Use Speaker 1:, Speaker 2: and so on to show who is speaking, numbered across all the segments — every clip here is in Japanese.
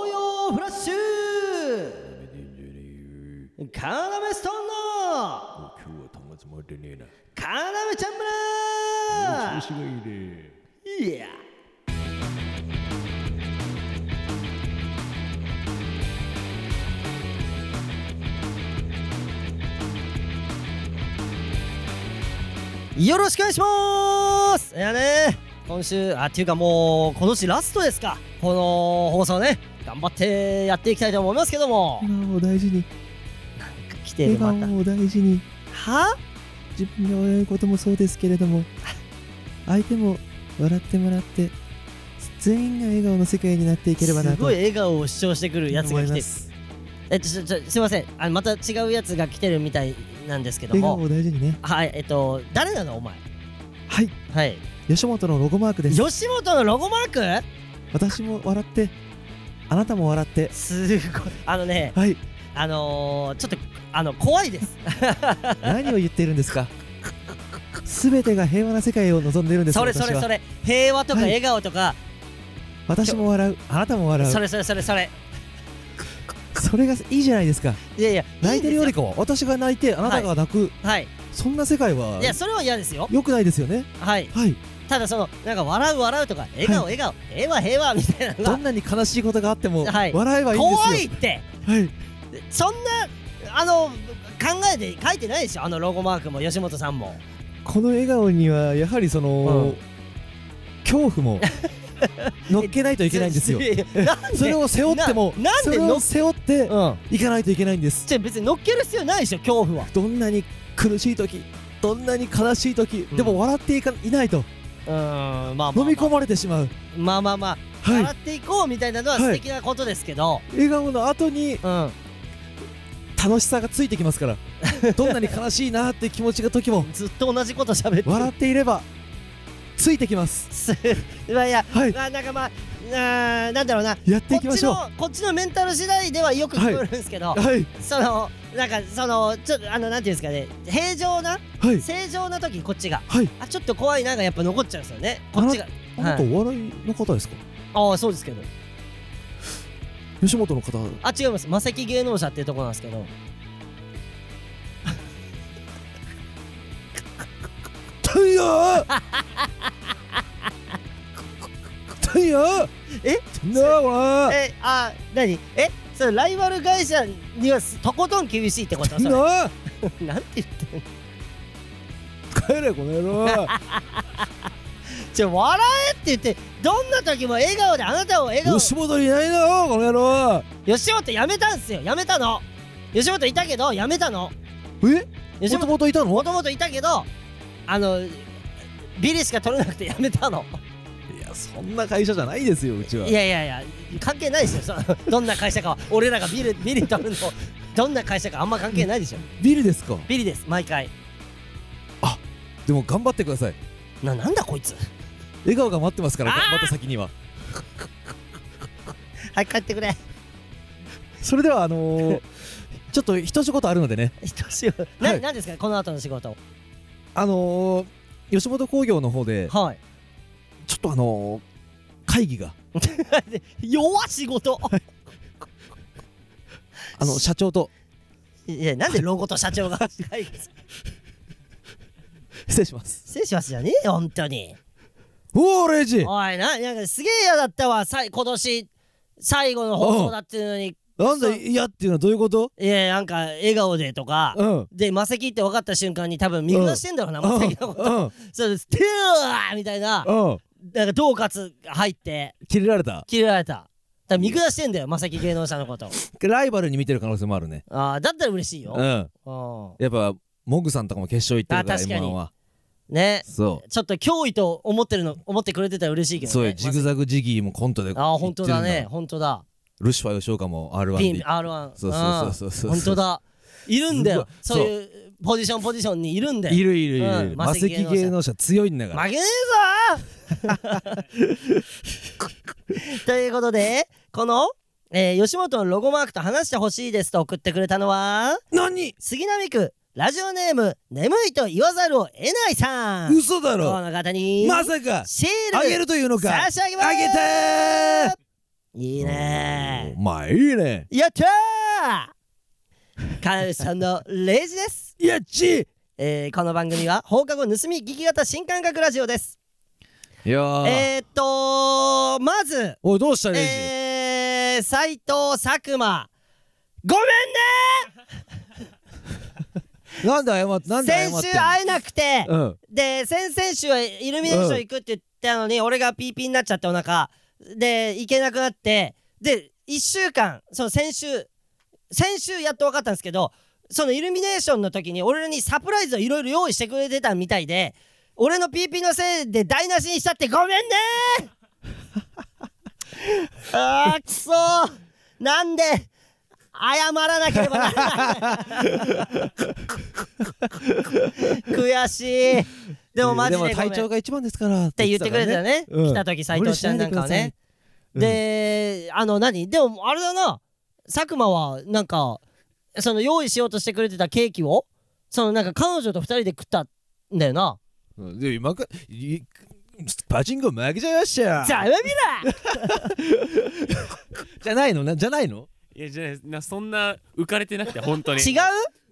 Speaker 1: フラッシュカナメストーンの
Speaker 2: 今日はたまつまってねえな。
Speaker 1: カナメちゃん村
Speaker 2: 調子がいいね。
Speaker 1: いやよろしくお願いしますいやね今週あっていうかもう今年ラストですかこの放送ね頑張ってやっていきたいと思いますけども
Speaker 3: 笑顔を大事に
Speaker 1: 来て
Speaker 3: 笑
Speaker 1: るまた
Speaker 3: 顔を大事に
Speaker 1: は
Speaker 3: 自分が笑うこともそうですけれ ども相手も笑ってもらって全員が笑顔の世界になっていければな
Speaker 1: す
Speaker 3: と
Speaker 1: ごい
Speaker 3: 思い
Speaker 1: 笑顔を主張してくるやつが来て
Speaker 3: ま
Speaker 1: る
Speaker 3: す
Speaker 1: えちょちょすいませんあまた違うやつが来てるみたいなんですけど
Speaker 3: 笑顔
Speaker 1: も
Speaker 3: を大事にね
Speaker 1: はいえっと誰なのお前
Speaker 3: はい
Speaker 1: はい
Speaker 3: 吉本のロゴマークです
Speaker 1: 吉本のロゴマーク
Speaker 3: 私も笑ってあなたも笑って
Speaker 1: すごいあのね
Speaker 3: はい
Speaker 1: あのー、ちょっとあの怖いです
Speaker 3: 何を言っているんで すか全てが平和な世界を望んでいるんです
Speaker 1: それそ
Speaker 3: 私
Speaker 1: れ
Speaker 3: は
Speaker 1: それ平和とか
Speaker 3: はい
Speaker 1: 笑顔とか、
Speaker 3: 私も笑うあなたも笑う
Speaker 1: そ
Speaker 3: それ
Speaker 1: れそれそれそれ
Speaker 3: がいいじゃないですか
Speaker 1: いやいや
Speaker 3: 泣いてるより
Speaker 1: い
Speaker 3: かは私が泣いてあなたが泣く、
Speaker 1: いんですよはい
Speaker 3: そんな世界はい
Speaker 1: やそれは嫌ですよ
Speaker 3: 良くないですよね
Speaker 1: はい
Speaker 3: はい
Speaker 1: ただそのなんか笑う笑うとか笑顔笑顔、平和平和みたいなの
Speaker 3: ど
Speaker 1: が
Speaker 3: んなに悲しいことがあっても、
Speaker 1: はい
Speaker 3: 笑えばいいん
Speaker 1: 怖
Speaker 3: です
Speaker 1: い
Speaker 3: よ。
Speaker 1: って
Speaker 3: はい、
Speaker 1: そんなあの考えて書いてないでしょあのロゴマークも吉本さんも
Speaker 3: この笑顔にはやはりその、恐 怖も乗っけないといけないんですよ。
Speaker 1: ややなんで
Speaker 3: それを背負っても、
Speaker 1: ななん
Speaker 3: そ
Speaker 1: で
Speaker 3: れ
Speaker 1: 乗
Speaker 3: を
Speaker 1: っ
Speaker 3: 背負って
Speaker 1: うん
Speaker 3: いかないといけないんです。
Speaker 1: じゃあ別に乗っける必要ないでしょ恐怖は
Speaker 3: どんなに苦しい時、どんなに悲しい時、
Speaker 1: うん
Speaker 3: でも笑っていかいないと
Speaker 1: うーんまあまあ、まあ、
Speaker 3: 飲み込まれてしまう。
Speaker 1: まあまあまあ
Speaker 3: は
Speaker 1: 笑っていこうみたいなのは
Speaker 3: はい
Speaker 1: 素敵なことですけど、
Speaker 3: い、笑顔の後に楽しさがついてきますから。 どんなに悲しいなって気持ちが時も
Speaker 1: う、んずっと同じこと喋ってる
Speaker 3: 笑っていればついてきます。
Speaker 1: すいやいや、
Speaker 3: は い、
Speaker 1: まあなんかまあななんだろうな
Speaker 3: やって
Speaker 1: こ
Speaker 3: い
Speaker 1: っ
Speaker 3: きま
Speaker 1: ち
Speaker 3: しょう
Speaker 1: の。こっちのメンタル次第ではよく聞こえるんですけど、
Speaker 3: はい、
Speaker 1: そのなんかそのちょっとあのなんていうんですかね平常な
Speaker 3: はい。
Speaker 1: 正常な時こっちが、
Speaker 3: はい
Speaker 1: あちょっと怖いながやっぱ残っちゃうんですよねこっちが
Speaker 3: あなたお笑いの方ですか、
Speaker 1: ああそうですけど
Speaker 3: 吉本の方
Speaker 1: あ違います魔石芸能者っていうとこなんですけど
Speaker 3: 太陽太陽
Speaker 1: え
Speaker 3: なあほら
Speaker 1: えあ何えそれライバル会社にはすとことん厳しいってことそれ
Speaker 3: なあ
Speaker 1: なんて言ってんの
Speaker 3: 帰れこの野郎
Speaker 1: ちょ笑えって言ってどんな時も笑顔であなたを笑顔
Speaker 3: 吉本にいないなこの野郎
Speaker 1: 吉本やめたんすよやめたの吉本いたけどやめたの
Speaker 3: え
Speaker 1: 吉
Speaker 3: も
Speaker 1: 本
Speaker 3: ともといた
Speaker 1: も
Speaker 3: の
Speaker 1: ともといたけどあのビリしか取れなくてやめたの
Speaker 3: いやそんな会社じゃないですようちはい
Speaker 1: やいやいや関係ないですよそのどんな会社かは俺らがビリビリ取るのどんな会社かあんま関係ないでしょ
Speaker 3: ビルですか
Speaker 1: ビリです毎回
Speaker 3: でも頑張ってください
Speaker 1: ななんだこいつ
Speaker 3: 笑顔が待ってますから
Speaker 1: あー
Speaker 3: 頑張った先には
Speaker 1: はい帰ってくれ
Speaker 3: それでは あのーちょっと一仕事あるのでね
Speaker 1: 人しよな、
Speaker 3: はい
Speaker 1: なんですかこの後の仕事
Speaker 3: あのー吉本興業の方で
Speaker 1: は
Speaker 3: ちょっとあのー会議が
Speaker 1: い 弱仕事
Speaker 3: あの社長と
Speaker 1: いやなんでロゴと社 長がはい
Speaker 3: 失礼します
Speaker 1: 失礼しますじゃねえよ本当に
Speaker 3: おおレイ
Speaker 1: お
Speaker 3: ジ
Speaker 1: いななんかすげえ嫌だったわさい今年最後の放送だっていうのに
Speaker 3: なん
Speaker 1: そう
Speaker 3: で嫌っていうのはどういうこと
Speaker 1: いやなんか笑顔でとか
Speaker 3: うん
Speaker 1: で魔石って分かった瞬間に多分見下してんだろうな
Speaker 3: うん
Speaker 1: 魔
Speaker 3: う
Speaker 1: 石のこと
Speaker 3: ん
Speaker 1: そうです。てーみたいな、
Speaker 3: うん
Speaker 1: なんか恫喝が入って、
Speaker 3: 切れられた
Speaker 1: 切れられた。だから見下してんだよ、まさき芸能者のこと。
Speaker 3: ライバルに見てる可能性もあるね
Speaker 1: ああ、だったら嬉しいうよ。
Speaker 3: ん
Speaker 1: う
Speaker 3: やっぱモグさんとかも決勝行ってるから
Speaker 1: あ確か
Speaker 3: M1
Speaker 1: に
Speaker 3: は
Speaker 1: ん。ね。
Speaker 3: そ
Speaker 1: ちょっと脅威と思ってるの、思ってくれてたら嬉しいけ
Speaker 3: う
Speaker 1: どね。
Speaker 3: そうよジグ
Speaker 1: ザ
Speaker 3: ザグジギーもコントで
Speaker 1: ああ、本当だ
Speaker 3: 行って
Speaker 1: ね
Speaker 3: る。ん
Speaker 1: 本当だ。
Speaker 3: ルシファー吉岡も R1
Speaker 1: ピン、
Speaker 3: で
Speaker 1: R1。
Speaker 3: そうそうそうそうそう
Speaker 1: 本当だ。いるんだよ。
Speaker 3: すご
Speaker 1: そ
Speaker 3: いう
Speaker 1: いうポジションポジションにいるんだ
Speaker 3: い
Speaker 1: よ。
Speaker 3: るいるいるい
Speaker 1: うん
Speaker 3: る魔石芸能者強いんだか
Speaker 1: 負
Speaker 3: ら
Speaker 1: けねえぞー ということで、この、えー吉本のロゴマークと話してほしいですと送ってくれたのは、
Speaker 3: 何
Speaker 1: 杉並区ラジオネーム眠いと言わざるを得ないさん
Speaker 3: 嘘だ
Speaker 1: こ
Speaker 3: ろ
Speaker 1: の方に
Speaker 3: まさか
Speaker 1: シール
Speaker 3: あげるというのか
Speaker 1: 差し上げます
Speaker 3: あげてー
Speaker 1: いいね
Speaker 3: まあいいね
Speaker 1: やったーカエルさんの レイジです
Speaker 3: やっち
Speaker 1: えーこの番組は放課後盗み聞き型新感覚ラジオです
Speaker 3: いやー
Speaker 1: えーっとまず
Speaker 3: おいどうしたレイジ、
Speaker 1: えー斉藤佐久間ごめん
Speaker 3: なんで謝ってなんで謝
Speaker 1: ね
Speaker 3: ってんの
Speaker 1: 先週会えなくて
Speaker 3: うん
Speaker 1: で先々週はイルミネーション行くって言ったのに、俺がピーピーになっちゃってお腹で行けなくなってで1週間その先週先週やっと分かったんですけどそのイルミネーションの時に俺にサプライズをいろいろ用意してくれてたみたいで俺のピーピーのせいで台無しにしたってごめんね ーあーくそーなんで謝らなければならない 悔しいでもマジでごめん
Speaker 4: 体調が一番ですからっ
Speaker 1: って言ってくれたよ
Speaker 4: ね
Speaker 1: ね
Speaker 4: うん
Speaker 1: 来た時斎藤ちゃんなんかはね、であの何でもあれだな佐久間はなんかその用意しようとしてくれてたケーキをそのなんか彼女と二人で食ったんだよな
Speaker 3: うんで今かいパチンコ負けちゃいましたよ
Speaker 1: じゃあやめろ
Speaker 3: じゃないのなじゃないの
Speaker 2: いやじゃないですなそんな浮かれてなくて本当に
Speaker 1: 違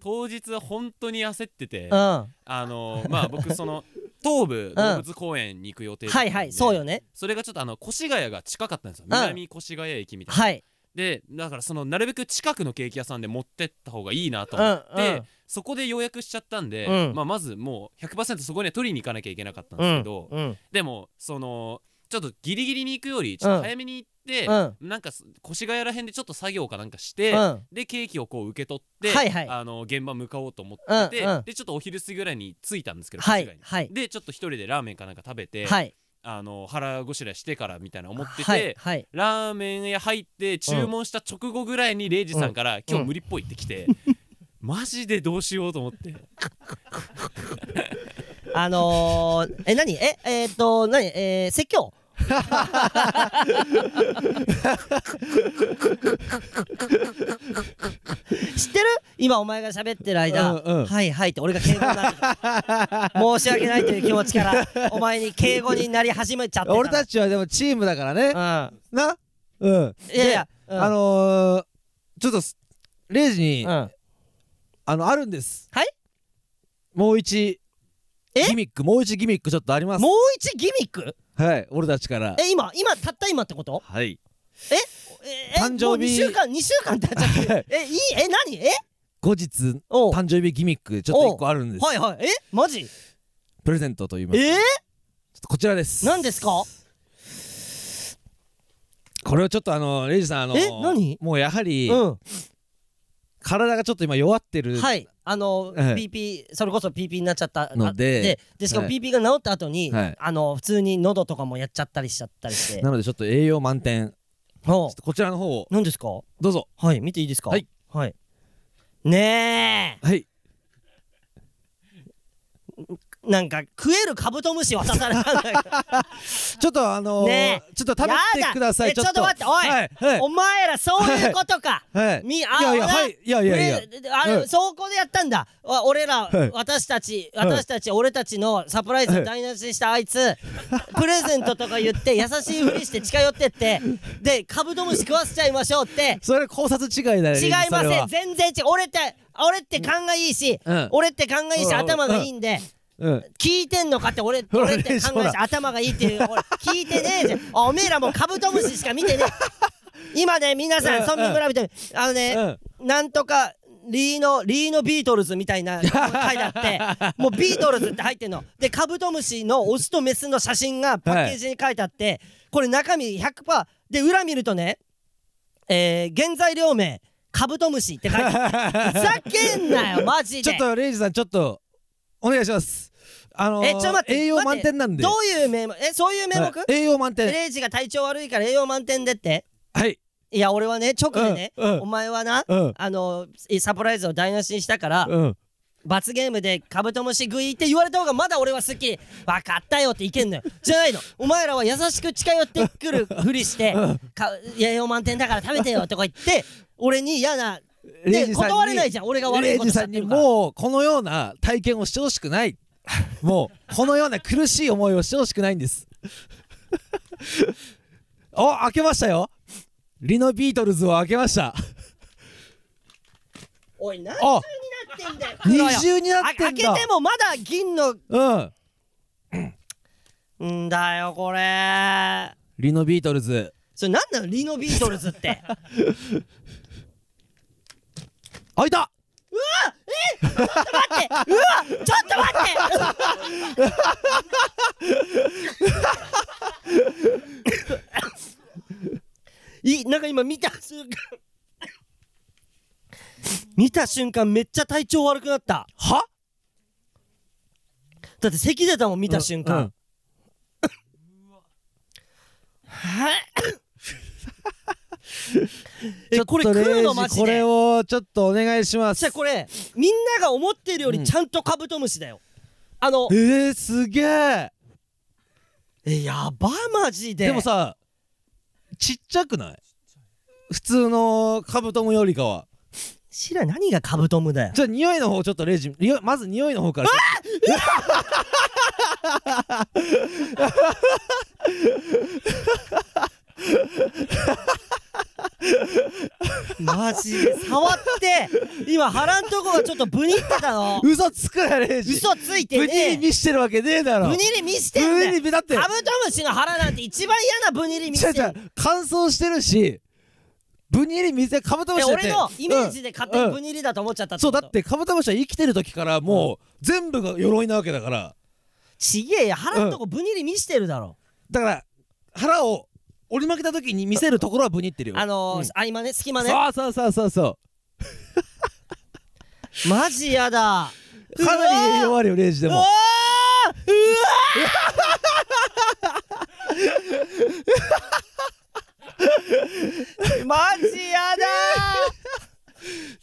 Speaker 2: 当日は本当に焦ってて
Speaker 1: ううん
Speaker 2: あのーまあ僕その東武動物公園に行く予定だった
Speaker 1: は
Speaker 2: んで
Speaker 1: いはいそうよね
Speaker 2: それがちょっとあの越谷が近かったんですよ
Speaker 1: ん
Speaker 2: 南越谷駅みたいな、
Speaker 1: はい
Speaker 2: でだからそのなるべく近くのケーキ屋さんで持ってった方がいいなと
Speaker 1: うんう
Speaker 2: 思
Speaker 1: ん
Speaker 2: って、そこで予約しちゃったんで、
Speaker 1: うん
Speaker 2: まあ、まずもう100%そこには取りに行かなきゃいけなかったん
Speaker 1: う
Speaker 2: です
Speaker 1: ん
Speaker 2: けど、
Speaker 1: うん
Speaker 2: でもそのちょっとギリギリに行くよりちょっと早めに行って、
Speaker 1: うん
Speaker 2: なんかす越谷ら辺でちょっと作業かなんかして、
Speaker 1: うん
Speaker 2: でケーキをこう受け取って、
Speaker 1: はいはい
Speaker 2: あの現場向かおうと思ってて、
Speaker 1: うんうん
Speaker 2: でちょっとお昼過ぎぐらいに着いたんですけど、
Speaker 1: は
Speaker 2: 越谷
Speaker 1: い
Speaker 2: に
Speaker 1: はい
Speaker 2: でちょっと一人でラーメンかなんか食べて、
Speaker 1: はい
Speaker 2: あの腹ごしらえしてからみたいな思ってて、
Speaker 1: はいはい
Speaker 2: ラーメン屋入って注文した直後ぐらいにレイジさんから、今日無理っぽいって来 て、マジでどうしようと思って
Speaker 1: あのー、え何ええーっと何えー、説教知ってる今お前が喋ってる間、
Speaker 3: うんうん
Speaker 1: はいはいって俺が敬語になってた申し訳ないという気持ちからお前に敬語になり始めちゃってた
Speaker 4: 俺たちはでもチームだからね
Speaker 1: うん
Speaker 4: なうん
Speaker 1: いやいや、うん
Speaker 4: あのー、ちょっとすレイジに、
Speaker 1: うん
Speaker 4: あのあるんです
Speaker 1: はい
Speaker 4: もう一
Speaker 1: え
Speaker 4: ギミックもう一ギミックちょっとあります
Speaker 1: もう一ギミック
Speaker 4: はい俺たちから
Speaker 1: え今今たった今ってこと
Speaker 3: はい
Speaker 1: ええ
Speaker 4: 誕生日
Speaker 1: もう2週間2週間経っちゃってるえいいえ何え
Speaker 4: 後日
Speaker 1: おう
Speaker 4: 誕生日ギミックちょっと一個あるんです
Speaker 1: はいはいえマジ
Speaker 4: プレゼントと言いますちょ
Speaker 1: え
Speaker 4: っとこちらです
Speaker 1: 何ですか
Speaker 4: これをちょっとあのレイジさんあの
Speaker 1: え何
Speaker 4: もうやはり、
Speaker 1: うん
Speaker 4: 体がちょっと今弱ってる、
Speaker 1: はいあの、
Speaker 4: ええ
Speaker 1: PP それこそ PP になっちゃった
Speaker 4: ので
Speaker 1: あででしかも
Speaker 4: はい
Speaker 1: PP が治った後に、
Speaker 4: はい
Speaker 1: あの普通に喉とかもやっちゃったりしちゃったり して
Speaker 4: なのでちょっと栄養満点ちょ
Speaker 1: ほ
Speaker 4: っとこちらの方を
Speaker 1: う何ですか
Speaker 4: どうぞ
Speaker 1: はい見ていいですか
Speaker 4: はい、
Speaker 1: はい、ね
Speaker 4: はい
Speaker 1: えなんか食えるカブトムシ渡されたんだけど
Speaker 4: ちょっとあのー
Speaker 1: ね
Speaker 4: ちょっと食べてください
Speaker 1: やだえちょっと待っておい
Speaker 4: はいはい
Speaker 1: お前らそういうことか、
Speaker 4: はい
Speaker 1: みあ
Speaker 4: いやいや
Speaker 1: な
Speaker 4: はいいやいやいや
Speaker 1: プレあれ、
Speaker 4: はい
Speaker 1: そこでやったんだわ俺ら、
Speaker 4: はい
Speaker 1: 私たち
Speaker 4: い
Speaker 1: 私たち、俺たちのサプライズを台無しにしたあいつ、プレゼントとか言って優しいふりして近寄って ってでカブトムシ食わせちゃいましょうって
Speaker 4: それ考察違いだよ
Speaker 1: 違いま
Speaker 4: それ
Speaker 1: せ
Speaker 4: は
Speaker 1: ん全然違う俺って俺って勘がいいし、
Speaker 4: うん
Speaker 1: 俺って勘がいいし、
Speaker 4: うん
Speaker 1: 頭がいいんで、
Speaker 4: うん
Speaker 1: 聞いてんのかって俺
Speaker 4: ほら
Speaker 1: 俺って考え
Speaker 4: ほ
Speaker 1: て
Speaker 4: ら
Speaker 1: 頭がいいっていう俺聞いてねえじゃんおめえらもうカブトムシしか見てね え今ね皆さ
Speaker 4: うん
Speaker 1: ん村民村人あのねなんとかリーノリーノビートルズみたいな書いてあ ってもうビートルズって入ってんのでカブトムシのオスとメスの写真がパッケージに書いてあってこれ中身100%で裏見るとねえー原材料名カブトムシって書い てあるふざけんなよマジで
Speaker 4: ちょっとレイジさんちょっとお願いしますあのー、
Speaker 1: えちょっと待って
Speaker 4: 栄養満点なんで
Speaker 1: どういう名目えそういう名目、
Speaker 4: はい栄養満点
Speaker 1: レイジが体調悪いから栄養満点でって
Speaker 4: はい
Speaker 1: いや俺はね直でね、
Speaker 4: うんうん
Speaker 1: お前はな、
Speaker 4: うん
Speaker 1: あのサプライズを台無しにしたから、
Speaker 4: うん
Speaker 1: 罰ゲームでカブトムシ食いって言われた方がまだ俺は好き分かったよっていけ んのよじゃないのお前らは優しく近寄ってくるふりしてか栄養満点だから食べてよとか言って俺に嫌な
Speaker 4: レイ
Speaker 1: で
Speaker 4: ジさんに
Speaker 1: 断れないじゃん俺が悪
Speaker 4: レ
Speaker 1: い
Speaker 4: イ
Speaker 1: こと
Speaker 4: ジ
Speaker 1: しち
Speaker 4: さ
Speaker 1: ゃっ
Speaker 4: ん
Speaker 1: て
Speaker 4: に
Speaker 1: るから
Speaker 4: もうこのような体験をしてほしく ないもうこのような苦しい 思いをしてほしくないんですお開けましたよ
Speaker 3: リノビートルズを開けました。
Speaker 1: おい何
Speaker 3: あ、
Speaker 1: 言ってんだよ
Speaker 3: 二重になっ
Speaker 1: あ
Speaker 3: て
Speaker 1: 開
Speaker 3: ん
Speaker 1: け
Speaker 3: だ。
Speaker 1: てもまだ銀の
Speaker 3: うん。
Speaker 1: んだよこれ
Speaker 3: リノビートルズ。
Speaker 1: それ何なのリノビートルズって
Speaker 3: 開いた。
Speaker 1: ちょっと待って いなんか今見た瞬間見た瞬間めっちゃ体調悪くなった
Speaker 3: は？
Speaker 1: だって咳出たもん見た瞬間、
Speaker 3: うん
Speaker 1: はい
Speaker 3: ち
Speaker 1: え
Speaker 3: ょっと
Speaker 1: これ食う
Speaker 3: レイ
Speaker 1: の
Speaker 3: ジ
Speaker 1: マジで
Speaker 3: これをちょっとお願いしま
Speaker 1: じ
Speaker 3: す
Speaker 1: ゃあこれみんなが思ってるよりちゃんとカブトムシだよ、あの
Speaker 3: えー、すげえ
Speaker 1: えやばマジで
Speaker 3: でもさちっちゃくない普通のカブトムよりかは
Speaker 1: シラ何がカブトムだよ
Speaker 3: じゃあ匂いの方ちょっとレイジ匂いまず匂いの方からちょっ
Speaker 1: マジで触って今腹んとこがちょっとブニってたの
Speaker 3: と嘘つくなレイジ
Speaker 1: 嘘ついて
Speaker 3: ブニ
Speaker 1: ねえ
Speaker 3: に見してるわけねえだろ
Speaker 1: ブニリ見してんだ
Speaker 3: ブニ
Speaker 1: よ
Speaker 3: にだって
Speaker 1: カブトムシの腹なんて一番嫌なブニリ見
Speaker 3: 違う
Speaker 1: せ
Speaker 3: 違
Speaker 1: て
Speaker 3: う
Speaker 1: る
Speaker 3: 乾燥してるしブニに水カブトム
Speaker 1: え
Speaker 3: シだって
Speaker 1: 俺のイメージで勝手
Speaker 3: う
Speaker 1: に
Speaker 3: ん
Speaker 1: ブニリだと思っちゃった
Speaker 3: そうだ
Speaker 1: こ
Speaker 3: っ
Speaker 1: と
Speaker 3: てカブトムシは生きてる時からもう全部が鎧なわけだから
Speaker 1: ちげえよ腹んとこブニリ見してるだろ
Speaker 3: だから腹を折り負けた時に見せるところはブニってるよ
Speaker 1: あのー合間ね隙間ね
Speaker 3: そうそうそうそうそ
Speaker 1: マジやだ
Speaker 3: うかなり弱いよレイジで
Speaker 1: うわー
Speaker 3: も
Speaker 1: うわー マジやだ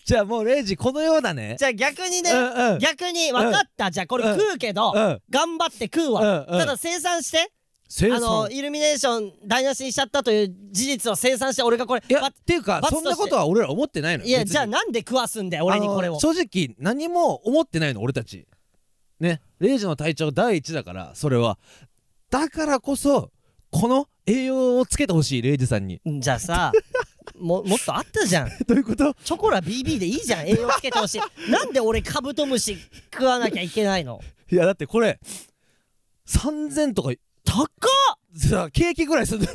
Speaker 3: じゃあもうレイジこのようなね
Speaker 1: ー じゃあ逆にね
Speaker 3: うんうん
Speaker 1: 逆に分かったじゃあこれ
Speaker 3: うん
Speaker 1: 食うけど
Speaker 3: うん
Speaker 1: 頑張って食う
Speaker 3: うん
Speaker 1: わ
Speaker 3: うん
Speaker 1: ただ生産して
Speaker 3: 生
Speaker 1: あのイルミネーション台無しにしちゃったという事実を生産して俺がこれ
Speaker 3: いや
Speaker 1: わ
Speaker 3: っていうか
Speaker 1: 罰とし
Speaker 3: そん
Speaker 1: て
Speaker 3: なことは俺ら思ってないのよ
Speaker 1: いや
Speaker 3: 別に
Speaker 1: じゃあなんで食わすんだよ俺にこれ
Speaker 3: あ
Speaker 1: を
Speaker 3: の正直何も思ってないの俺たちねレイジの体調第一だからそれはだからこそこの栄養をつけてほしいレイジさんに
Speaker 1: じゃあさももっとあったじゃん
Speaker 3: どういうこと
Speaker 1: チョコラ BB でいいじゃん栄養つけてほしいなんで俺カブトムシ食わなきゃいけないの
Speaker 3: いやだってこれ3000とか
Speaker 1: 高っ
Speaker 3: さケーキぐらいするんだ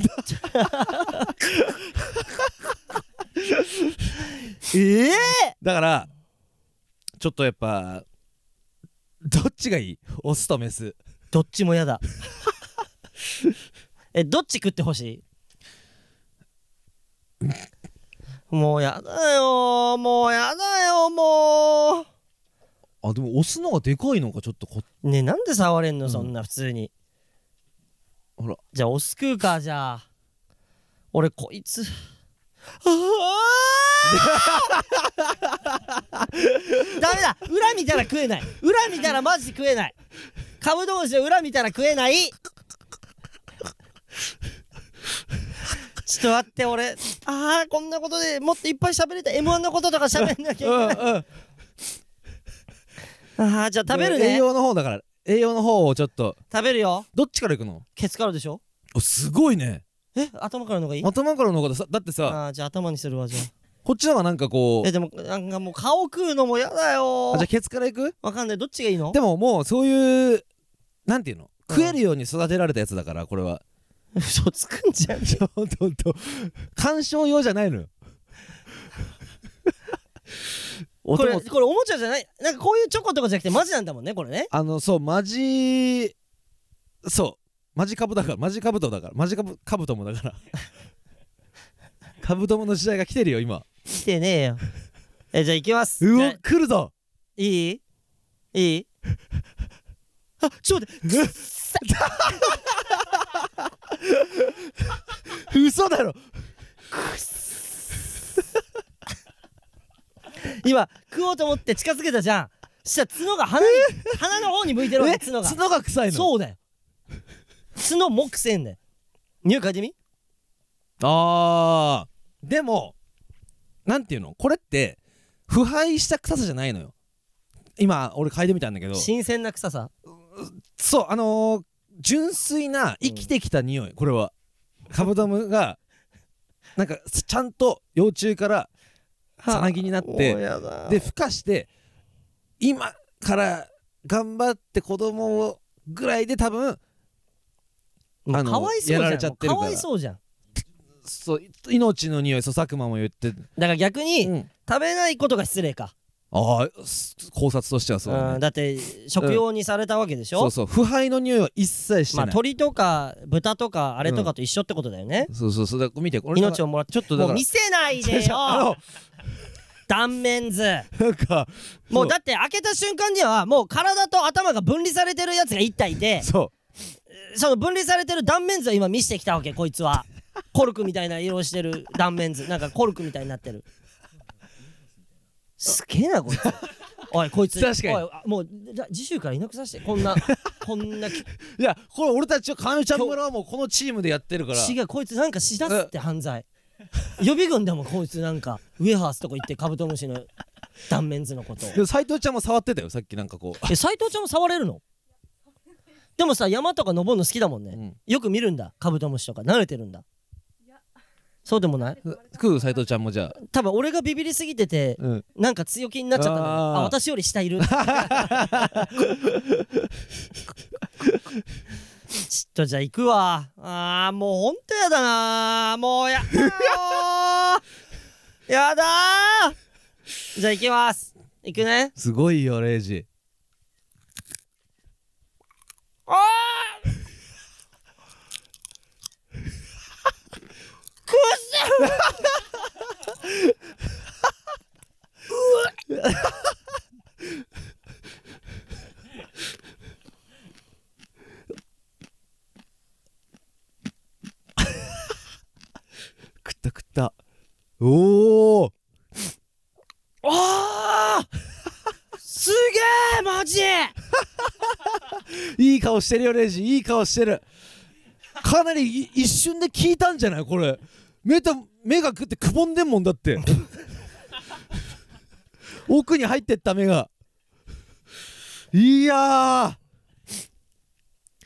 Speaker 1: ええ
Speaker 3: だからちょっとやっぱどっちがいいオスとメス
Speaker 1: どっちも嫌だ えどっち食ってほしいもうやだよもうやだよも
Speaker 3: あでもオスのがでかいのかちょっとこ
Speaker 1: うねえなんで触れんのそんな普通に、
Speaker 3: ほら
Speaker 1: じゃあオス食うかじゃあ俺こいつあーダメだ裏見たら食えない裏見たらマジ食えないカブトムシの裏見たら食えないちょっと待って俺あーこんなことでもっといっぱい喋れた M1 のこととか喋んなきゃいけない
Speaker 3: ん
Speaker 1: あーじゃあ食べる
Speaker 3: 栄
Speaker 1: ね
Speaker 3: 養の方だから栄養の方をちょっと
Speaker 1: 食べるよ
Speaker 3: どっちからいくの
Speaker 1: ケツからでしょ
Speaker 3: あすごいね
Speaker 1: え頭からの方がいい
Speaker 3: 頭からの方がさだってさ
Speaker 1: あーじゃあ頭にするわじゃあ
Speaker 3: こっちの方がなんかこ
Speaker 1: え
Speaker 3: う
Speaker 1: でもなんかもう顔食うのも嫌だよ
Speaker 3: あじゃあケツからいく
Speaker 1: わかんないどっちがいいの
Speaker 3: でももうそういうなんていうの食えるように育てられたやつだからこれは
Speaker 1: 嘘つくんじゃん
Speaker 3: ちょっとほんと鑑賞用じゃないのよ
Speaker 1: こ
Speaker 3: 音
Speaker 1: れ
Speaker 3: も
Speaker 1: これおもちゃじゃないなんかこういうチョコとかじゃなくてマジなんだもんねこれね
Speaker 3: あのそうマジそうマジカブだからマジカブトだからマジカブカブトム だからカブトムの時代が来てるよ今
Speaker 1: 来てねえよえじゃあ行きます
Speaker 3: う
Speaker 1: じゃ
Speaker 3: お
Speaker 1: あ
Speaker 3: 来るぞ
Speaker 1: いいい いあちょっと待ってくっさ
Speaker 3: 嘘だろ
Speaker 1: 今食おうと思って近づけたじゃんそしたら角が鼻に鼻の方に向いてるわ
Speaker 3: え
Speaker 1: け角が
Speaker 3: 角が臭いの
Speaker 1: そうだよ角もくせんだよ匂い嗅いでみ
Speaker 3: あーでもなんていうのこれって腐敗した臭さじゃないのよ今俺嗅いでみたんだけど
Speaker 1: 新鮮な臭さ
Speaker 3: そうあのー、純粋な生きてきた匂い、これはカブトムがなんかちゃんと幼虫からさなぎになって
Speaker 1: もうやだ
Speaker 3: で孵化して今から頑張って子供をぐらいで多分
Speaker 1: もう
Speaker 3: あの
Speaker 1: かわいそうじゃん
Speaker 3: やられちゃってるから
Speaker 1: もうかわいそうじゃん
Speaker 3: そう命の匂いそう佐久間も言って、
Speaker 1: だから逆に、
Speaker 3: うん
Speaker 1: 食べないことが失礼か
Speaker 3: ああす考察としてはそうだ
Speaker 1: うん
Speaker 3: ね
Speaker 1: だって食用にされたわけでしょ、
Speaker 3: そうそう腐敗の匂いは一切して
Speaker 1: ま
Speaker 3: な
Speaker 1: あ
Speaker 3: い、
Speaker 1: 鳥とか豚とかあれとかと一緒ってことだよね、
Speaker 3: そうそうそうだから見て俺
Speaker 1: 命をもらって
Speaker 3: ちょっとだ
Speaker 1: もう
Speaker 3: から
Speaker 1: 見せない で
Speaker 3: 違うあ
Speaker 1: よ断面図
Speaker 3: のなんか
Speaker 1: もう
Speaker 3: そ
Speaker 1: だって開けた瞬間にはもう体と頭が分離されてるやつが一体いて
Speaker 3: そう
Speaker 1: その分離されてる断面図を今見してきたわけこいつ はコルクみたいな色をしてる断面図なんかコルクみたいになってるすげえなこ いつおいこいつ
Speaker 3: 確かに
Speaker 1: おいあもうじゃ次週からいなくさせてこん なこんなき
Speaker 3: いやこれ俺たちはカヌちゃん村はもうこのチームでやってるから
Speaker 1: 違うこいつなんかしだすって犯罪予備軍でもんこいつなんかウェハースとか行ってカブトムシの断面図の ことを
Speaker 3: でも斎藤ちゃんも触ってたよさっきなんかこう
Speaker 1: え斎藤ちゃんも触れるのでもさ山とか登るの好きだもんね、
Speaker 3: うん
Speaker 1: よく見るんだカブトムシとか慣れてるんだそうでもない
Speaker 3: 食う斎藤ちゃんもじゃあ
Speaker 1: 多分俺がビビりすぎてて、
Speaker 3: うん
Speaker 1: なんか強気になっちゃったのよ
Speaker 3: あー
Speaker 1: あ私より下いるちょっとじゃあ行くわあーもうほんとやだなーもうやだよーやだーじゃあ行きます行くね
Speaker 3: すごいよレイジ
Speaker 1: あーくっせー
Speaker 3: 食った食ったお お
Speaker 1: あーすげえマジ
Speaker 3: いい顔してるよレイジいい顔してるかなりい一瞬で効いたんじゃないこれ目と目がくってくぼんでんもんだって 奥に入ってった目がいやー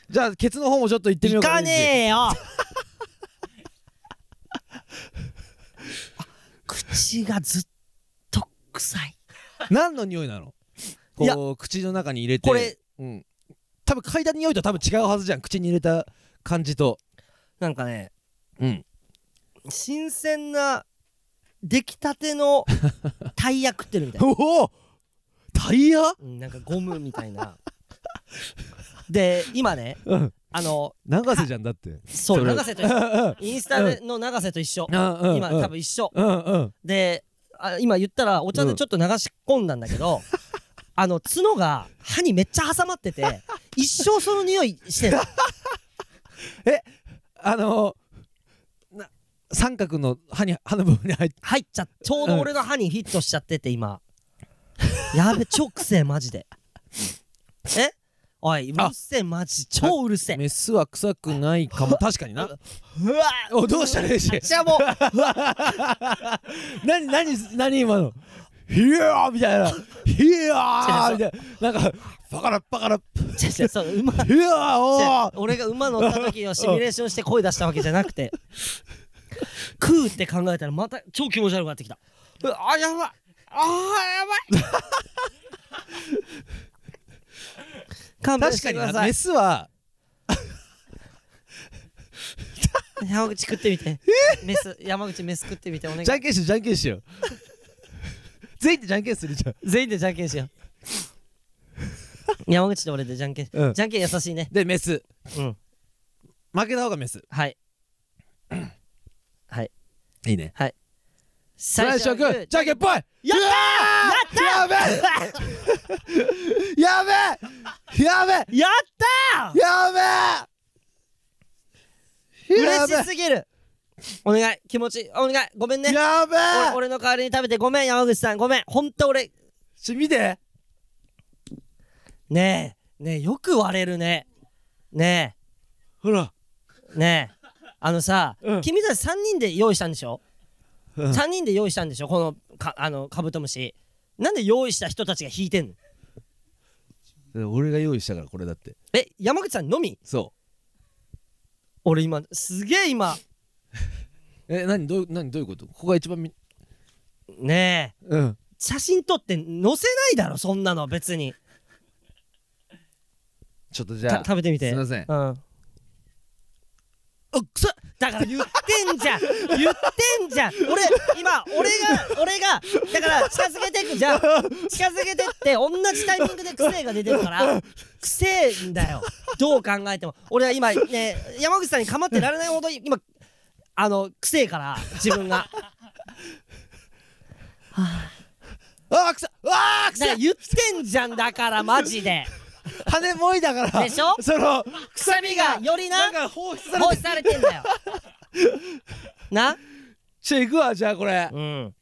Speaker 3: じゃあケツの方もちょっと行ってみよ
Speaker 1: いう
Speaker 3: か
Speaker 1: かねえ よあ口がずっと臭い
Speaker 3: レイジ何の匂いなの
Speaker 1: いや
Speaker 3: こう口の中に入れて
Speaker 1: これ
Speaker 3: うん、多分嗅いだ匂いと多分違うはずじゃん口に入れた感じと
Speaker 1: なんかね
Speaker 3: うん
Speaker 1: 新鮮な出来たて のタイヤ食ってるみたいな
Speaker 3: おおタイヤ
Speaker 1: うんなんかゴムみたいなで今ね
Speaker 3: うん
Speaker 1: あの
Speaker 3: 永瀬じゃん だって
Speaker 1: そう
Speaker 3: それ
Speaker 1: 永瀬と一緒インスタでの永瀬と一緒今
Speaker 3: 今
Speaker 1: 多分一緒
Speaker 3: うんうん
Speaker 1: であ今言ったらお茶でちょっと流し込んだんだけ ど、あの角が歯にめっちゃ挟まってて一生その匂いしてる
Speaker 3: あのーな三角の歯に歯の部分に入って
Speaker 1: 入っちゃちょうど俺の歯にヒットしちゃってて今やべ超くせえマジでえおいうるせえマジ超うるせえ
Speaker 3: メスは臭くないか も確かにな
Speaker 1: うわ
Speaker 3: おどうしたレイジ
Speaker 1: じゃ あもう
Speaker 3: 何何何今のヒヤーみたいなヒヤーみたいななんかパカラパカラ
Speaker 1: 違う違うそう馬
Speaker 3: ヒヤーお
Speaker 1: 違う
Speaker 3: ー
Speaker 1: 俺が馬乗った時のシミュレーションして声出したわけじゃなく て食うって考えたらまた超気持ち悪くなってきたうわあやばいあーやばい勘弁
Speaker 3: 確
Speaker 1: し
Speaker 3: か
Speaker 1: て
Speaker 3: に
Speaker 1: くだ
Speaker 3: な
Speaker 1: さ
Speaker 3: メ
Speaker 1: い
Speaker 3: スは
Speaker 1: 山口食ってみてメス山口メス食ってみてお願い
Speaker 3: じゃんけんしようじゃんけん しよう全員でじゃんけんするじゃん
Speaker 1: 全員でじゃんけんしよう 山口と俺でじゃんけん、
Speaker 3: うん
Speaker 1: じゃんけん優しいね
Speaker 3: でメス
Speaker 1: うん
Speaker 3: 負けた方がメス
Speaker 1: はい
Speaker 3: いいね
Speaker 1: 最
Speaker 3: 最初は
Speaker 1: は
Speaker 3: グーじゃんけんぽいや
Speaker 1: や
Speaker 3: ったやべえやべえやべえ
Speaker 1: やったー
Speaker 3: やべえ
Speaker 1: 嬉しすぎるお願い気持ちお願いごめんね
Speaker 3: やべ
Speaker 1: 俺
Speaker 3: え
Speaker 1: 俺の代わりに食べてごめん山口さんごめんほんと俺
Speaker 3: ちょ見て
Speaker 1: ねえねえよく割れるねね
Speaker 3: ほら
Speaker 1: えねえあのさ、
Speaker 3: うん
Speaker 1: 君たち3人で用意したんでしょ、
Speaker 3: うん
Speaker 1: 3人で用意したんでしょこのかあのカブトムシなんで用意した人たちが引いてんの
Speaker 3: 俺が用意したからこれだって
Speaker 1: え山口さんのみ
Speaker 3: そ
Speaker 1: 俺今すげえ今
Speaker 3: え何どう何どういうことここが一番み
Speaker 1: ねえ
Speaker 3: うん
Speaker 1: 写真撮って載せないだろそんなの別に
Speaker 3: ちょっとじ
Speaker 1: た
Speaker 3: ゃあ
Speaker 1: 食べてみて
Speaker 3: すいません
Speaker 1: うんうっくそだから言ってん じゃん言ってんじゃん俺今俺が俺がだから近づけてくじゃん近づけてって同じタイミングで癖が出てるから癖んだよどう考えても俺は今ね山口さんに構ってられないほど今あの癖から自分が
Speaker 3: あーくさあーく
Speaker 1: だから言ってんじゃんだからマジで
Speaker 3: 羽もいだから
Speaker 1: でしょ
Speaker 3: その
Speaker 1: 臭みがよりな
Speaker 3: なんか放出され
Speaker 1: 放
Speaker 3: て
Speaker 1: 置されてんだよな
Speaker 3: ちょいくわじゃあこれ
Speaker 1: うん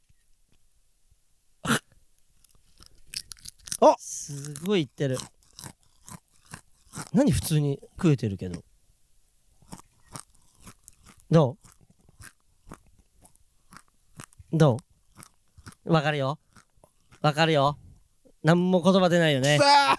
Speaker 3: あ
Speaker 1: すごい言ってる何普通に食えてるけどどうどうわかるよわかるよ何も言葉出ないよね
Speaker 3: さあ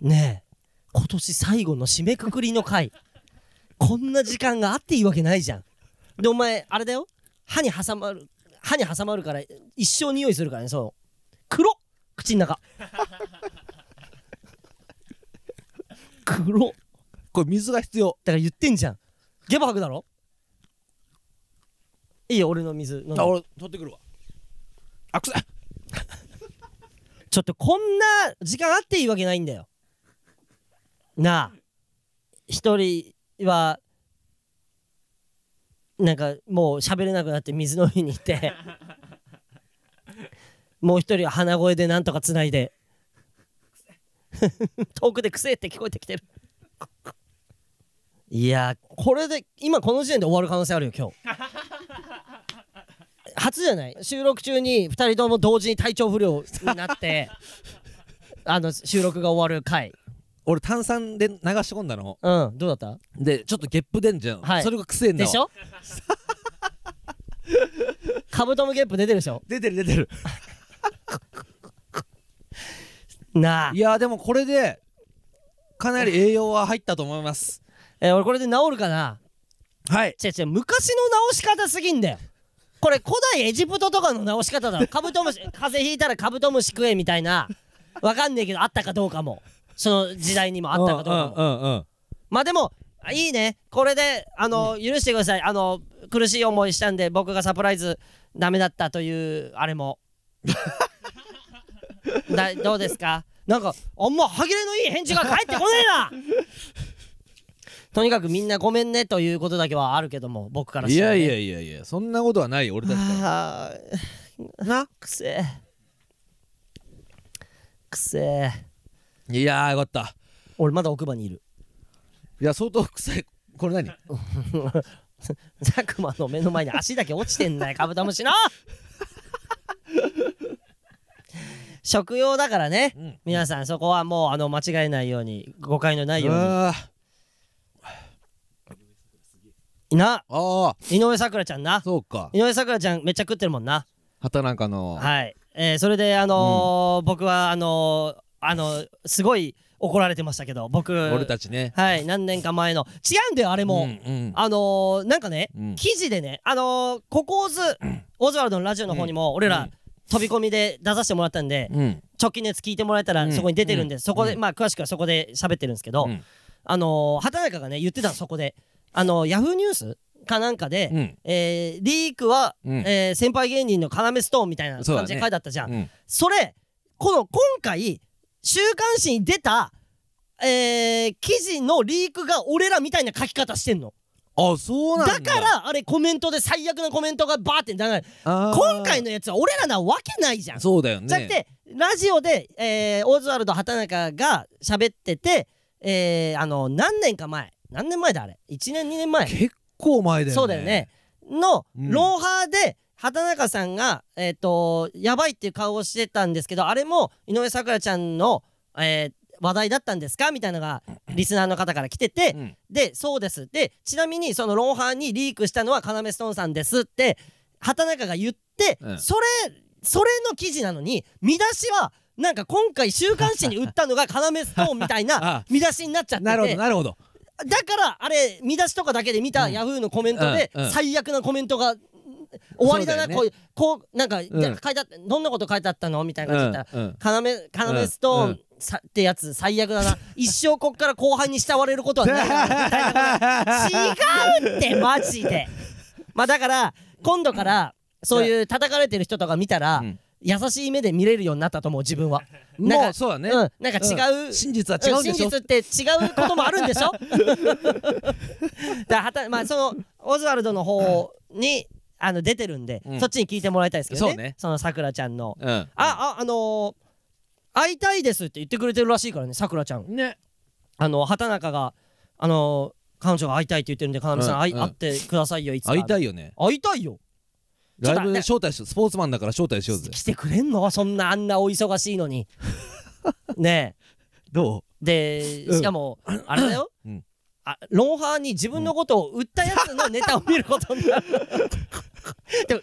Speaker 1: ねえ今年最後の締めくくりの回こんな時間があっていいわけないじゃんでお前あれだよ歯に挟まる歯に挟まるから一生匂いするからねそう黒っ口の中 黒っ
Speaker 3: これ水が必要
Speaker 1: だから言ってんじゃんゲボ吐くだろいいよ俺の水飲んで
Speaker 3: あ俺取ってくるわあくさ
Speaker 1: ちょっとこんな時間あっていいわけないんだよ。なあ、一人は、なんかもう喋れなくなって水飲みに行って、もう一人は鼻声でなんとかつないで、 遠くでくせえって聞こえてきてる。いやー、これで、今この時点で終わる可能性あるよ、今日。初じゃない収録中に2人とも同時に体調不良になって あの収録が終わる回
Speaker 3: 俺炭酸で流し込んだの
Speaker 1: うんどうだった
Speaker 3: でちょっとゲップ出んじゃん、
Speaker 1: はい
Speaker 3: それがくせえんだ
Speaker 1: で
Speaker 3: わ
Speaker 1: しょカブトムゲップ出てるでしょ
Speaker 3: 出てる出てる
Speaker 1: なあ
Speaker 3: い、やーでもこれでかなり栄養は入ったと思 います
Speaker 1: えー俺これで治るかな
Speaker 3: はい
Speaker 1: 違う違う昔の治し方すぎんだよこれ古代エジプトとかの治し方だろカブトムシ 風邪ひいたらカブトムシ食えみたいなわかんねえけどあったかどうかもその時代にもあったかどうかも
Speaker 3: うんうんうんうん
Speaker 1: まあでもあいいねこれであの、許してくださいあの苦しい思いしたんで僕がサプライズダメだったというあれも だどうですかなんかあんま歯切れのいい返事が返ってこね えなとにかくみんなごめんねということだけはあるけども僕から
Speaker 3: い
Speaker 1: したら、
Speaker 3: や
Speaker 1: ね、
Speaker 3: いやいやいやそんなことはないよ俺たちから
Speaker 1: あーなくせえくせえ
Speaker 3: いやーよかった
Speaker 1: 俺まだ奥歯にいる
Speaker 3: いや相当臭いこれ何
Speaker 1: ザクマの目の前に足だけ落ちてんだよカブトムシ の食用だからね、
Speaker 3: うん
Speaker 1: 皆さんそこはもうあの間違えないように誤解のないよう
Speaker 3: あ
Speaker 1: にな
Speaker 3: ーあ
Speaker 1: 井上咲楽ちゃんな
Speaker 3: ーそうか
Speaker 1: 井上咲楽ちゃんめっちゃ食ってるもんな
Speaker 3: 畑中の
Speaker 1: はい、えーそれであのー僕はあのーあのーすごい怒られてましたけど僕
Speaker 3: 俺たちね
Speaker 1: はい何年か前の違うんだよあれも、
Speaker 3: うんうん
Speaker 1: あのーなんかね、
Speaker 3: うん
Speaker 1: 記事でね、あのー、ココーズ、オズワルドのラジオの方にも、俺ら、
Speaker 3: うん
Speaker 1: 飛び込みで出させてもらったんで、
Speaker 3: うん
Speaker 1: 直近のやつ聞いてもらえた
Speaker 3: う
Speaker 1: ら、
Speaker 3: ん
Speaker 1: そこに出てるんで、
Speaker 3: うん
Speaker 1: そこで、
Speaker 3: うん
Speaker 1: まあ、詳しくはそこで喋ってるんですけど、
Speaker 3: うん
Speaker 1: あのー、畑中がね、言ってたのそこで、あのー、ヤフーニュースかなんかで、
Speaker 3: うん
Speaker 1: えーリークは、
Speaker 3: うん
Speaker 1: えー先輩芸人の要ストーンみたいな感じで書いてあったじゃん。そ,、
Speaker 3: うん
Speaker 1: れ、この、今回、週刊誌に出た、えー記事のリークが俺らみたいな書き方してんの。
Speaker 3: あそうなんだ
Speaker 1: だからあれコメントで最悪のコメントがバーって流れる
Speaker 3: あー
Speaker 1: 今回のやつは俺らなわけないじゃん、
Speaker 3: そうだよね
Speaker 1: じゃなくてラジオで、えーオズワルド畑中が喋ってて、えーあの何年か前何年前だあれ1年2年前
Speaker 3: 結構前だよね
Speaker 1: そうだよねの、
Speaker 3: うん
Speaker 1: ローハーで畑中さんがえっ、とやばいっていう顔をしてたんですけどあれも井上咲楽ちゃんの、えー話題だったんですかみたいなのがリスナーの方から来てて、
Speaker 3: うん
Speaker 1: で、そうです。で、ちなみに、そのロンハーにリークしたのは、要ストーンさんですって、畑中が言って、で、
Speaker 3: うん
Speaker 1: それそれの記事なのに見出しはなんか今回週刊誌に売ったのが要ストーンみたい
Speaker 3: あ
Speaker 1: な見出しになっちゃって
Speaker 3: なるほど
Speaker 1: て
Speaker 3: なるほど
Speaker 1: だからあれ見出しとかだけで見たヤフーのコメントで
Speaker 3: うんうん
Speaker 1: 最悪なコメントがうん終わりだな
Speaker 3: そうだよね
Speaker 1: こういうこうなんか、いや
Speaker 3: うん
Speaker 1: 書いてあってどんなこと書いてあったのみたいな感じで言ったら
Speaker 3: うんうん
Speaker 1: 要要ストーン、
Speaker 3: うん
Speaker 1: さってやつ最悪だな一生こっから後輩に慕われることはないな絶対だから違うってマジでまあだから今度からそういう叩かれてる人とか見たら、
Speaker 3: うん
Speaker 1: 優しい目で見れるようになったと思う自分は
Speaker 3: も
Speaker 1: なん
Speaker 3: う
Speaker 1: か
Speaker 3: そうだね、
Speaker 1: うん、なんか違う、
Speaker 3: 真実は違うんでし
Speaker 1: 真
Speaker 3: ょ、
Speaker 1: 実って違うこともあるんでしょだからはたまあそのオズワルドの方に、あの出てるんで、
Speaker 3: うん
Speaker 1: そっちに聞いてもらいたいですけどね
Speaker 3: そうね
Speaker 1: そのさくらちゃんの、
Speaker 3: うん
Speaker 1: あああのー会いたいですって言ってくれてるらしいからねさくらちゃん
Speaker 3: ね
Speaker 1: あの畑中があのー彼女が会いたいって言ってるんで要さん、
Speaker 3: うん
Speaker 1: あい
Speaker 3: うん
Speaker 1: 会ってくださいよいつか
Speaker 3: 会いた
Speaker 1: い
Speaker 3: いよね
Speaker 1: 会いたいよちょっ
Speaker 3: ラ
Speaker 1: と
Speaker 3: イブ招待しようスポーツマンだから招待しようぜ
Speaker 1: 来てくれんのそんなあんなお忙しいの にねえ
Speaker 3: ど
Speaker 1: で
Speaker 3: うん
Speaker 1: しかも、あれだよ、
Speaker 3: うん
Speaker 1: あロンハーに自分のことを売ったやつのネタを見ることになるでも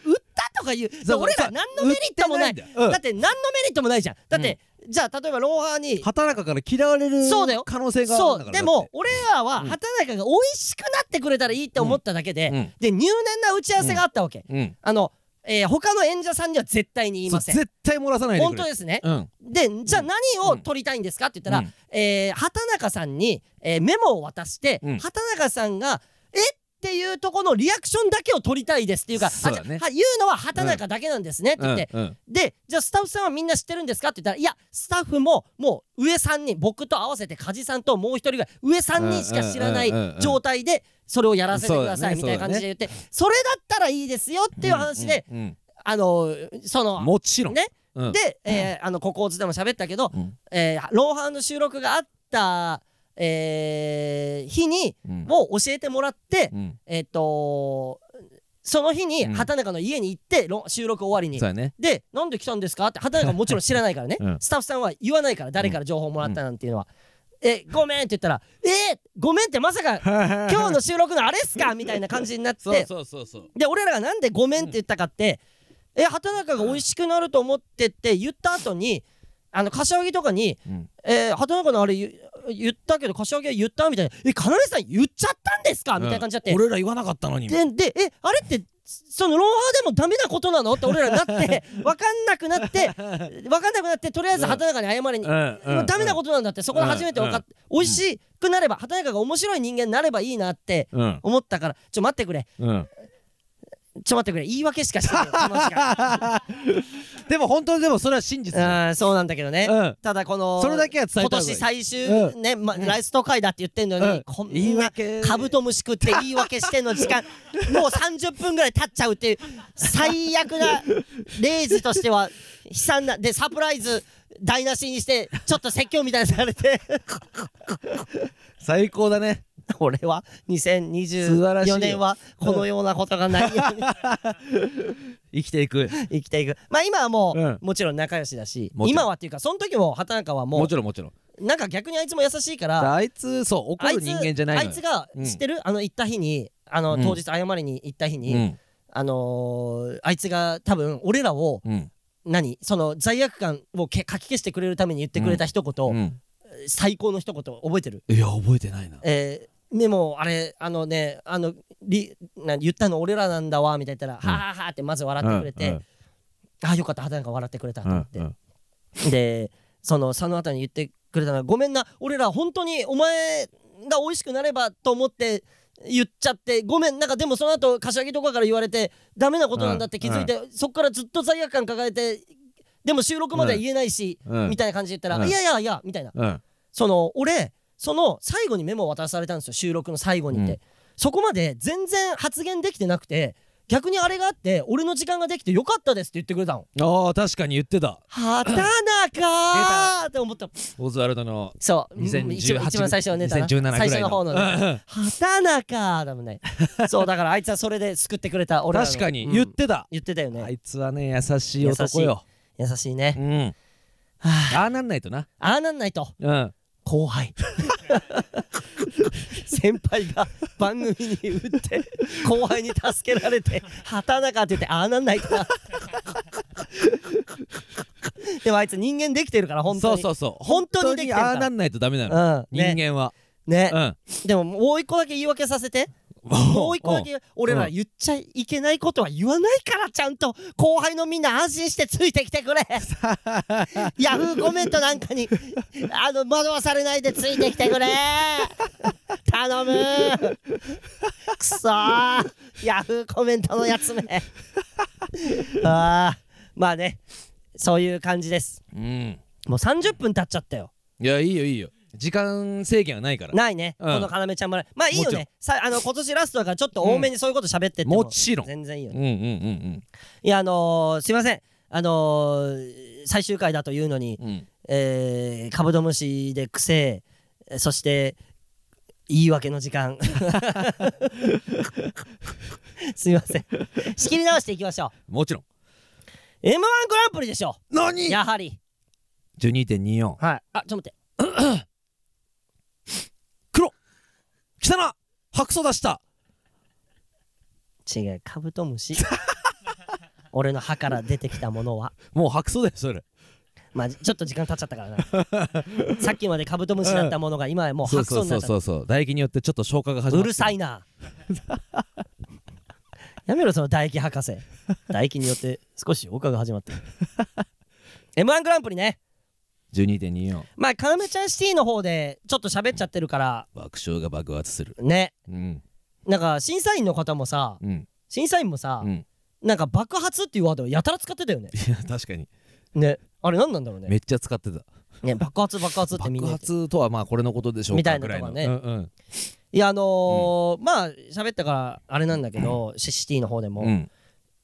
Speaker 1: 売ったとか言う
Speaker 3: そう
Speaker 1: 俺ら
Speaker 3: そう
Speaker 1: 何
Speaker 3: う
Speaker 1: のメリットもない
Speaker 3: 売ってんだようん
Speaker 1: だって何のメリットもないじゃんだって、じゃあ例えばロンハーに
Speaker 3: 畑中から嫌われる
Speaker 1: そうだよ
Speaker 3: 可能性があるん
Speaker 1: そ
Speaker 3: だから
Speaker 1: うでも俺らは
Speaker 3: うん
Speaker 1: 畑中が美味しくなってくれたらいいって思っただけで、
Speaker 3: うんうん
Speaker 1: で入念な打ち合わせがあったわけ、
Speaker 3: うん
Speaker 1: あの、えー他の演者さんには絶対に言い
Speaker 3: そう
Speaker 1: ません
Speaker 3: 絶対漏らさないでく
Speaker 1: 本
Speaker 3: れ
Speaker 1: 当ですね、
Speaker 3: うん
Speaker 1: でじゃあ何を取りたいんですかって言ったら、
Speaker 3: うん
Speaker 1: えー畑中さんに、えーメモを渡して、
Speaker 3: うん
Speaker 1: 畑中さんが「えっ?」ていうとこのリアクションだけを取りたいですっていうか「
Speaker 3: そうだね
Speaker 1: あじゃあは言うのは畑中だけなんですね」って言って、
Speaker 3: うんうん
Speaker 1: でじゃあスタッフさんはみんな知ってるんですかって言ったら「いやスタッフももう上3人僕と合わせて梶さんともう一人ぐらい上3人しか知らない
Speaker 3: うんうんうんうん
Speaker 1: 状態でそれをやらせてください」
Speaker 3: そ
Speaker 1: み
Speaker 3: うだ
Speaker 1: たいな感
Speaker 3: ね
Speaker 1: じで言って、それだったらいいですよっていう話で、
Speaker 3: うんうん
Speaker 1: あのその
Speaker 3: うんもちろん
Speaker 1: ね
Speaker 3: うん
Speaker 1: で、えーあのここをずでも喋ったけど、
Speaker 3: うん
Speaker 1: えーロンハーの収録があった、えー日に
Speaker 3: うん
Speaker 1: もう教えてもらって、
Speaker 3: うん
Speaker 1: えっ、とその日に
Speaker 3: うん
Speaker 1: 畑中の家に行って、ロン収録終わりに
Speaker 3: そう。だね
Speaker 1: で、なんで来たんですかって、畑中ももちろん知らないからね、
Speaker 3: うん
Speaker 1: スタッフさんは言わないから、誰から情報もらったなんていうのは。え、ごめんって言ったら、えー、ごめんってまさか今日の収録のあれっすかみたいな感じになって、
Speaker 3: そうそうそうそう
Speaker 1: で俺らがなんで「ごめん」って言ったかって、え畑中が美味しくなると思ってって言った後にあの柏木とかに
Speaker 3: うん
Speaker 1: 「えー、畑中のあれ言言ったけど柏木は言った?」みたいな「えかなさん言っちゃったんですか?」みたいな感じになって、
Speaker 3: 俺ら言わなかったのに
Speaker 1: ででえあれってそのロンハーでもダメなことなのって俺らになって わかんなくなってわかんなくなってとりあえず畑中に謝りに、
Speaker 3: うん
Speaker 1: ダメなことなんだってそこで初めて分かって、美味しくなれば畑中が面白い人間になればいいなって
Speaker 3: うん
Speaker 1: 思ったからちょ待ってくれ
Speaker 3: うん
Speaker 1: ちょ待ってくれ言い訳しかして ないよこの時間
Speaker 3: でも本当にでもそれは真実だよ
Speaker 1: うんそうなんだけどね、
Speaker 3: うん
Speaker 1: ただこの
Speaker 3: それだけは伝え
Speaker 1: 今
Speaker 3: た方がいい
Speaker 1: 年最終、
Speaker 3: う
Speaker 1: ねま、ライスト会だって言ってんのに、
Speaker 3: うん
Speaker 1: こんな
Speaker 3: 言い訳
Speaker 1: カブトムシ食って言い訳してんの 時間もう30分ぐらい経っちゃうっていう最悪なレイジとしては悲惨なでサプライズ台無しにしてちょっと説教みたいにされて
Speaker 3: 最高だね
Speaker 1: 俺は
Speaker 3: 素晴らしいよ
Speaker 1: 2024年はこのようなことがないように
Speaker 3: 生きていく
Speaker 1: 生きていくまあ今はもう、
Speaker 3: うん
Speaker 1: もちろん仲良しだし
Speaker 3: もちろん
Speaker 1: 今はっていうかその時も畑中はもう
Speaker 3: もちろんもちろん
Speaker 1: なんか逆にあいつも優しいから
Speaker 3: あいつそう怒
Speaker 1: あい
Speaker 3: る
Speaker 1: つ
Speaker 3: 人間じゃないの
Speaker 1: あいつが
Speaker 3: うん
Speaker 1: 知ってる、あの行った日にあの、
Speaker 3: うん
Speaker 1: 当日謝りに行った日に、
Speaker 3: うん
Speaker 1: あのーあいつが多分俺らを
Speaker 3: うん
Speaker 1: 何その罪悪感をけかき消してくれるために言ってくれた一言、
Speaker 3: うん
Speaker 1: 最高の一言覚えてる、
Speaker 3: いや覚えてないな
Speaker 1: えー、でもあれあのねあのりな言ったの俺らなんだわみたいな言ったら、
Speaker 3: うん
Speaker 1: はあはあってまず笑ってくれて、
Speaker 3: うんうん
Speaker 1: ああよかった肌が笑ってくれたと思って、
Speaker 3: うんうん
Speaker 1: でそのその後に言ってくれたのは「ごめんな俺ら本当にお前が美味しくなればと思って言っちゃってごめんなんかでもその後柏木とかから言われてダメなことなんだって気づいて、そっからずっと罪悪感抱えてでも収録までは言えないし、
Speaker 3: うん
Speaker 1: みたいな感じで言ったら「
Speaker 3: うん
Speaker 1: いやいやいや」みたいな
Speaker 3: うん
Speaker 1: その俺その最後にメモを渡されたんですよ収録の最後にって、
Speaker 3: うん
Speaker 1: そこまで全然発言できてなくて逆にあれがあって俺の時間ができてよかったですって言ってくれたの。
Speaker 3: ああ確かに言ってた
Speaker 1: 畑中ーって思った
Speaker 3: オズワルドの
Speaker 1: そう
Speaker 3: 2018
Speaker 1: 一番一番最初のネタな
Speaker 3: 2017ぐらいの
Speaker 1: 最初の方のね
Speaker 3: うんうん
Speaker 1: 畑中ーだもん ねそうだからあいつはそれで救ってくれた俺らの
Speaker 3: 確かに
Speaker 1: うん
Speaker 3: 言ってた
Speaker 1: 言ってたよ
Speaker 3: あ
Speaker 1: ね
Speaker 3: いつはね優しい男よ
Speaker 1: 優しいね
Speaker 3: うんああなんないとな
Speaker 1: ああなんないと
Speaker 3: うん
Speaker 1: 後輩先輩が番組に打って後輩に助けられて畑中って言ってああなんない かでもあいつ人間できてるから本当
Speaker 3: そ
Speaker 1: に
Speaker 3: うそうそう
Speaker 1: 本当にできてるから
Speaker 3: 本当にああなんないとダメなの、
Speaker 1: うんね
Speaker 3: 人間は、
Speaker 1: ね
Speaker 3: うん
Speaker 1: でももう一個だけ言い訳させてもう一個だけ俺ら言っちゃいけないことは言わないからちゃんと後輩のみんな安心してついてきてくれヤフーコメントなんかにあの惑わされないでついてきてくれ頼むくそーヤフーコメントのやつめあーまあねそういう感じです
Speaker 3: うん、うん
Speaker 1: もう30分経っちゃったよ
Speaker 3: いやいいよいいよ時間制限はないから
Speaker 1: ないね、
Speaker 3: うん
Speaker 1: この要ちゃんもねまあいいよ
Speaker 3: もちろん
Speaker 1: ねさあの今年ラストだからちょっと多めにそういうこと喋ってって
Speaker 3: もちろん
Speaker 1: 全然いいよね
Speaker 3: うんうんうん
Speaker 1: いやあのーすいませんあのー最終回だというのに、
Speaker 3: うんうん
Speaker 1: えー、カブトムシで癖えーそして言い訳の時間 すいません仕切り直していきましょ
Speaker 3: もちろん
Speaker 1: う m 1グランプリでしょ
Speaker 3: 何
Speaker 1: やはり
Speaker 3: 12.24
Speaker 1: はいあちょっと待って
Speaker 3: 汚な白素出した
Speaker 1: 違うカブトム シ俺の歯から出てきたものは
Speaker 3: もう白素だよそれ
Speaker 1: まあちょっと時間経っちゃった からなさっきまでカブトムシだったものが今はもう
Speaker 3: そう
Speaker 1: 白
Speaker 3: そ
Speaker 1: 素
Speaker 3: う
Speaker 1: に
Speaker 3: そ
Speaker 1: なっちゃ
Speaker 3: う
Speaker 1: った
Speaker 3: そうそう唾液によってちょっと消化が始ま
Speaker 1: う
Speaker 3: って
Speaker 1: るさい なやめろその唾液博士唾液によって少しおかが始まって m 1グランプリね
Speaker 3: 12.24
Speaker 1: まあカナメちゃんシティの方でちょっと喋っちゃってるから
Speaker 3: 爆笑が爆発する
Speaker 1: ね
Speaker 3: うん
Speaker 1: なんか審査員の方もさ
Speaker 3: うん
Speaker 1: 審査員もさ、
Speaker 3: うん
Speaker 1: なんか爆発っていうワードをやたら使ってたよね
Speaker 3: いや確かに
Speaker 1: ねあれ何なんだろうね
Speaker 3: めっちゃ使ってた
Speaker 1: ね爆発爆発ってみん
Speaker 3: 爆
Speaker 1: な言って
Speaker 3: 発とはまあこれのことでしょう
Speaker 1: みた
Speaker 3: か
Speaker 1: いなと
Speaker 3: ぐらい
Speaker 1: か
Speaker 3: の
Speaker 1: ね
Speaker 3: うんうん
Speaker 1: いやあのーまあ喋ったからあれなんだけど、シシティの方でも、
Speaker 3: うん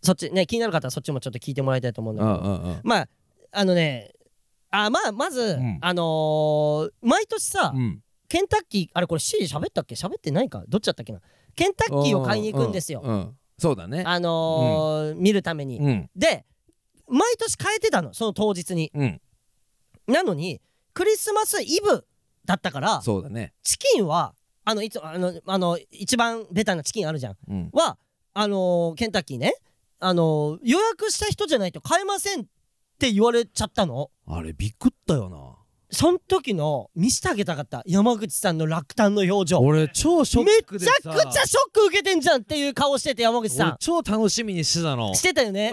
Speaker 1: そっちね気になる方はそっちもちょっと聞いてもらいたいと思うんだ
Speaker 3: う
Speaker 1: けど、
Speaker 3: んうんうん
Speaker 1: まああのねあまあまず、
Speaker 3: ん
Speaker 1: あのー毎年さ、
Speaker 3: うん
Speaker 1: ケンタッキーあれこれ C 喋ったっけ喋ってないかどっちだったっけなケンタッキーを買いに行くんですよ、
Speaker 3: ううんそうだね
Speaker 1: あのー見るために、
Speaker 3: うん
Speaker 1: で毎年変えてたのその当日に
Speaker 3: うん
Speaker 1: なのにクリスマスイブだったから
Speaker 3: そうだね
Speaker 1: チキンはあのいつあのあの一番ベタなチキンあるじゃん
Speaker 3: うん
Speaker 1: はあのーケンタッキーねあのー予約した人じゃないと買えませんって言われちゃったの
Speaker 3: あれびっくったよな
Speaker 1: その時の見せてあげたかった山口さんの落胆の表情
Speaker 3: 俺超ショ
Speaker 1: め
Speaker 3: ックで
Speaker 1: ちゃ
Speaker 3: さ
Speaker 1: くちゃショック受けてんじゃんっていう顔してて山口さ
Speaker 3: 俺超楽しみにしてたの
Speaker 1: んしてたよね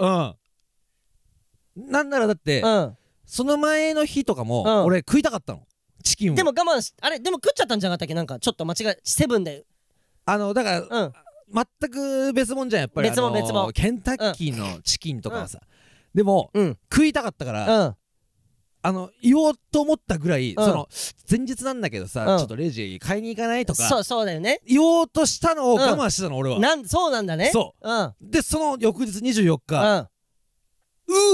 Speaker 3: うんなんならだって
Speaker 1: うん
Speaker 3: その前の日とか
Speaker 1: う
Speaker 3: も
Speaker 1: ん
Speaker 3: 俺食いたかったのチキンを
Speaker 1: でも我慢しあれでも食っちゃったんじゃなかったっけなんかちょっと間違えセブンで
Speaker 3: あのだから
Speaker 1: うん
Speaker 3: 全く別物じゃんやっぱり
Speaker 1: 別物
Speaker 3: あのー
Speaker 1: 別物
Speaker 3: ケンタッキーのチキンとかはさ、でも、
Speaker 1: うん
Speaker 3: 食いたかったから、
Speaker 1: うん
Speaker 3: あの言おうと思ったぐら
Speaker 1: う
Speaker 3: い、
Speaker 1: ん
Speaker 3: その前日なんだけどさ、
Speaker 1: うん
Speaker 3: ちょっとレジ買いに行かないとか
Speaker 1: そうそうだよね
Speaker 3: 言おうとしたのを我慢してたの、俺は
Speaker 1: なんそうなんだね
Speaker 3: そう
Speaker 1: うん
Speaker 3: うでその翌日24日、
Speaker 1: うん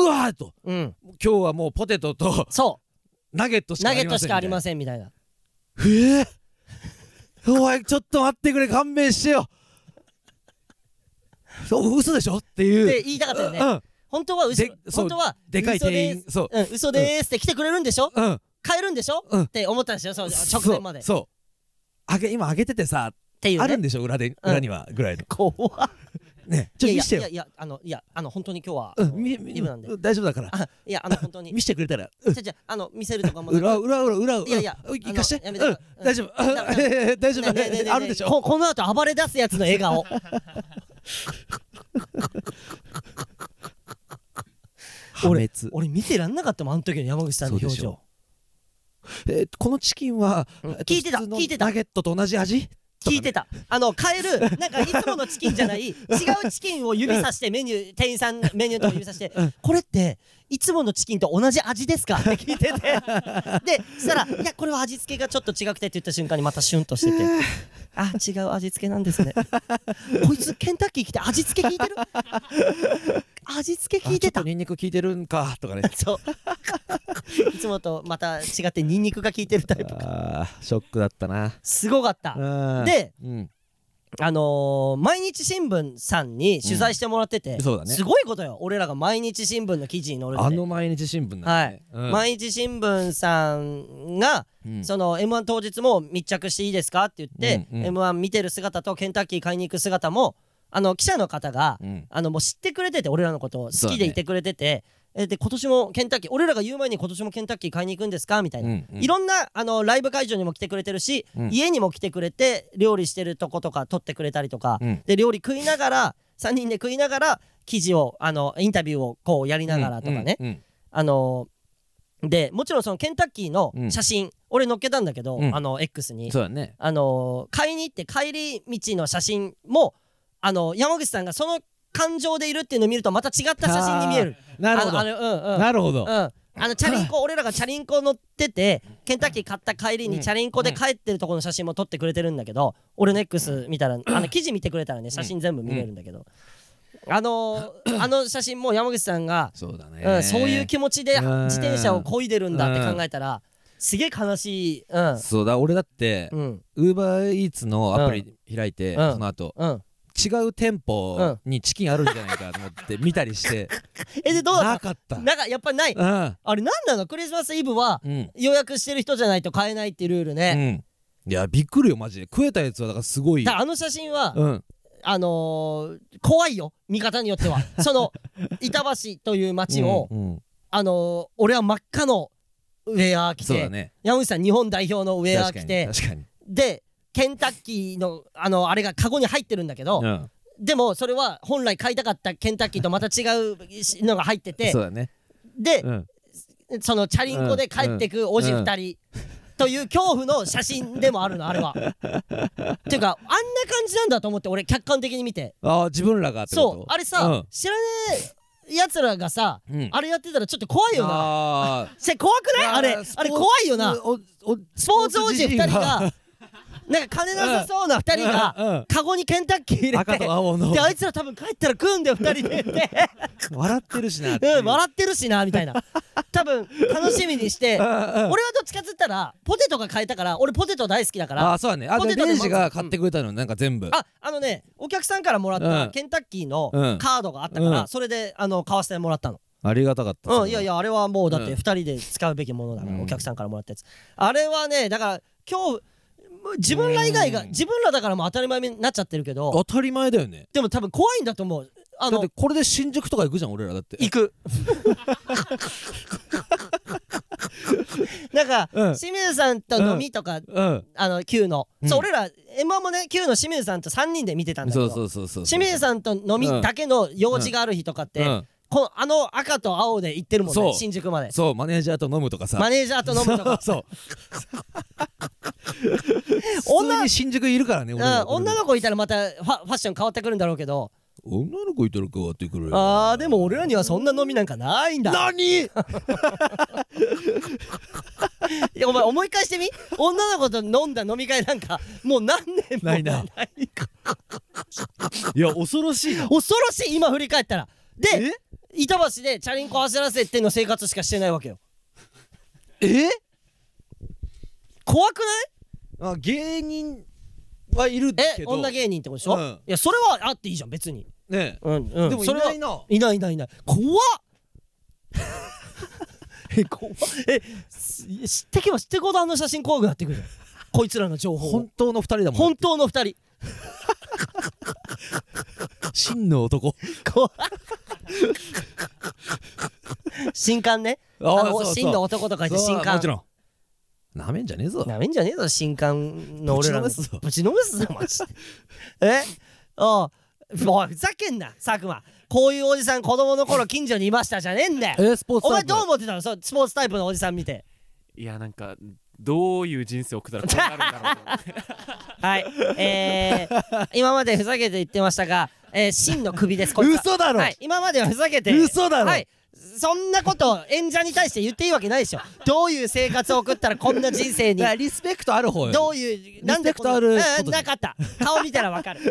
Speaker 3: うわーと
Speaker 1: うん
Speaker 3: 今日はもうポテトと
Speaker 1: そ
Speaker 3: ナゲット
Speaker 1: う
Speaker 3: しか
Speaker 1: ナ
Speaker 3: あ
Speaker 1: ゲ
Speaker 3: り
Speaker 1: ッ
Speaker 3: ま
Speaker 1: トし
Speaker 3: せん
Speaker 1: かありま
Speaker 3: せ
Speaker 1: せんみたいなん
Speaker 3: えー、おいちょっと待ってくれ勘弁してよそう嘘でしょっていう
Speaker 1: って言いたかったよね
Speaker 3: うん
Speaker 1: 本当は嘘
Speaker 3: でそ
Speaker 1: 本
Speaker 3: う
Speaker 1: 当は
Speaker 3: でかい店員そう
Speaker 1: 嘘でーすうん嘘でーすって来てくれるんでしょ
Speaker 3: うん
Speaker 1: 買えるんでしょ
Speaker 3: うん
Speaker 1: って思ったんですよそう
Speaker 3: そう
Speaker 1: 直前までっ
Speaker 3: そうあげ今上げててさ、
Speaker 1: ていう
Speaker 3: あるん
Speaker 1: ね
Speaker 3: でしょ裏で
Speaker 1: うん
Speaker 3: 裏には、ぐらいの
Speaker 1: 怖っ
Speaker 3: ねちょっと
Speaker 1: い
Speaker 3: 見
Speaker 1: や
Speaker 3: して
Speaker 1: い
Speaker 3: よ
Speaker 1: やいやあのいやあの本当に今日は
Speaker 3: う
Speaker 1: あ
Speaker 3: ん
Speaker 1: の
Speaker 3: みみ
Speaker 1: イブなんで
Speaker 3: うん大丈夫だから
Speaker 1: あいやあの本当に
Speaker 3: 見してくれたら
Speaker 1: じゃじゃあの見せるとかもなく
Speaker 3: 裏裏裏裏裏
Speaker 1: いやいや
Speaker 3: うん行かして
Speaker 1: あ
Speaker 3: う
Speaker 1: の
Speaker 3: ん
Speaker 1: やめてうん
Speaker 3: 大丈夫
Speaker 1: ダメダ
Speaker 3: 大丈
Speaker 1: ねえねえねえねえ
Speaker 3: 夫あるでしょ
Speaker 1: ここの後暴れ出すやつの笑 顔
Speaker 3: 破滅
Speaker 1: 俺見てらんなかったもんあの時の山口さんの
Speaker 3: そうで
Speaker 1: 表
Speaker 3: し
Speaker 1: 情
Speaker 3: ょえーこのチキンは
Speaker 1: うん
Speaker 3: えーと
Speaker 1: 聞いてた
Speaker 3: 普通の
Speaker 1: 聞いてた
Speaker 3: ナゲットと同じ味
Speaker 1: 聞いてたあの買えるなんかいつものチキンじゃない違うチキンを指さしてメニュー店員さんメニューとか指さしてこれっていつものチキンと同じ味ですかって聞いててでそしたらいやこれは味付けがちょっと違くてって言った瞬間にまたシュンとしててあ違う味付けなんですね こいつケンタッキー来て味付け聞いてる味付け聞いて
Speaker 3: あちょったとニンニク効いてるんかとかね
Speaker 1: そういつもとまた違ってニンニクが効いてるタイプ
Speaker 3: あーショックだったな
Speaker 1: すごかった
Speaker 3: うん
Speaker 1: で
Speaker 3: うん
Speaker 1: あのー毎日新聞さんに取材してもらってて、
Speaker 3: うんそうだね
Speaker 1: すごいことよ俺らが毎日新聞の記事に載るって
Speaker 3: あの毎日新聞なんだねうん
Speaker 1: 毎日新聞さんが、
Speaker 3: うん
Speaker 1: その m 1当日も密着していいですかって言って、
Speaker 3: うんうん
Speaker 1: m 1見てる姿とケンタッキー買いに行く姿もあの記者の方が、
Speaker 3: うん
Speaker 1: あのもう知ってくれてて俺らのことを
Speaker 3: そう
Speaker 1: 好
Speaker 3: だ
Speaker 1: き
Speaker 3: ね
Speaker 1: でいてくれてて、えで今年もケンタッキー俺らが言う前に今年もケンタッキー買いに行くんですかみたいな、
Speaker 3: うんうん
Speaker 1: いろんなあのライブ会場にも来てくれてるし、
Speaker 3: うん
Speaker 1: 家にも来てくれて料理してるとことか撮ってくれたりとか、
Speaker 3: うん
Speaker 1: で料理食いながら3人で食いながら記事をあのインタビューをこうやりながらとかね、
Speaker 3: うんうん
Speaker 1: あのでもちろんそのケンタッキーの写真、俺載っけたんだけど、
Speaker 3: うん
Speaker 1: あの X に、
Speaker 3: そうだね
Speaker 1: あの買いに行って帰り道の写真もあの山口さんがその感情でいるっていうのを見るとまた違った写真に見える。
Speaker 3: なるほ
Speaker 1: あ
Speaker 3: ど
Speaker 1: のあのうんうん
Speaker 3: なるほ
Speaker 1: う
Speaker 3: ど
Speaker 1: ん、あのチャリンコ俺らがチャリンコ乗っててケンタッキー買った帰りにチャリンコで帰ってるところの写真も撮ってくれてるんだけど俺の X 見たらあの記事見てくれたらね写真全部見れるんだけど、あの ーあの写真も山口さんが、
Speaker 3: そうだね
Speaker 1: うん、そういう気持ちで
Speaker 3: うん
Speaker 1: 自転車を漕いでるんだって考えたらすげえ悲しいうん
Speaker 3: そうだ俺だって
Speaker 1: うん
Speaker 3: ウーバーイーツのアプリ開いて
Speaker 1: うん
Speaker 3: その後
Speaker 1: うん
Speaker 3: 違う店舗にチキンあるんじゃないかと思って見たりして
Speaker 1: えでどうだ
Speaker 3: な
Speaker 1: っ
Speaker 3: かった
Speaker 1: たなんかやっぱないあれなんなのクリスマスイブは
Speaker 3: うんうん
Speaker 1: 予約してる人じゃないと買えないっていうルール
Speaker 3: う
Speaker 1: ね、
Speaker 3: んいやびっくりよマジで食えたやつはだからすごい
Speaker 1: だからあの写真は、
Speaker 3: うん
Speaker 1: あのー怖いよ見方によっ てはその板橋という町を、
Speaker 3: うんうん
Speaker 1: あのー俺は真っ赤のウェア着
Speaker 3: そう
Speaker 1: て、
Speaker 3: だね
Speaker 1: 山口さん日本代表のウェア
Speaker 3: 確か
Speaker 1: 着
Speaker 3: に
Speaker 1: て
Speaker 3: 確かに
Speaker 1: でケンタッキーのあのあれがカゴに入ってるんだけど、
Speaker 3: うん
Speaker 1: でもそれは本来買いたかったケンタッキーとまた違うしのが入ってて
Speaker 3: そうだね
Speaker 1: で
Speaker 3: う、ん
Speaker 1: そのチャリンコで帰ってくおじ二人という恐怖の写真でもあるのあれ は。っていうかあんな感じなんだと思って俺客観的に見て。
Speaker 3: ああ自分らがってこと
Speaker 1: そうあれさ、知らねえやつらがさ
Speaker 3: うんうん
Speaker 1: あれやってたらちょっと怖いよな
Speaker 3: あ
Speaker 1: せ怖くない
Speaker 3: ー
Speaker 1: あれ
Speaker 3: ースポ
Speaker 1: あ
Speaker 3: ー
Speaker 1: れ
Speaker 3: ツ
Speaker 1: 怖いよな
Speaker 3: おお
Speaker 1: スポーツ王子2人
Speaker 3: スポー
Speaker 1: がなんか金なさそうな2人
Speaker 3: う
Speaker 1: が
Speaker 3: んうん
Speaker 1: カゴにケンタッキー入れ
Speaker 3: 赤と
Speaker 1: て
Speaker 3: 青の
Speaker 1: であいつら多分帰ったら食うんだよ2人でって
Speaker 3: 笑ってるしなっていう
Speaker 1: うん笑ってるしなみたいな多分楽しみにして俺はどっちかっつったらポテトが買えたから俺ポテト大好きだから
Speaker 3: あーそうだねあ
Speaker 1: ポ
Speaker 3: で
Speaker 1: テトで
Speaker 3: レイジが買ってくれたのなんか全部
Speaker 1: ああのねお客さんからもらっ
Speaker 3: う
Speaker 1: た
Speaker 3: ん
Speaker 1: ケンタッキーの
Speaker 3: うん
Speaker 1: カードがあったから、
Speaker 3: うん
Speaker 1: それであの買わせてもらったの
Speaker 3: ありがたかった
Speaker 1: うん、いやいや、あれはもうだっ
Speaker 3: うん
Speaker 1: て2人で使うべきものだから、
Speaker 3: うん
Speaker 1: お客さんからもらったやつ。あれはね、だから今日、もう自分ら以外が、
Speaker 3: うん
Speaker 1: 自分らだからもう当たり前になっちゃってるけど、
Speaker 3: 当たり前だよね
Speaker 1: でも多分怖いんだと思う。あ
Speaker 3: だっ
Speaker 1: の
Speaker 3: て、これで新宿とか行くじゃん俺らだって
Speaker 1: 行く。 なんか、
Speaker 3: うん
Speaker 1: 清水さんと飲みとか、
Speaker 3: うん
Speaker 1: あの、Q の、
Speaker 3: うん
Speaker 1: そう、俺ら、M1 もね、Q の清水さんと3人で見てたんだけ
Speaker 3: そ
Speaker 1: ど、
Speaker 3: うそうそうそう
Speaker 1: 清水さんと飲みだけの用事がある日とかって、
Speaker 3: うん
Speaker 1: このあの赤と青で行ってるもん
Speaker 3: そ
Speaker 1: ね
Speaker 3: う
Speaker 1: 新宿まで
Speaker 3: そうマネージャーと飲むとかさ
Speaker 1: マネージャーと飲むとか
Speaker 3: そうそう
Speaker 1: 女
Speaker 3: 普通に新宿いるからね
Speaker 1: うん
Speaker 3: 俺ら
Speaker 1: 女の子いたらまたファファッション変わってくるんだろうけど
Speaker 3: 女の子いたら変わってくるよ
Speaker 1: あーでも俺らにはそんな飲みなんかないんだ
Speaker 3: 何
Speaker 1: いやお前思い返してみ女の子と飲んだ飲み会なんかもう何年も
Speaker 3: ないないや恐ろしいな
Speaker 1: 恐ろしい今振り返ったらで
Speaker 3: え
Speaker 1: 板橋でチャリンコ走らせての生活しかしてないわけよ
Speaker 3: え
Speaker 1: 怖く
Speaker 3: あ芸人はいる
Speaker 1: な
Speaker 3: け
Speaker 1: いえ
Speaker 3: ど
Speaker 1: 女芸人ってことでしょ、
Speaker 3: うん
Speaker 1: いやそれはあっていいじゃん別に
Speaker 3: ね
Speaker 1: うんうん
Speaker 3: でもい
Speaker 1: それは
Speaker 3: ないない
Speaker 1: ないいないいない 怖っえ怖っえす知ってけば知ってこどあの写真怖くなってくるこいつらの情報を
Speaker 3: 本当の二人だもん
Speaker 1: 本当の二人
Speaker 3: 真 の男
Speaker 1: 怖い新刊ね
Speaker 3: あー
Speaker 1: あの
Speaker 3: そうそう
Speaker 1: 真の男とか言って新
Speaker 3: そうもち
Speaker 1: 刊
Speaker 3: ろんなめんじゃねえぞ
Speaker 1: なめんじゃねえぞ新刊の俺らの
Speaker 3: ぶちのめすぞ
Speaker 1: ぶちのめすぞマジでえあおいふざけんな佐久間こういうおじさん子供の頃近所にいましたじゃねえんだよ
Speaker 3: えスポーツ
Speaker 1: お
Speaker 3: タ
Speaker 1: 前
Speaker 3: イプ
Speaker 1: どう思ってたのそうスポーツタイプのおじさん見て
Speaker 2: いやなんかどういう人生を送ったらこうなるんだろうと思って
Speaker 1: はいえ ー、今までふざけて言ってましたが、えー、真の首ですこいつは
Speaker 3: 嘘だろ
Speaker 1: はい、今まではふざけて
Speaker 3: 嘘だろ
Speaker 1: はいそんなことを演者に対して言っていいわけないでしょどういう生活を送ったらこんな人生に
Speaker 3: いやリスペクトある方よ
Speaker 1: どういうなんでこんな
Speaker 3: リスペクトある
Speaker 1: うんうんなかった顔見たらわかる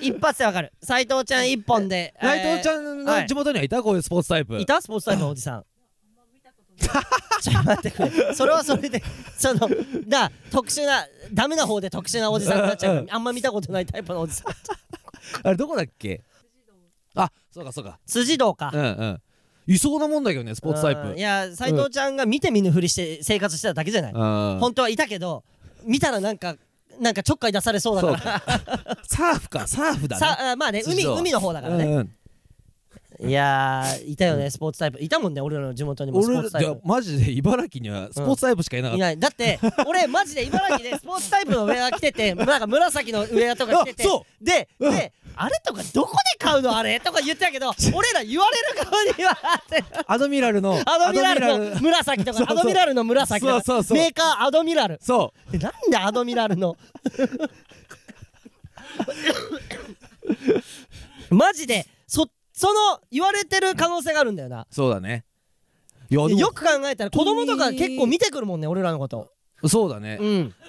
Speaker 1: 一発でわかる斎藤ちゃん一本で
Speaker 3: 内藤ちゃん
Speaker 1: は
Speaker 3: の
Speaker 1: い
Speaker 3: 地元にはいたこういうスポーツタイプ
Speaker 1: いたスポーツタイプのおじさんちちょっと待ってくれそれはそれでそのだ特殊なダメな方で特殊なおじさんになっちゃうからあんま見たことないタイプのおじさん
Speaker 3: あれどこだっけあそうかそうか
Speaker 1: 辻堂か
Speaker 3: うんうんいそうなもんだけどねスポーツタイプ
Speaker 1: うんいや斎藤ちゃんが見て見ぬふりして生活してただけじゃない
Speaker 3: うん
Speaker 1: 本当はいたけど見たらなんかなんかちょっかい出されそうだ
Speaker 3: そう
Speaker 1: か
Speaker 3: かサーフかサーフだ
Speaker 1: ら
Speaker 3: ね
Speaker 1: さあまあね海
Speaker 3: 辻堂
Speaker 1: 海の方だからね
Speaker 3: うんうん
Speaker 1: いやーいたよねスポーツタイプいたもんね俺らの地元にもスポ
Speaker 3: 俺
Speaker 1: ーツタイ
Speaker 3: いや
Speaker 1: プ
Speaker 3: マジで茨城にはスポーツタイプしかいなかっ
Speaker 1: い
Speaker 3: た、
Speaker 1: ないだって俺マジで茨城でスポーツタイプのウェア着て てなんか紫のウェアとか着てて
Speaker 3: あそ
Speaker 1: で、
Speaker 3: うん
Speaker 1: であれとかどこで買うのあれとか言ってたけ ど俺ら言われる側には
Speaker 3: アドミラルの
Speaker 1: アドミラ
Speaker 3: アド
Speaker 1: ルの紫とか
Speaker 3: そうそう
Speaker 1: アドミラルの紫とか
Speaker 3: そうそうそう
Speaker 1: メーカーアドミラル
Speaker 3: そ
Speaker 1: えなんでアドミラル のマジでそその言われてる可能性があるんだよな
Speaker 3: うそうだねいやでも
Speaker 1: よく考えたら子供とか結構見てくるもんね俺らのこと
Speaker 3: そうだね
Speaker 1: う、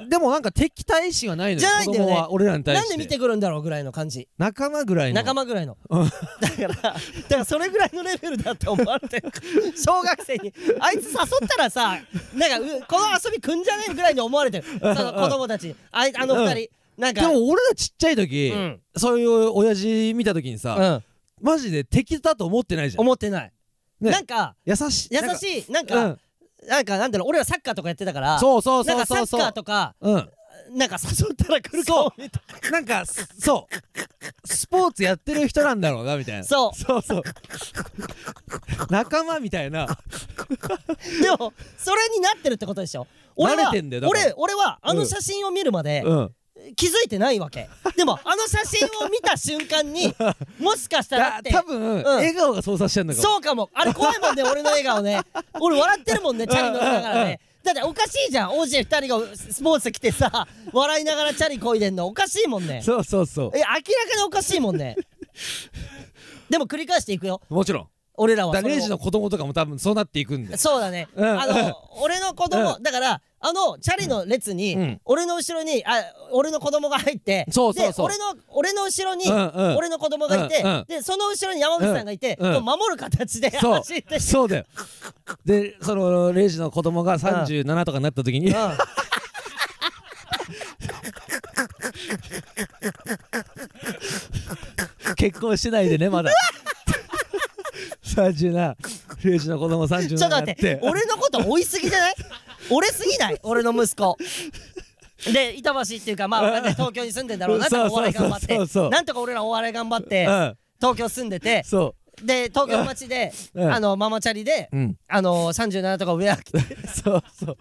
Speaker 1: ん
Speaker 3: でもなんか敵対心はないのよ
Speaker 1: じゃないんだよね
Speaker 3: 子供は俺らに対し
Speaker 1: な
Speaker 3: て
Speaker 1: んで見てくるんだろうぐらいの感じ
Speaker 3: 仲間ぐらいの
Speaker 1: 仲間ぐらいのだからだからそれぐらいのレベルだって思われてる小学生にあいつ誘ったらさなんかうこの遊びくんじゃねえぐらいに思われてるその子供たちあいあの二人なん
Speaker 3: で
Speaker 1: か
Speaker 3: も俺らちっちゃい時、
Speaker 1: うん
Speaker 3: そういう親父見た時に
Speaker 1: う
Speaker 3: さ、
Speaker 1: ん
Speaker 3: マジで敵だと思ってないじゃん
Speaker 1: 思ってない
Speaker 3: ね
Speaker 1: なんか
Speaker 3: 優しい
Speaker 1: 優
Speaker 3: なんか
Speaker 1: しいなんか、
Speaker 3: うん
Speaker 1: なんかなんだろう俺らサッカーとかやってたから
Speaker 3: そうそ
Speaker 1: な
Speaker 3: う
Speaker 1: ん
Speaker 3: そう
Speaker 1: かサ
Speaker 3: そう
Speaker 1: ッ
Speaker 3: そう
Speaker 1: カーとか
Speaker 3: うん
Speaker 1: なんか誘ったら来るか
Speaker 3: そ
Speaker 1: も
Speaker 3: うなんかすそうスポーツやってる人なんだろうなみたいな
Speaker 1: そう
Speaker 3: そうそう仲間みたいな
Speaker 1: でもそれになってるってことでしょ俺は
Speaker 3: 慣れてんだよだから
Speaker 1: 俺俺はあの写真を見るまで、
Speaker 3: うん
Speaker 1: 気づいてないわけでもあの写真を見た瞬間にもしかしたらっ
Speaker 3: だ
Speaker 1: て
Speaker 3: 多分、
Speaker 1: ん
Speaker 3: 笑顔が操作してんのかも
Speaker 1: そうかもあれ怖いもんね俺の笑顔ね俺笑ってるもんねチャリ乗りながらねだっておかしいじゃん OJ2 人がスポーツ着てさ笑いながらチャリこいでんのおかしいもんね
Speaker 3: そうそうそ
Speaker 1: え明らかにおかしいもん ねでも繰り返していくよ
Speaker 3: うもちろん
Speaker 1: 俺らは
Speaker 3: だ
Speaker 1: そ
Speaker 3: から
Speaker 1: れを
Speaker 3: レイジの子供とかも多分そうなっていくんで
Speaker 1: そうだね、
Speaker 3: うん
Speaker 1: あの俺の子供、
Speaker 3: う
Speaker 1: だからあのチャリの列に、
Speaker 3: うん
Speaker 1: 俺の後ろにあ俺の子供が入って
Speaker 3: そうそうそう
Speaker 1: で俺の俺の後ろに、
Speaker 3: うんうん
Speaker 1: 俺の子供がいて、
Speaker 3: うんうん
Speaker 1: でその後ろに山口さんがいて、
Speaker 3: うんうん
Speaker 1: こう守る形で
Speaker 3: そう
Speaker 1: 走って
Speaker 3: そうだよでそのレイジの子供が37とかになった時に、
Speaker 1: うん
Speaker 3: 結婚してないでねまだ37レイジの子供37に
Speaker 1: ちょっと
Speaker 3: なっ
Speaker 1: 待
Speaker 3: て
Speaker 1: って、俺のこと追いすぎじゃない俺すぎない俺の息子。で、板橋っていうか、まあ、わかんない東京に住んでんだろうな、なんとかお笑い頑張っ
Speaker 3: そうそうそうそ
Speaker 1: て、
Speaker 3: う
Speaker 1: なんとか俺らお笑い頑張って、
Speaker 3: うん
Speaker 1: 東京住んで て、
Speaker 3: そ
Speaker 1: で、東京町で、
Speaker 3: うん
Speaker 1: あの、ママチャリで、
Speaker 3: ううん
Speaker 1: あの、37とか上 着て、
Speaker 3: そうそう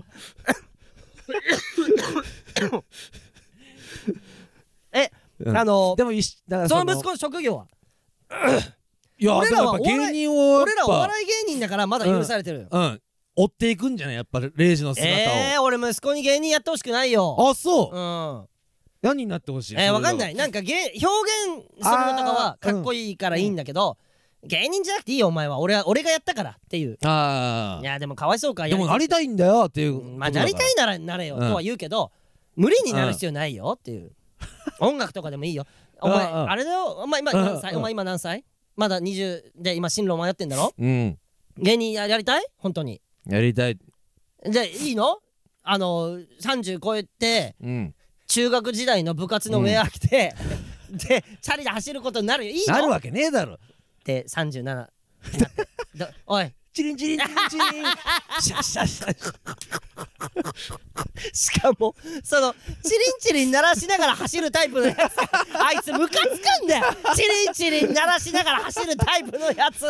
Speaker 1: え、
Speaker 3: うん
Speaker 1: あの
Speaker 3: で、もいしだから
Speaker 1: その息子の職業はい
Speaker 3: や
Speaker 1: 俺らは
Speaker 3: でも
Speaker 1: お
Speaker 3: やっぱ
Speaker 1: 笑
Speaker 3: 芸
Speaker 1: い
Speaker 3: 人をやっ
Speaker 1: 俺らお
Speaker 3: ぱ
Speaker 1: 笑い芸人だからまだ許されてるよ。
Speaker 3: うん追っていくんじゃないやっぱレイジの姿を、
Speaker 1: えー、俺息子に芸人やってほしくないよ。
Speaker 3: あそ
Speaker 1: う
Speaker 3: う、
Speaker 1: ん。
Speaker 3: 何になってほしい
Speaker 1: えー、わかんないいなんか芸表現するのとかは
Speaker 3: あー
Speaker 1: かっこいいからいいんだけど、芸人じゃなくていいよお前は俺は俺がやったからっていう
Speaker 3: あ
Speaker 1: い
Speaker 3: あ
Speaker 1: やでもかわいそうか
Speaker 3: でも
Speaker 1: や
Speaker 3: なりたいんだよっていう
Speaker 1: りまあなりたいならなれよ、
Speaker 3: うん
Speaker 1: とは言うけど無理になる必要ないよっていう、音楽とかでもいいよお前
Speaker 3: うんうん
Speaker 1: あれだよお前今
Speaker 3: うん
Speaker 1: 何歳
Speaker 3: うん
Speaker 1: お前今何歳まだ20で今進路迷ってんだろ
Speaker 3: うん
Speaker 1: 芸人ややりたい本当に
Speaker 3: やりたい
Speaker 1: じゃあいいのあの30超えて
Speaker 3: うん
Speaker 1: 中学時代の部活のウェア着て、でチャリで走ることになるよいいの
Speaker 3: なるわけねえだろ
Speaker 1: で37なってどおい
Speaker 3: チリンチリンチリンチ リンシャッシャッシャッ
Speaker 1: しかもそのチリンチリン鳴らしながら走るタイプのやつあいつムカつくんだよチリンチリン鳴らしながら走るタイプのやつ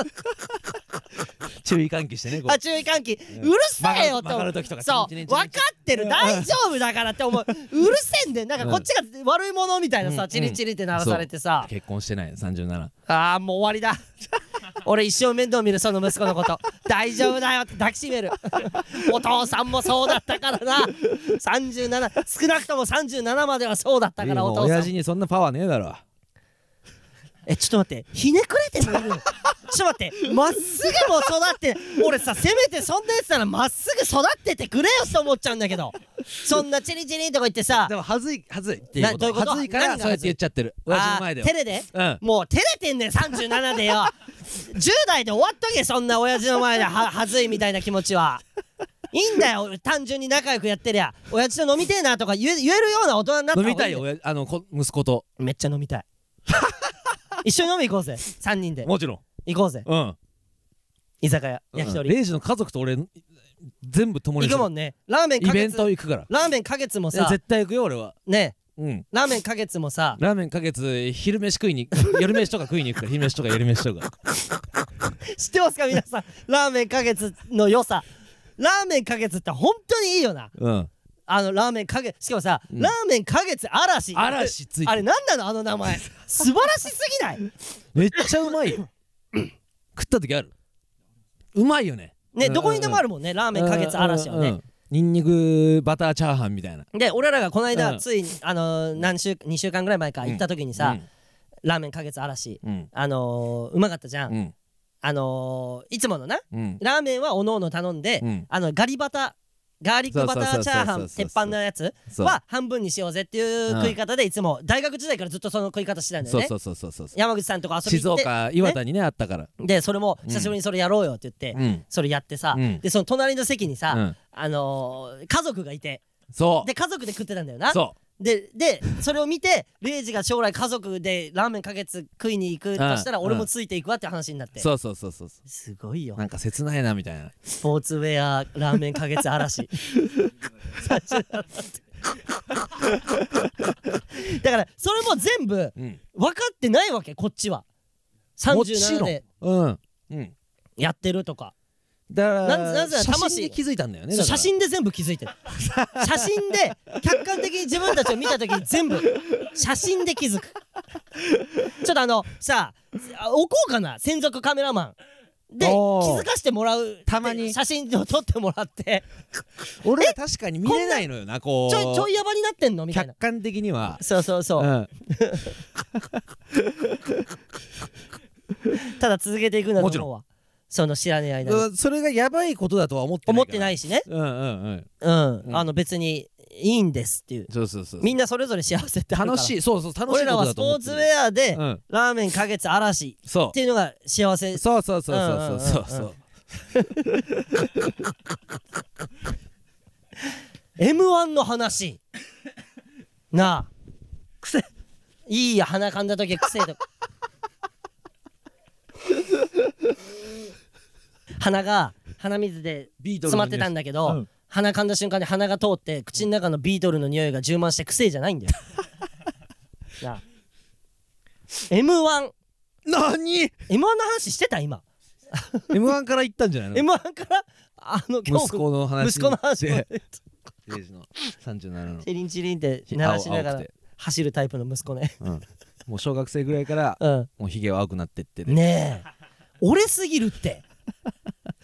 Speaker 3: 注意喚起してねこう
Speaker 1: あ注意喚起うるせえよって
Speaker 3: 曲
Speaker 1: 思う
Speaker 3: がる曲がる時とか
Speaker 1: そう
Speaker 3: チリンチリン
Speaker 1: 分
Speaker 3: チリン
Speaker 1: かってる大丈夫だからって思ううるせえんだよなんかこっちが悪いものみたいな
Speaker 3: う
Speaker 1: さ
Speaker 3: ん
Speaker 1: チリンチリンって鳴らされてさ
Speaker 3: 結婚してない37
Speaker 1: ああもう終わりだ 俺一生面倒見るその息子のこと大丈夫だよって抱きしめる お父さんもそうだったからな37少なくとも37まではそうだったからお
Speaker 3: もう
Speaker 1: 父さ
Speaker 3: 親
Speaker 1: ん
Speaker 3: 父にそんなパワーねえだろ
Speaker 1: えちょっと待ってひねくれてもいるちょっと待ってまっすぐも育って俺させめてそんなやつならまっすぐ育っててくれよって思っちゃうんだけどそんなチリチリとか言ってさ
Speaker 3: でもはずいはずいってい
Speaker 1: な
Speaker 3: うこ
Speaker 1: どうい
Speaker 3: と
Speaker 1: うこと
Speaker 3: はずいから
Speaker 1: 何が
Speaker 3: そうやって言っちゃってる親父の前で
Speaker 1: あーテレで
Speaker 3: うん
Speaker 1: もう照れてんねん37でよ 10代で終わっとけそんな親父の前でははずいみたいな気持ちはいいんだよ俺単純に仲良くやってりゃ親父と飲みてえなとか言え言えるような大人になった
Speaker 3: 飲
Speaker 1: 方がいい
Speaker 3: み
Speaker 1: んだ
Speaker 3: たいよ親あのこ息子と
Speaker 1: めっちゃ飲みたい一緒に飲み行こうぜ3人で
Speaker 3: もちろん
Speaker 1: 行こうぜ
Speaker 3: うん
Speaker 1: 居酒屋焼き
Speaker 3: うん
Speaker 1: 鳥、
Speaker 3: レイジの家族と俺全部共に
Speaker 1: 行
Speaker 3: す
Speaker 1: く
Speaker 3: る
Speaker 1: もんねラーメン
Speaker 3: イ
Speaker 1: か
Speaker 3: ベ
Speaker 1: け
Speaker 3: ン
Speaker 1: つ
Speaker 3: ト行くから
Speaker 1: ラーメンか月も
Speaker 3: いや
Speaker 1: さ
Speaker 3: 絶対行くよ俺は
Speaker 1: ね
Speaker 3: うん
Speaker 1: ラーメンか月も さ
Speaker 3: ラーメンかけつ昼飯食いに夜飯とか食いに行くから昼飯とか夜飯とか
Speaker 1: 知ってますか皆さんラーメンか月の良さラーメンか月って本当にいいよな
Speaker 3: うん
Speaker 1: あのラーメンか月しかもさ、
Speaker 3: うん
Speaker 1: ラーメンか月嵐
Speaker 3: 嵐つい
Speaker 1: あ
Speaker 3: て
Speaker 1: れなんなのあの名 前素晴らしすぎない
Speaker 3: めっちゃうまいよ食った時あるうまいよね
Speaker 1: ね
Speaker 3: うん
Speaker 1: どこにでもあるもんねラーメンか月嵐は
Speaker 3: うんう
Speaker 1: ね
Speaker 3: んニンニクバターチャーハンみたいな
Speaker 1: で俺らがこの間、
Speaker 3: うん
Speaker 1: ついあのー何週2週間ぐらい前か行った時にさ、ラーメンか月嵐
Speaker 3: うん
Speaker 1: あのーうまかったじゃん、
Speaker 3: うん
Speaker 1: あのーいつものな
Speaker 3: うん
Speaker 1: ラーメンはおのおの頼んで、
Speaker 3: うん
Speaker 1: あのガリバタガーリックバターチャーハン
Speaker 3: そうそうそうそうそう
Speaker 1: 鉄板のやつ
Speaker 3: そう
Speaker 1: は半分にしようぜっていう食い方でいつも大学時代からずっとその食い方してたんだよ
Speaker 3: そう
Speaker 1: ね
Speaker 3: そうそうそうそう
Speaker 1: 山口さんとか遊び
Speaker 3: 静
Speaker 1: 行って
Speaker 3: 岡岩田にねあったから
Speaker 1: でそれも久しぶりにそれやろうよって言って、
Speaker 3: うん
Speaker 1: それやってさ、
Speaker 3: うん
Speaker 1: でその隣の席にさ、
Speaker 3: うん
Speaker 1: あのー家族がいて
Speaker 3: そ
Speaker 1: で家族で食ってたんだよな
Speaker 3: うそ
Speaker 1: ででそれを見てレイジが将来家族でラーメンかけつ食いに行くとしたら
Speaker 3: うん
Speaker 1: 俺もついていくわって話になっ
Speaker 3: う
Speaker 1: て
Speaker 3: そうそうそうそうそ
Speaker 1: すごいうよ
Speaker 3: なんか切ないなみたいな
Speaker 1: スポーツウェアラーメンかけつ嵐最初だってだからそれも全部
Speaker 3: うん
Speaker 1: 分かってないわけこっちは
Speaker 3: もち
Speaker 1: 37
Speaker 3: ろん
Speaker 1: で
Speaker 3: うんうん
Speaker 1: やってるとか
Speaker 3: だから
Speaker 1: ななぜなら
Speaker 3: 写
Speaker 1: 魂
Speaker 3: 真で気づいたんだよね
Speaker 1: そう
Speaker 3: だから
Speaker 1: 写真で全部気づいて る写真で客観的に自分たちを見た時に全部写真で気づくちょっとあのさあ置こうかな専属カメラマンで気
Speaker 3: おー
Speaker 1: づかしてもらう
Speaker 3: たまに
Speaker 1: 写真を撮ってもらって
Speaker 3: 俺は確かに見れないのよなこう
Speaker 1: ちょいちょいやばになってんのみたいな
Speaker 3: 客観的には
Speaker 1: そうそうそう、
Speaker 3: うん
Speaker 1: ただ続けていくんだ
Speaker 3: もち
Speaker 1: と
Speaker 3: ろん
Speaker 1: 思うわその知らねえ間に
Speaker 3: それがやばいことだとは思ってない
Speaker 1: 思ってないいしね
Speaker 3: うんうんうん
Speaker 1: うん、
Speaker 3: うん
Speaker 1: あの別にいいんですっていう
Speaker 3: そうそうそう
Speaker 1: みんなそれぞれ幸せってあるから
Speaker 3: 楽しいそうそう楽
Speaker 1: 俺
Speaker 3: しいこ
Speaker 1: ら
Speaker 3: と
Speaker 1: は
Speaker 3: だ
Speaker 1: ス
Speaker 3: と
Speaker 1: ポー
Speaker 3: 思って
Speaker 1: ツ
Speaker 3: る
Speaker 1: ウェアで、
Speaker 3: うん
Speaker 1: ラーメンか月嵐
Speaker 3: そ
Speaker 1: っていうのが幸せ
Speaker 3: うそうそうそうそうそうそう
Speaker 1: うん
Speaker 3: そう
Speaker 1: M1 の話なあ癖いいや鼻かんだ時癖とか鼻が鼻水で
Speaker 3: ビートルズ
Speaker 1: 詰まってたんだけど、
Speaker 3: うん
Speaker 1: 鼻かんだ瞬間に鼻が通って口の中のビートルの匂いが充満して癖じゃない んだよなあ M1M1
Speaker 3: 何
Speaker 1: の話してた今
Speaker 3: M1 から行ったんじゃないの
Speaker 1: M1 からあの
Speaker 3: 息子の話
Speaker 1: 息子の話
Speaker 3: で
Speaker 1: で
Speaker 3: レイジの37の
Speaker 1: チリンチリンって鳴らしながら走るタイプの息子ね
Speaker 3: 青青くてうんもう小学生ぐらいから
Speaker 1: うん
Speaker 3: もうヒゲは青くなってってね
Speaker 1: ねえ俺すぎるって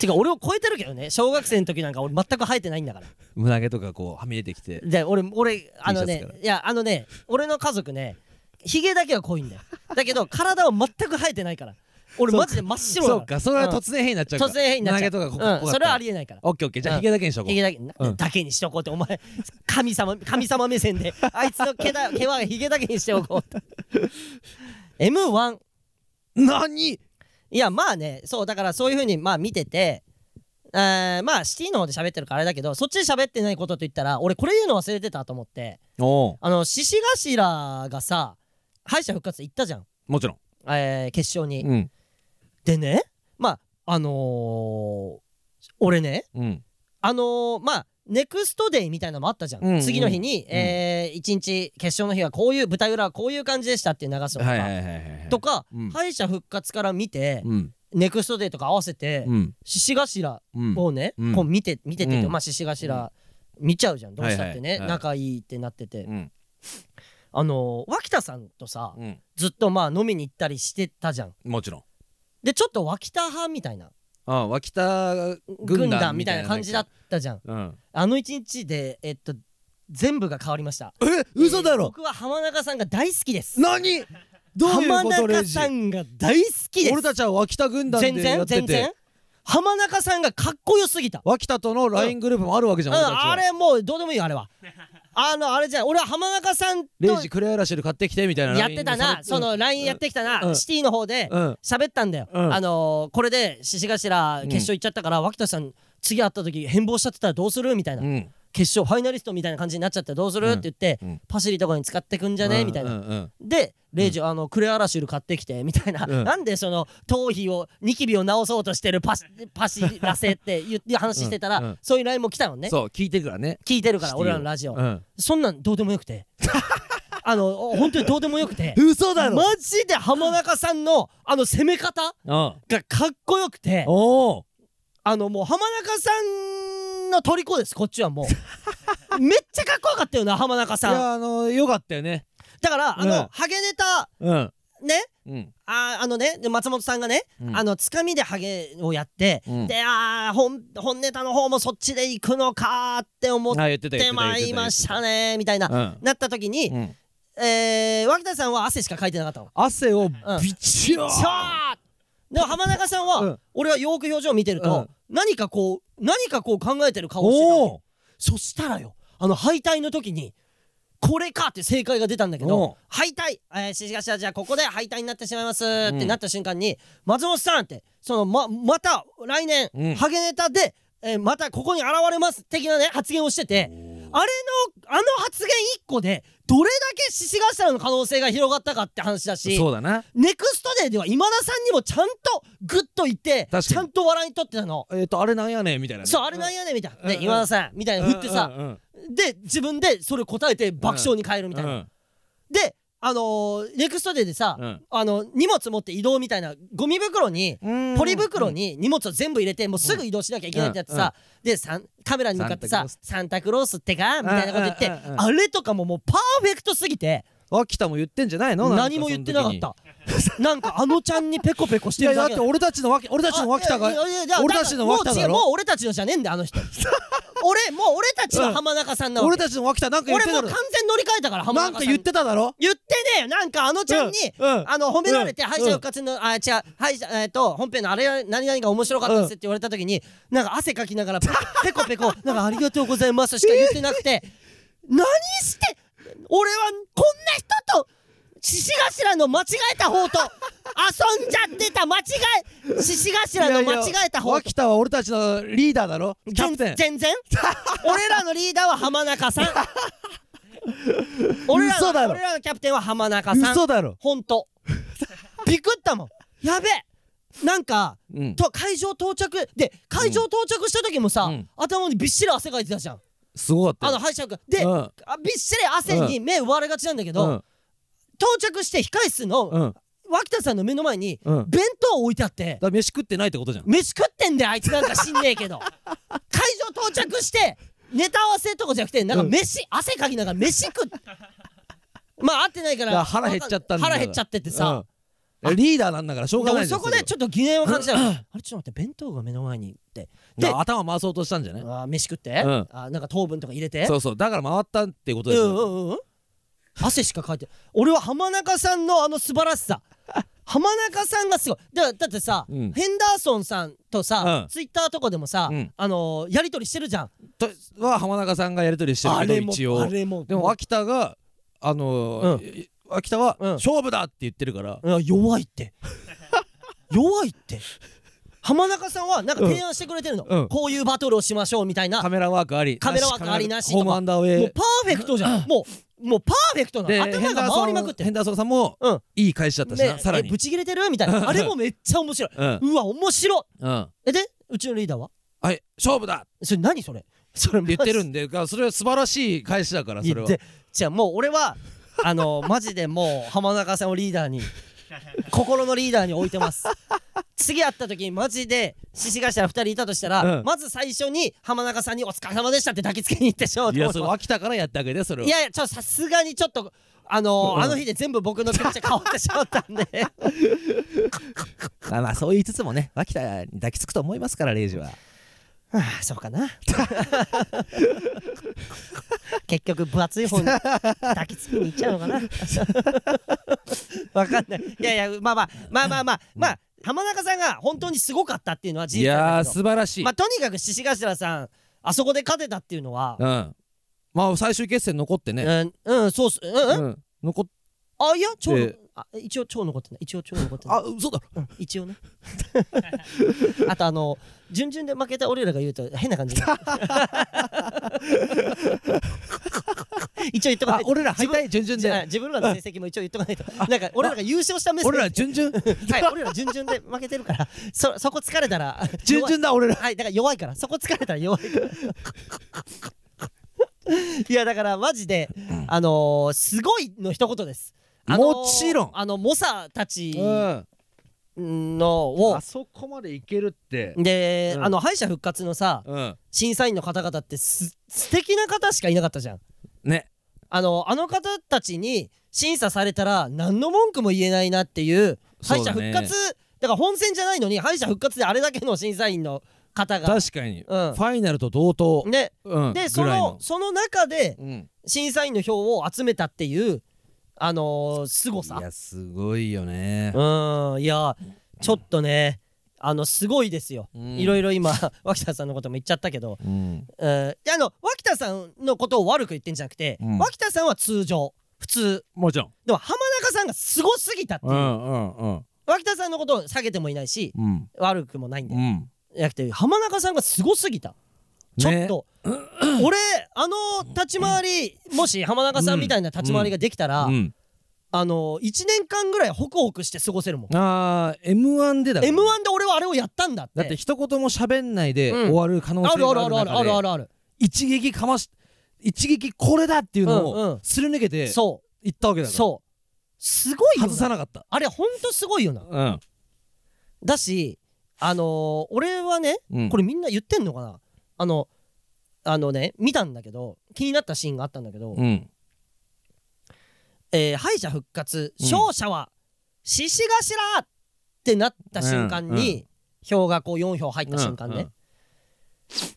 Speaker 1: てか俺を超えてるけどね小学生の時なんか俺全く生えてないんだから
Speaker 3: 胸毛とかこうはみ出てきて
Speaker 1: で俺俺あの
Speaker 3: T シャ
Speaker 1: ね
Speaker 3: ツから
Speaker 1: いやあのね俺の家族ねヒゲだけは濃いんだよだけど体は全く生えてないから俺マジで真っ白だ
Speaker 3: そうかそれは突然変異になっちゃ
Speaker 1: う
Speaker 3: う
Speaker 1: ん
Speaker 3: か
Speaker 1: 突然変になっちゃう
Speaker 3: 胸毛とかここここだった
Speaker 1: うん
Speaker 3: ら
Speaker 1: それはありえないから
Speaker 3: オッケーオッケーじゃ
Speaker 1: う
Speaker 3: あ
Speaker 1: ん
Speaker 3: ヒゲだけにしとこ
Speaker 1: ヒ
Speaker 3: う
Speaker 1: ゲだけな
Speaker 3: うん
Speaker 1: だけにしとこうってお前神様神様目線であいつの毛だ毛はヒゲだけにしておこうって M1
Speaker 3: 何
Speaker 1: いやまあねそうだからそういうふうにまあ見ててえーまあシティの方で喋ってるからあれだけどそっちで喋ってないことと言ったら俺これ言うの忘れてたと思って
Speaker 3: おう
Speaker 1: あの獅子頭がさ敗者復活行ったじゃん、
Speaker 3: もちろん
Speaker 1: えー決勝に、
Speaker 3: うん
Speaker 1: でねまああのー俺ね
Speaker 3: うん
Speaker 1: あのーまあネクストデイみたいなのもあったじゃん、
Speaker 3: うんうん
Speaker 1: 次の日に、えー、1日決勝の日はこういう舞台裏はこういう感じでしたっていう流すとか、
Speaker 3: はいはいはいはいはい
Speaker 1: とか、
Speaker 3: うん
Speaker 1: 敗者復活から見て、
Speaker 3: うん
Speaker 1: ネクストデイとか合わせて
Speaker 3: うん
Speaker 1: 獅子、頭
Speaker 3: うん
Speaker 1: をね、
Speaker 3: うん
Speaker 1: こう見て見てて、
Speaker 3: うん
Speaker 1: まあ獅子頭見ちゃうじゃんどうしたってね、
Speaker 3: はいはいはい
Speaker 1: 仲いいってなってて、
Speaker 3: うん
Speaker 1: あのー脇田さんとさ
Speaker 3: うん
Speaker 1: ずっとまあ飲みに行ったりしてたじゃん
Speaker 3: もちろん
Speaker 1: でちょっと脇田派みたいな
Speaker 3: あ脇田
Speaker 1: 軍団みたいな感じだったじゃん
Speaker 3: うん
Speaker 1: あの一日でえっと全部が変わりました
Speaker 3: え嘘だ
Speaker 1: えー
Speaker 3: ろ
Speaker 1: 僕は浜中さんが大好きです
Speaker 3: 何どういう
Speaker 1: 浜
Speaker 3: ことレ
Speaker 1: 中
Speaker 3: イジ
Speaker 1: さんが大好きです
Speaker 3: 俺たちは脇田軍団
Speaker 1: 全
Speaker 3: で
Speaker 1: 然
Speaker 3: やって
Speaker 1: 全然
Speaker 3: て
Speaker 1: 浜中さんがかっこよすぎた
Speaker 3: 脇田との LINE グループもあるわけじゃん俺たち
Speaker 1: あ
Speaker 3: は
Speaker 1: あれもうどうでもいいよあれ はあのあれじゃん俺は浜中さんと
Speaker 3: レイジクレアラシェル買ってきてみたいな
Speaker 1: やってたなその LINE やってきた
Speaker 3: う
Speaker 1: なんシティの方で
Speaker 3: うん
Speaker 1: 喋ったんだよ
Speaker 3: うん
Speaker 1: あのーこれで獅子頭決勝行っちゃったから脇田さん次会った時変貌しちゃってたらどうするみたいな、
Speaker 3: うん
Speaker 1: 決勝ファイナリストみたいな感じになっちゃったらどうする、
Speaker 3: うん
Speaker 1: って言って、
Speaker 3: うん
Speaker 1: パシリとかに使ってくんじゃね、みたいな、
Speaker 3: うんうん
Speaker 1: でレイジ、あのクレアラシュル買ってきてみたいな、
Speaker 3: うん
Speaker 1: なんでその頭皮をニキビを治そうとしてるパシパシラセって言って話してたら、
Speaker 3: うんうん
Speaker 1: そういう LINE も来たのね
Speaker 3: そう聞いてるからね
Speaker 1: 聞いてるか
Speaker 3: シ
Speaker 1: ら
Speaker 3: ティを
Speaker 1: 俺らのラジオ、
Speaker 3: うん
Speaker 1: そんなんどうでもよく てあの本当にどうでもよくて
Speaker 3: 嘘だろ
Speaker 1: マジで浜中さんのあの攻め方
Speaker 3: うん
Speaker 1: がかっこよくて
Speaker 3: おお
Speaker 1: あのもう浜中さんの虜ですこっちはも うめっちゃかっこよかったよな浜中
Speaker 3: い
Speaker 1: さん
Speaker 3: やあのよかったよね
Speaker 1: だからあ
Speaker 3: うん
Speaker 1: のハゲネタ
Speaker 3: うん
Speaker 1: ね
Speaker 3: うん
Speaker 1: あーあのねで松本さんがね、
Speaker 3: うん
Speaker 1: あのつかみでハゲをやって、
Speaker 3: うん
Speaker 1: であー本本ネタの方もそっちで行くのかーって思っ
Speaker 3: あ言ってた言っててた
Speaker 1: まいりましたねーみたいな、
Speaker 3: うん
Speaker 1: なった時に、
Speaker 3: うん
Speaker 1: えー、脇田さんは汗しかかいてなかったの。
Speaker 3: 汗をビチョー
Speaker 1: さあでも浜中さんは、
Speaker 3: うん
Speaker 1: 俺はよく表情を見てると、何かこう何かこう考えてる顔をしてたわけ
Speaker 3: おお
Speaker 1: そしたらよあの敗退の時にこれかって正解が出たんだけ
Speaker 3: おう
Speaker 1: ど敗退、えー、ししがしはじゃあここで敗退になってしまいますっ
Speaker 3: う
Speaker 1: て
Speaker 3: ん
Speaker 1: なった瞬間に、松本さんってそのままた来年、
Speaker 3: うん
Speaker 1: ハゲネタで、えーまたここに現れます的なね発言をしててあれのあの発言1個でどれだけししがしの可能性が広がったかって話だし
Speaker 3: そうだな
Speaker 1: ネクストデーでは今田さんにもちゃんとグッと言って
Speaker 3: 確かに
Speaker 1: ちゃんと笑いに取ってたの。
Speaker 3: えっとあれなんやねんみたいなね
Speaker 1: そうあれなんやねんみたいな、
Speaker 3: う
Speaker 1: ね
Speaker 3: ん
Speaker 1: 今田さんみたいな振ってさ、
Speaker 3: うんうん
Speaker 1: で自分でそれ答えて爆笑に変えるみたいな、
Speaker 3: うん
Speaker 1: であのーネクストデーでさ、
Speaker 3: うん
Speaker 1: あの荷物持って移動みたいなゴミ袋に
Speaker 3: うん
Speaker 1: ポリ袋に荷物を全部入れてもうすぐ移動しなきゃいけないってやつさ、でさんカメラに向かってさ「サンタクロースってか?」みたいなこと言って、
Speaker 3: うんうんうんうん
Speaker 1: あれとかももうパーフェクトすぎて
Speaker 3: 秋田も言ってんじゃないのなんか
Speaker 1: 何も言ってなかっ
Speaker 3: その
Speaker 1: たなんかあのちゃんにペコペコし
Speaker 3: 時に
Speaker 1: て
Speaker 3: い
Speaker 1: る
Speaker 3: やだ
Speaker 1: だ
Speaker 3: っ
Speaker 1: け
Speaker 3: て俺たちのわけ俺たちの秋田が
Speaker 1: あいやいやいや
Speaker 3: 俺たちの脇田
Speaker 1: も
Speaker 3: だろ
Speaker 1: う違うもう俺たちのじゃねえんだよあ の人俺もう俺たちの浜中さんなわ
Speaker 3: 俺
Speaker 1: け、
Speaker 3: たちの秋田なんか言っ
Speaker 1: 俺
Speaker 3: て
Speaker 1: も
Speaker 3: た
Speaker 1: う
Speaker 3: だ
Speaker 1: 完
Speaker 3: ろ
Speaker 1: 全乗り換えたから浜
Speaker 3: な
Speaker 1: 中さ
Speaker 3: ん
Speaker 1: ん
Speaker 3: か言ってただろ
Speaker 1: 言ってねえよなんかあのちゃんに、
Speaker 3: うんうん
Speaker 1: あの褒められて
Speaker 3: うん
Speaker 1: 敗者復活の、あ違う敗者えっ、と本編のあれ何々が面白かったですって言われた時に、なんか汗かきながらペコ ペコペコなんかありがとうございますしか言ってなく て、何して俺はこんな人と獅子頭の間違えた方と遊んじゃってた間違え獅子頭の間違えた方と
Speaker 3: 秋田は俺たちのリーダーだろキャプテ
Speaker 1: 全
Speaker 3: ン
Speaker 1: 然俺らのリーダーは浜中さん俺らの
Speaker 3: 嘘だろ
Speaker 1: 俺らのキャプテンは浜中さん
Speaker 3: 嘘だろ
Speaker 1: ほんとびくったもんやべえなんか、
Speaker 3: うん
Speaker 1: と会場到着で会場到着した時もさ、
Speaker 3: うん
Speaker 1: 頭にびっしり汗かいてたじゃん
Speaker 3: すごかった
Speaker 1: あの
Speaker 3: よ
Speaker 1: 歯医者君で、
Speaker 3: うん
Speaker 1: あびっしり汗に目奪われがちなんだけど、
Speaker 3: うん
Speaker 1: 到着して控室の、
Speaker 3: うんだか
Speaker 1: 脇田さんの目の前に、
Speaker 3: うん
Speaker 1: 弁当置いてあって
Speaker 3: ら飯食ってないってことじゃん
Speaker 1: 飯食ってんだよあいつなんか知んねえ けど会場到着してネタ合わせとかじゃなくてなんか飯、汗かきながら飯食っまあ合ってないか
Speaker 3: だから
Speaker 1: ら
Speaker 3: 腹減っちゃったんだから
Speaker 1: 腹減っちゃってってさ、
Speaker 3: うんリーダーなんだからしょう
Speaker 1: で
Speaker 3: がな
Speaker 1: 俺
Speaker 3: いじゃん
Speaker 1: そこでちょっと疑念を感じたのあれちょっと待って弁当が目の前にって
Speaker 3: で
Speaker 1: で
Speaker 3: 頭回そうとしたんじゃない
Speaker 1: あー飯食って、
Speaker 3: うん
Speaker 1: あーなんか糖分とか入れて
Speaker 3: そうそうだから回ったってこと
Speaker 1: う
Speaker 3: で
Speaker 1: ん
Speaker 3: す
Speaker 1: う
Speaker 3: よ
Speaker 1: んうん汗しかかいて俺は浜中さんのあの素晴らしさ浜中さんがすごいだだってさ、
Speaker 3: うん
Speaker 1: ヘンダーソンさんとさ、
Speaker 3: うん
Speaker 1: ツイッターとかでもさ、
Speaker 3: うん
Speaker 1: あのーやり取りしてるじゃん
Speaker 3: とは浜中さんがやり取りしてる
Speaker 1: あ
Speaker 3: けど
Speaker 1: れも
Speaker 3: 一応
Speaker 1: あれも
Speaker 3: でも秋田があのー秋田は
Speaker 1: うん
Speaker 3: 勝負だって言ってるから
Speaker 1: いや弱いって 弱いって浜中さんはなんか提案してくれてるの、
Speaker 3: うん
Speaker 1: こういうバトルをしましょうみたいな
Speaker 3: カメラワークあり
Speaker 1: カメラワークありなしとか
Speaker 3: ホームアンダーウ
Speaker 1: も
Speaker 3: ェ
Speaker 1: う
Speaker 3: イ
Speaker 1: パーフェクトじゃん。もう、もうパーフェクトなの。
Speaker 3: ヘ
Speaker 1: 頭
Speaker 3: ンダ
Speaker 1: が
Speaker 3: ーソ
Speaker 1: 回
Speaker 3: ン
Speaker 1: りまくってる
Speaker 3: ヘン。ダーソンさんも
Speaker 1: うん。
Speaker 3: いい返しだったしな
Speaker 1: ね
Speaker 3: さら
Speaker 1: え
Speaker 3: に
Speaker 1: ブチ切れてるみたいな。あれもめっちゃ面白い。
Speaker 3: うん
Speaker 1: うわ、面白
Speaker 3: うん
Speaker 1: い。え、で、うちのリーダーは
Speaker 3: はい勝負だ
Speaker 1: それ何それそれ
Speaker 3: って言ってるんでがそれは素晴らしい返しだからそれ
Speaker 1: 言っ
Speaker 3: は
Speaker 1: て。じゃあもう俺は、あの、 マジでもう浜中さんをリー ダーに、心のリーダーに置いてます。次会った時にマジで獅子頭2人いたとしたら、
Speaker 3: うん
Speaker 1: まず最初に浜中さんに「お疲れ様でした」って抱きつけに行ってしょうと
Speaker 3: い
Speaker 1: 思
Speaker 3: や
Speaker 1: って
Speaker 3: それ
Speaker 1: ます
Speaker 3: 秋田からやってあげてそれはい
Speaker 1: やいやちょさすがにちょっとあのーあの日で全部僕の気持ちが変わってしまったんで
Speaker 3: まあまあそう言いつつもね秋田に抱きつくと思いますからレイジは
Speaker 1: はあそうかな結局分厚い方に抱きつきに行っちゃうのかなわかんないいやいやまあまあまあまあまあまあ浜中さんが本当にすごかったっていうのは事
Speaker 3: い
Speaker 1: 実
Speaker 3: や
Speaker 1: なん
Speaker 3: ー
Speaker 1: だけ
Speaker 3: 素晴らし
Speaker 1: ど
Speaker 3: い
Speaker 1: まあとにかく獅子頭さんあそこで勝てたっていうのは
Speaker 3: うんまあ最終決戦残って
Speaker 1: う
Speaker 3: ね
Speaker 1: んうんそうっすうんうん
Speaker 3: うん残っ
Speaker 1: あいやちょう
Speaker 3: で
Speaker 1: どあ一応超残ってない一応超残ってない
Speaker 3: あ嘘だ
Speaker 1: うん一 応ねあとあの順々で負けた俺らが言うと変な感じになる一応言っとか
Speaker 3: あ
Speaker 1: ないと
Speaker 3: 俺ら敗退順々
Speaker 1: じゃあ
Speaker 3: で
Speaker 1: 自分らの成績も一応言っとかないとなんか俺らが優勝した目線
Speaker 3: 俺ら順々
Speaker 1: はい、俺ら順々で負けてるからそそこ疲れたら
Speaker 3: 順々だ俺ら
Speaker 1: はい、だから弱いから、そこ疲れたら弱いから。いや、だからマジで、あのー、すごいの一言です。あのー
Speaker 3: もちろん
Speaker 1: あの、猛者たち
Speaker 3: うん
Speaker 1: のを
Speaker 3: あ、そこまでいけるって
Speaker 1: で、
Speaker 3: うん
Speaker 1: あの、敗者復活のさ、
Speaker 3: うん
Speaker 1: 審査員の方々ってす素敵な方しかいなかったじゃん。
Speaker 3: ね
Speaker 1: あの、あの方たちに審査されたら、何の文句も言えないなっていう、敗者
Speaker 3: そうだね
Speaker 1: 復活、だから本戦じゃないのに、敗者復活であれだけの審査員の方が。
Speaker 3: 確かにフ
Speaker 1: うん
Speaker 3: ァイナルと同等
Speaker 1: ね、
Speaker 3: うん
Speaker 1: でそ
Speaker 3: ぐらい
Speaker 1: のその中で
Speaker 3: うん
Speaker 1: 審査員の票を集めたっていうあのー、凄さ
Speaker 3: いやすごいよね
Speaker 1: うんいやちょっとねあのすごいですよ、
Speaker 3: うん
Speaker 1: いろいろ今脇田さんのことも言っちゃったけど、
Speaker 3: う
Speaker 1: う
Speaker 3: ん
Speaker 1: んであの脇田さんのことを悪く言ってんじゃなくて、
Speaker 3: うん
Speaker 1: 脇田さんは通常普通
Speaker 3: もちろん
Speaker 1: でも浜中さんがすごすぎたっていうう、
Speaker 3: んうんうん
Speaker 1: 脇田さんのことを下げてもいないし
Speaker 3: うん
Speaker 1: 悪くもないんだ
Speaker 3: う
Speaker 1: よ、
Speaker 3: ん
Speaker 1: じゃなくて浜中さんがすごすぎたちょっ
Speaker 3: ね
Speaker 1: と、俺あの立ち回りもし浜中さんみたいな立ち回りができたら、
Speaker 3: うん
Speaker 1: あの1年間ぐらいホクホクして過ごせるもん、
Speaker 3: あー M1 でだ
Speaker 1: m
Speaker 3: から
Speaker 1: 1で俺はあれをやったんだって
Speaker 3: だって一言も喋んないで
Speaker 1: うん
Speaker 3: 終わる可能
Speaker 1: あ
Speaker 3: 性
Speaker 1: るあるあ
Speaker 3: がある
Speaker 1: るあるあるあ
Speaker 3: 中で
Speaker 1: るある
Speaker 3: 一撃かまし一撃これだってい
Speaker 1: う
Speaker 3: う
Speaker 1: ん
Speaker 3: の
Speaker 1: うん
Speaker 3: をすり抜けて
Speaker 1: そ
Speaker 3: いったわ
Speaker 1: う
Speaker 3: けだから
Speaker 1: そうすごいよ
Speaker 3: 外さ
Speaker 1: な
Speaker 3: なかった
Speaker 1: あれほんとすごいよな
Speaker 3: うん
Speaker 1: だしあのー俺はね
Speaker 3: うん
Speaker 1: これみんな言ってんのかなあのあのね見たんだけど気になったシーンがあったんだけど、
Speaker 3: うん
Speaker 1: えー敗者復活
Speaker 3: うん
Speaker 1: 勝者は獅子頭ってなった瞬間
Speaker 3: うん
Speaker 1: に票がこう4票入った瞬間
Speaker 3: うんう
Speaker 1: ね
Speaker 3: ん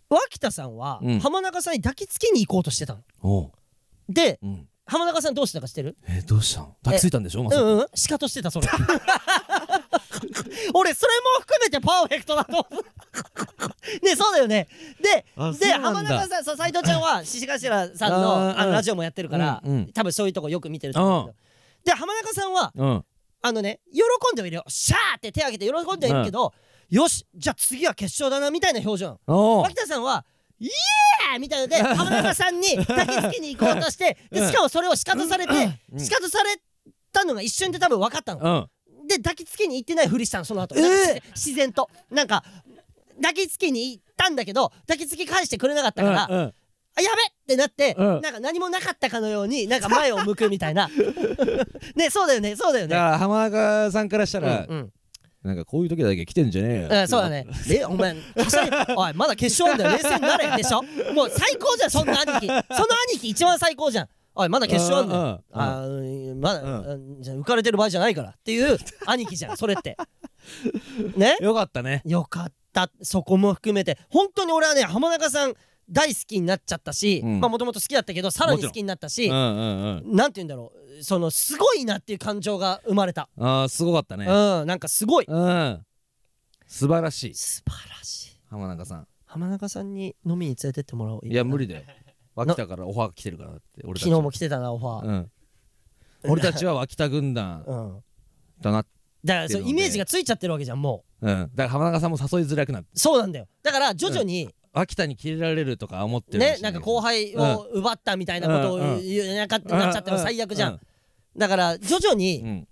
Speaker 1: 脇田さんは
Speaker 3: うん
Speaker 1: 浜中さんに抱きつきに行こうとしてたの
Speaker 3: おう
Speaker 1: で
Speaker 3: うん
Speaker 1: 浜中さんどうしてたか知ってる
Speaker 3: えどうしたの抱きついたんでしょま
Speaker 1: う
Speaker 3: さか
Speaker 1: んうんシカとしてたそれ 俺それも含めてパーフェクトだと思うねそうだよねで
Speaker 3: あ
Speaker 1: で
Speaker 3: そうな
Speaker 1: 浜
Speaker 3: んだ
Speaker 1: 中さんそう斎藤ちゃんは獅子頭さん
Speaker 3: あー
Speaker 1: のあ
Speaker 3: う
Speaker 1: の
Speaker 3: ん
Speaker 1: ラジオもやってるから
Speaker 3: うんうん
Speaker 1: 多分そういうとこよく見てると思うんだけどで浜中さんは
Speaker 3: うん
Speaker 1: あのね、喜んではいるよ。シャーって手挙げて喜んではいるけど、よし、じゃあ次は決勝だな、みたいな表情なの。
Speaker 3: おう
Speaker 1: 脇田さんは、イエーイみたい ので、浜中さんに抱きつきに行こうとして、で
Speaker 3: うん
Speaker 1: しかもそれを仕方されて、
Speaker 3: うん
Speaker 1: 仕方されたのが一瞬で多分分かったの。
Speaker 3: うん
Speaker 1: で、抱きつきに行ってないふりしたの、その後。
Speaker 3: えー
Speaker 1: なんか自然と。なんか、抱きつきに行ったんだけど、抱きつき返してくれなかったから、
Speaker 3: うんうん
Speaker 1: あやべってなって、
Speaker 3: うん
Speaker 1: なんか何もなかったかのように、なんか前を向くみたい な。ね、そうだよね、そうだよ
Speaker 3: だ
Speaker 1: ね
Speaker 3: か。ら浜中さんからしたら
Speaker 1: うんうん
Speaker 3: なんかこういう時だけ来てんじゃねえ
Speaker 1: う
Speaker 3: よ
Speaker 1: ん、そうだね。 え、お前、はしゃいおい、まだ決勝なんだよ。冷静になれ。でしょもう最高じゃん、そんな兄貴。その兄貴一番最高じゃん。おい、まだ決勝なんだよ。
Speaker 3: うんうんうん
Speaker 1: あーまだ、
Speaker 3: う
Speaker 1: うんじゃあ浮かれてる場合じゃないからっていう兄貴じゃん、それ って。ね
Speaker 3: よかったね
Speaker 1: よかった。そこも含めて。本当に俺はね、浜中さん大好きになっちゃったし、
Speaker 3: うん
Speaker 1: まあもともと好きだったけど、さらに好きになった
Speaker 3: う
Speaker 1: し
Speaker 3: んう、んうん
Speaker 1: なんて言うんだろう。その、すごいなっていう感情が生まれた。
Speaker 3: ああすごかったね
Speaker 1: うん、なんかすごい。
Speaker 3: うん素晴らしい
Speaker 1: 素晴らしい。
Speaker 3: 浜中さん
Speaker 1: 浜中さんに飲みに連れてってもらおう
Speaker 3: いや無
Speaker 1: 理
Speaker 3: 理だよ脇田からオファー来てるからだって俺たち
Speaker 1: 昨日も来てたなオファー
Speaker 3: うん俺たちは脇田軍団
Speaker 1: うん、
Speaker 3: だな
Speaker 1: だからそう
Speaker 3: っていうので
Speaker 1: イメージがついちゃってるわけじゃんも
Speaker 3: うんだから浜中さんも誘いづらくなって
Speaker 1: うそうなんだよだから徐々に、
Speaker 3: 脇田に切れられるとか思ってる
Speaker 1: ねなんか後輩を奪ったみたいなことを
Speaker 3: うんうん
Speaker 1: 言えなかったなっちゃっても最悪じゃん、
Speaker 3: う
Speaker 1: だから徐々
Speaker 3: う
Speaker 1: に
Speaker 3: ん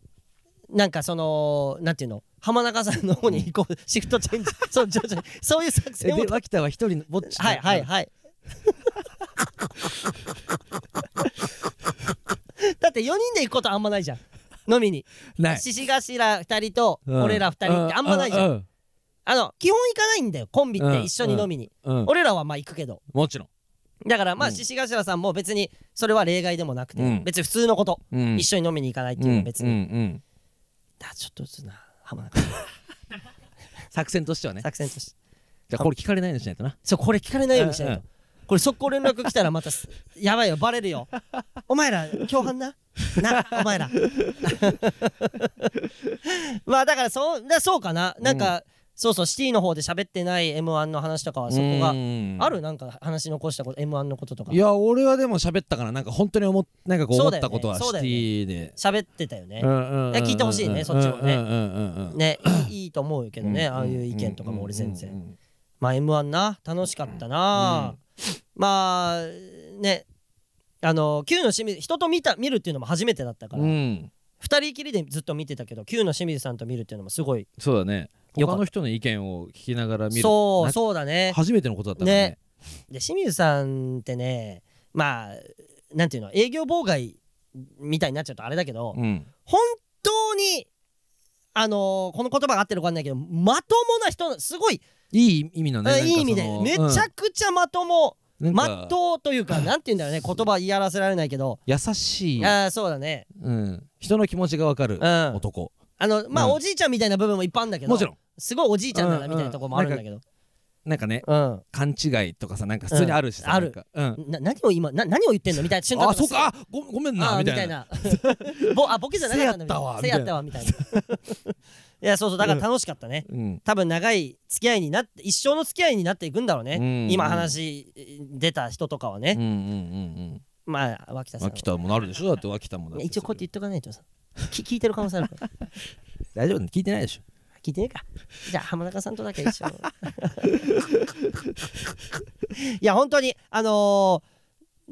Speaker 1: なんかそのなんていうの浜中さんの方に行こう、シフトチ ェンジそう徐々にそういう作
Speaker 3: えで
Speaker 1: 戦を
Speaker 3: 脇田は一人のぼっち
Speaker 1: はいはいはいだって4人で行くことあんまないじゃん飲みに
Speaker 3: ない
Speaker 1: 獅子頭2人と
Speaker 3: うん
Speaker 1: 俺ら2人ってあんまないじゃん、
Speaker 3: うん
Speaker 1: あの基本行かないんだよコンビって
Speaker 3: うん
Speaker 1: 一緒に飲みに、
Speaker 3: うんうん
Speaker 1: 俺らはまあ行くけど
Speaker 3: もちろん
Speaker 1: だからま
Speaker 3: う
Speaker 1: あ
Speaker 3: ん
Speaker 1: 獅子頭さんも別にそれは例外でもなくて、
Speaker 3: うん
Speaker 1: 別に普通のこと、
Speaker 3: うん
Speaker 1: 一緒に飲みに行かないっていうのは別に、
Speaker 3: うんうん
Speaker 1: だからちょっとずつな浜中
Speaker 3: 作戦としてはね
Speaker 1: 作戦として
Speaker 3: じゃあこれ聞かれないようにしないとな
Speaker 1: そうこれ聞かれないようにしないと、
Speaker 3: うん
Speaker 1: これ速攻連絡来たらまたす やばいよバレるよお前ら共犯ななお 前らまあだからそうだそうかななんか、そうそうシティの方で喋ってない m 1の話とかはそこがあるなんか話残したこと m 1のこととか
Speaker 3: いや俺はでも喋ったからなんか本当に思っなんかこう
Speaker 1: そ
Speaker 3: 思
Speaker 1: うだ
Speaker 3: っ
Speaker 1: よね
Speaker 3: たことは
Speaker 1: そう
Speaker 3: シ
Speaker 1: だ
Speaker 3: テ
Speaker 1: よね
Speaker 3: ィで
Speaker 1: 喋ってたよね
Speaker 3: うんうんうん
Speaker 1: いや聞いてほしいね
Speaker 3: うん
Speaker 1: そっちもね
Speaker 3: うんうんうんうん
Speaker 1: ねいいいいと思うけどねああいう意見とかも俺全然
Speaker 3: 然
Speaker 1: まあ m 1な楽しかったな、まあねあの Q の清水人と見た見るっていうのも初めてだったから、
Speaker 3: う
Speaker 1: 二
Speaker 3: ん
Speaker 1: 2人きりでずっと見てたけど Q の清水さんと見るっていうのもすごい
Speaker 3: そうだね
Speaker 1: よかった
Speaker 3: 他の人の意見を聞きながら見る
Speaker 1: そう
Speaker 3: な
Speaker 1: そうだね
Speaker 3: 初めてのことだったからね
Speaker 1: で清水さんってねまあなんていうの営業妨害みたいになっちゃうとあれだけど、
Speaker 3: うん
Speaker 1: 本当にあのーこの言葉が合ってるか分かんないけどまともな人すごい、
Speaker 3: いい意味なんだね
Speaker 1: いい意味でめちゃくちゃまとも、ま
Speaker 3: ま
Speaker 1: っとうというかなんていうんだろうね言葉言い表せられないけど
Speaker 3: 優しい
Speaker 1: ああそうだね
Speaker 3: うん人の気持ちがわかる
Speaker 1: うん
Speaker 3: 男
Speaker 1: あのまあ、
Speaker 3: うん
Speaker 1: おじいちゃんみたいな部分もいっぱいあるんだけど
Speaker 3: もちろん
Speaker 1: すごいおじいちゃんだなみたいなところもあるんだけど
Speaker 3: なんかね
Speaker 1: うん、
Speaker 3: 勘違いとかさなんか普通にあるし
Speaker 1: うん
Speaker 3: さ
Speaker 1: ある
Speaker 3: なんかうん
Speaker 1: な何を今な何を言ってんのみたいな瞬間
Speaker 3: あ
Speaker 1: と
Speaker 3: そうかあごごめん
Speaker 1: あ
Speaker 3: な
Speaker 1: ーみ
Speaker 3: みた
Speaker 1: たい
Speaker 3: いな
Speaker 1: な ぼあボケじゃなかったんだ
Speaker 3: せ
Speaker 1: せ
Speaker 3: や
Speaker 1: や
Speaker 3: っ
Speaker 1: ったたわみたいな いやそうそうだから楽しかったね
Speaker 3: うん
Speaker 1: 多分長い付き合いになって一生の付き合いになっていくんだろうね、
Speaker 3: うん
Speaker 1: 今話出た人とかは
Speaker 3: うん
Speaker 1: ね、
Speaker 3: うんうん
Speaker 1: まあ脇田
Speaker 3: うん
Speaker 1: さん
Speaker 3: 秋田もなるでしょだって秋田もだって
Speaker 1: 一応こうやって言っとかないとさき聞いてる可能性あるから
Speaker 3: 大丈夫聞いてないでしょ
Speaker 1: 聞いてねえ かじゃあ浜中さんとだけ一緒 いや本当にあの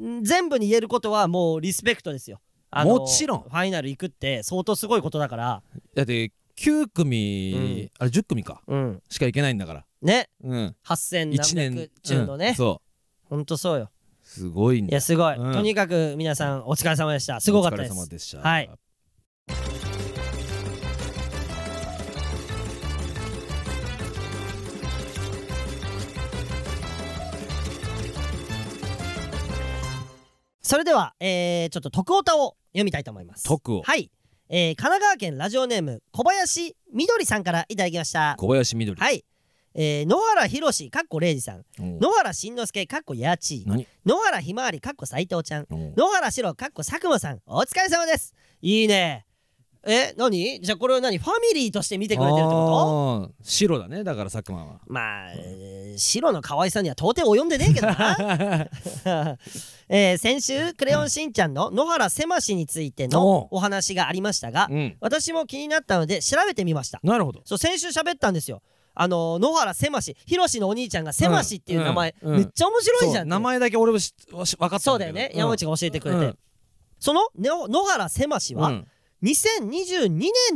Speaker 1: ーん全部に言えることはもうリスペクトですよ、あのー
Speaker 3: もちろん
Speaker 1: ファイナル行くって相当すごいことだから
Speaker 3: だって9組、あれ10組か
Speaker 1: うん
Speaker 3: しかいけないんだから
Speaker 1: ね
Speaker 3: うん
Speaker 1: 8000
Speaker 3: 1
Speaker 1: 何
Speaker 3: 年
Speaker 1: 百中のね、
Speaker 3: うんそ
Speaker 1: ほんとそうよ
Speaker 3: うすごいん
Speaker 1: いやすごい、
Speaker 3: うん
Speaker 1: とにかく皆さんお疲れ様でしたすごかったです
Speaker 3: お疲れ様でした
Speaker 1: はいそれでは、えー、ちょっと徳オタを読みたいと思います
Speaker 3: 徳を
Speaker 1: はい、えー、神奈川県ラジオネーム小林みどりさんからいただきました
Speaker 3: 小林みどり
Speaker 1: はい、えー、野原ひろしかっこ礼二さん
Speaker 3: うん
Speaker 1: 野原しんのすけかっこやち
Speaker 3: 何
Speaker 1: 野原ひまわりかっこ斎藤ちゃん
Speaker 3: うん
Speaker 1: 野原しろかっこ佐久間さんお疲れ様ですいいねえ何じゃあこれを何ファミリーとして見てくれてるってこと
Speaker 3: あー白だねだから佐久間は
Speaker 1: まあ、えー、白の可愛さには到底及んでねえけど な、えー先週「クレヨンしんちゃん」の野原せましについて
Speaker 3: おう
Speaker 1: のお話がありましたが
Speaker 3: うん
Speaker 1: 私も気になったので調べてみました
Speaker 3: なるほど
Speaker 1: そう先週喋ったんですよあの野原せましひろしのお兄ちゃんがせましっていう名前、
Speaker 3: うんうん
Speaker 1: めっちゃ面白いじゃん
Speaker 3: そ
Speaker 1: って
Speaker 3: う名前だけ俺もしわし分かったん
Speaker 1: そうだよね、
Speaker 3: けど
Speaker 1: 山内が教えてくれて、
Speaker 3: うん
Speaker 1: そのね野原せまし
Speaker 3: う
Speaker 1: は、
Speaker 3: ん
Speaker 1: 2022年え